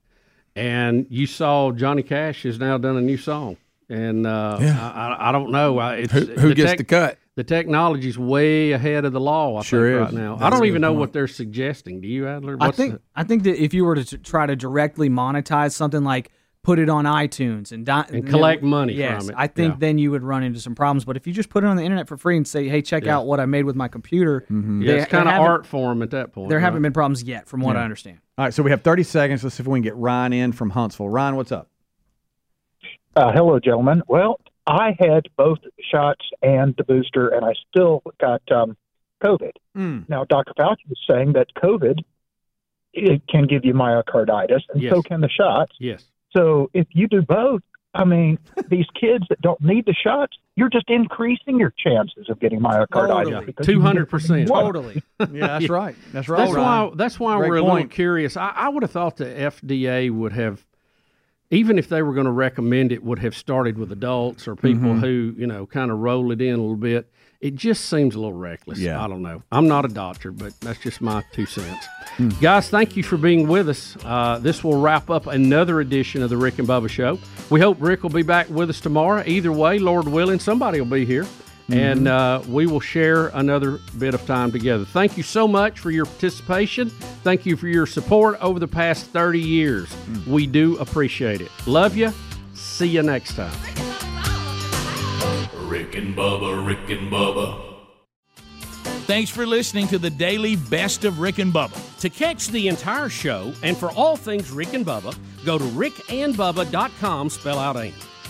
and you saw Johnny Cash has now done a new song, and uh, I, I, I don't know I- it's,
Who- who gets the cut?
The technology's way ahead of the law. I
Sure
think
is.
right now. I
That's a
don't
good
even know
point.
what they're suggesting. Do you, Adler?
I
What's
think
the-
I think that if you were to t- try to directly monetize something like put it on iTunes and, di-
And collect money
yes,
from it.
I think
Yeah.
then you would run into some problems. But if you just put it on the internet for free and say, "Hey, check out what I made with my computer,"
Mm-hmm.
yeah,
they-
it's kind
they
of
haven't-
art form at that point.
There
right?
haven't been problems yet, from what I
Yeah.
understand.
All right, so we have 30 seconds. Let's see if we can get Ryan in from Huntsville. Ryan, what's up?
Uh, hello, gentlemen. Well, I had both shots and the booster, and I still got um, COVID. Now, Dr. Fauci is saying that COVID it can give you myocarditis, and so
Yes.
can the shots.
Yes.
So, if you do both, I mean, these kids that don't need the shots, you're just increasing your chances of getting myocarditis. because you
Two
can
hundred percent.
get one.
[LAUGHS]
Yeah,
[LAUGHS]
that's right. That's right.
That's why.
Ryan.
That's why
Great
we're a little
point.
curious. I, I would have thought the FDA would have, even if they were going to recommend it, would have started with adults or people
Mm-hmm.
Mhm.
who you know kind of roll it in a little bit. It just seems a little reckless.
Yeah.
I don't know. I'm not a doctor, but that's just my two cents. Guys, thank you for being with us. Uh, this will wrap up another edition of the Rick and Bubba Show. We hope Rick will be back with us tomorrow. Either way, Lord willing, somebody will be here and uh, we will share another bit of time together. Thank you so much for your participation. Thank you for your support over the past 30 years. We do appreciate it. Love you. See you next time.
Rick and Bubba, Rick and Bubba,
Thanks for listening to the daily best of Rick and Bubba.
To catch the entire show and for all things Rick and Bubba, go to rickandbubba.com, spell out AIM.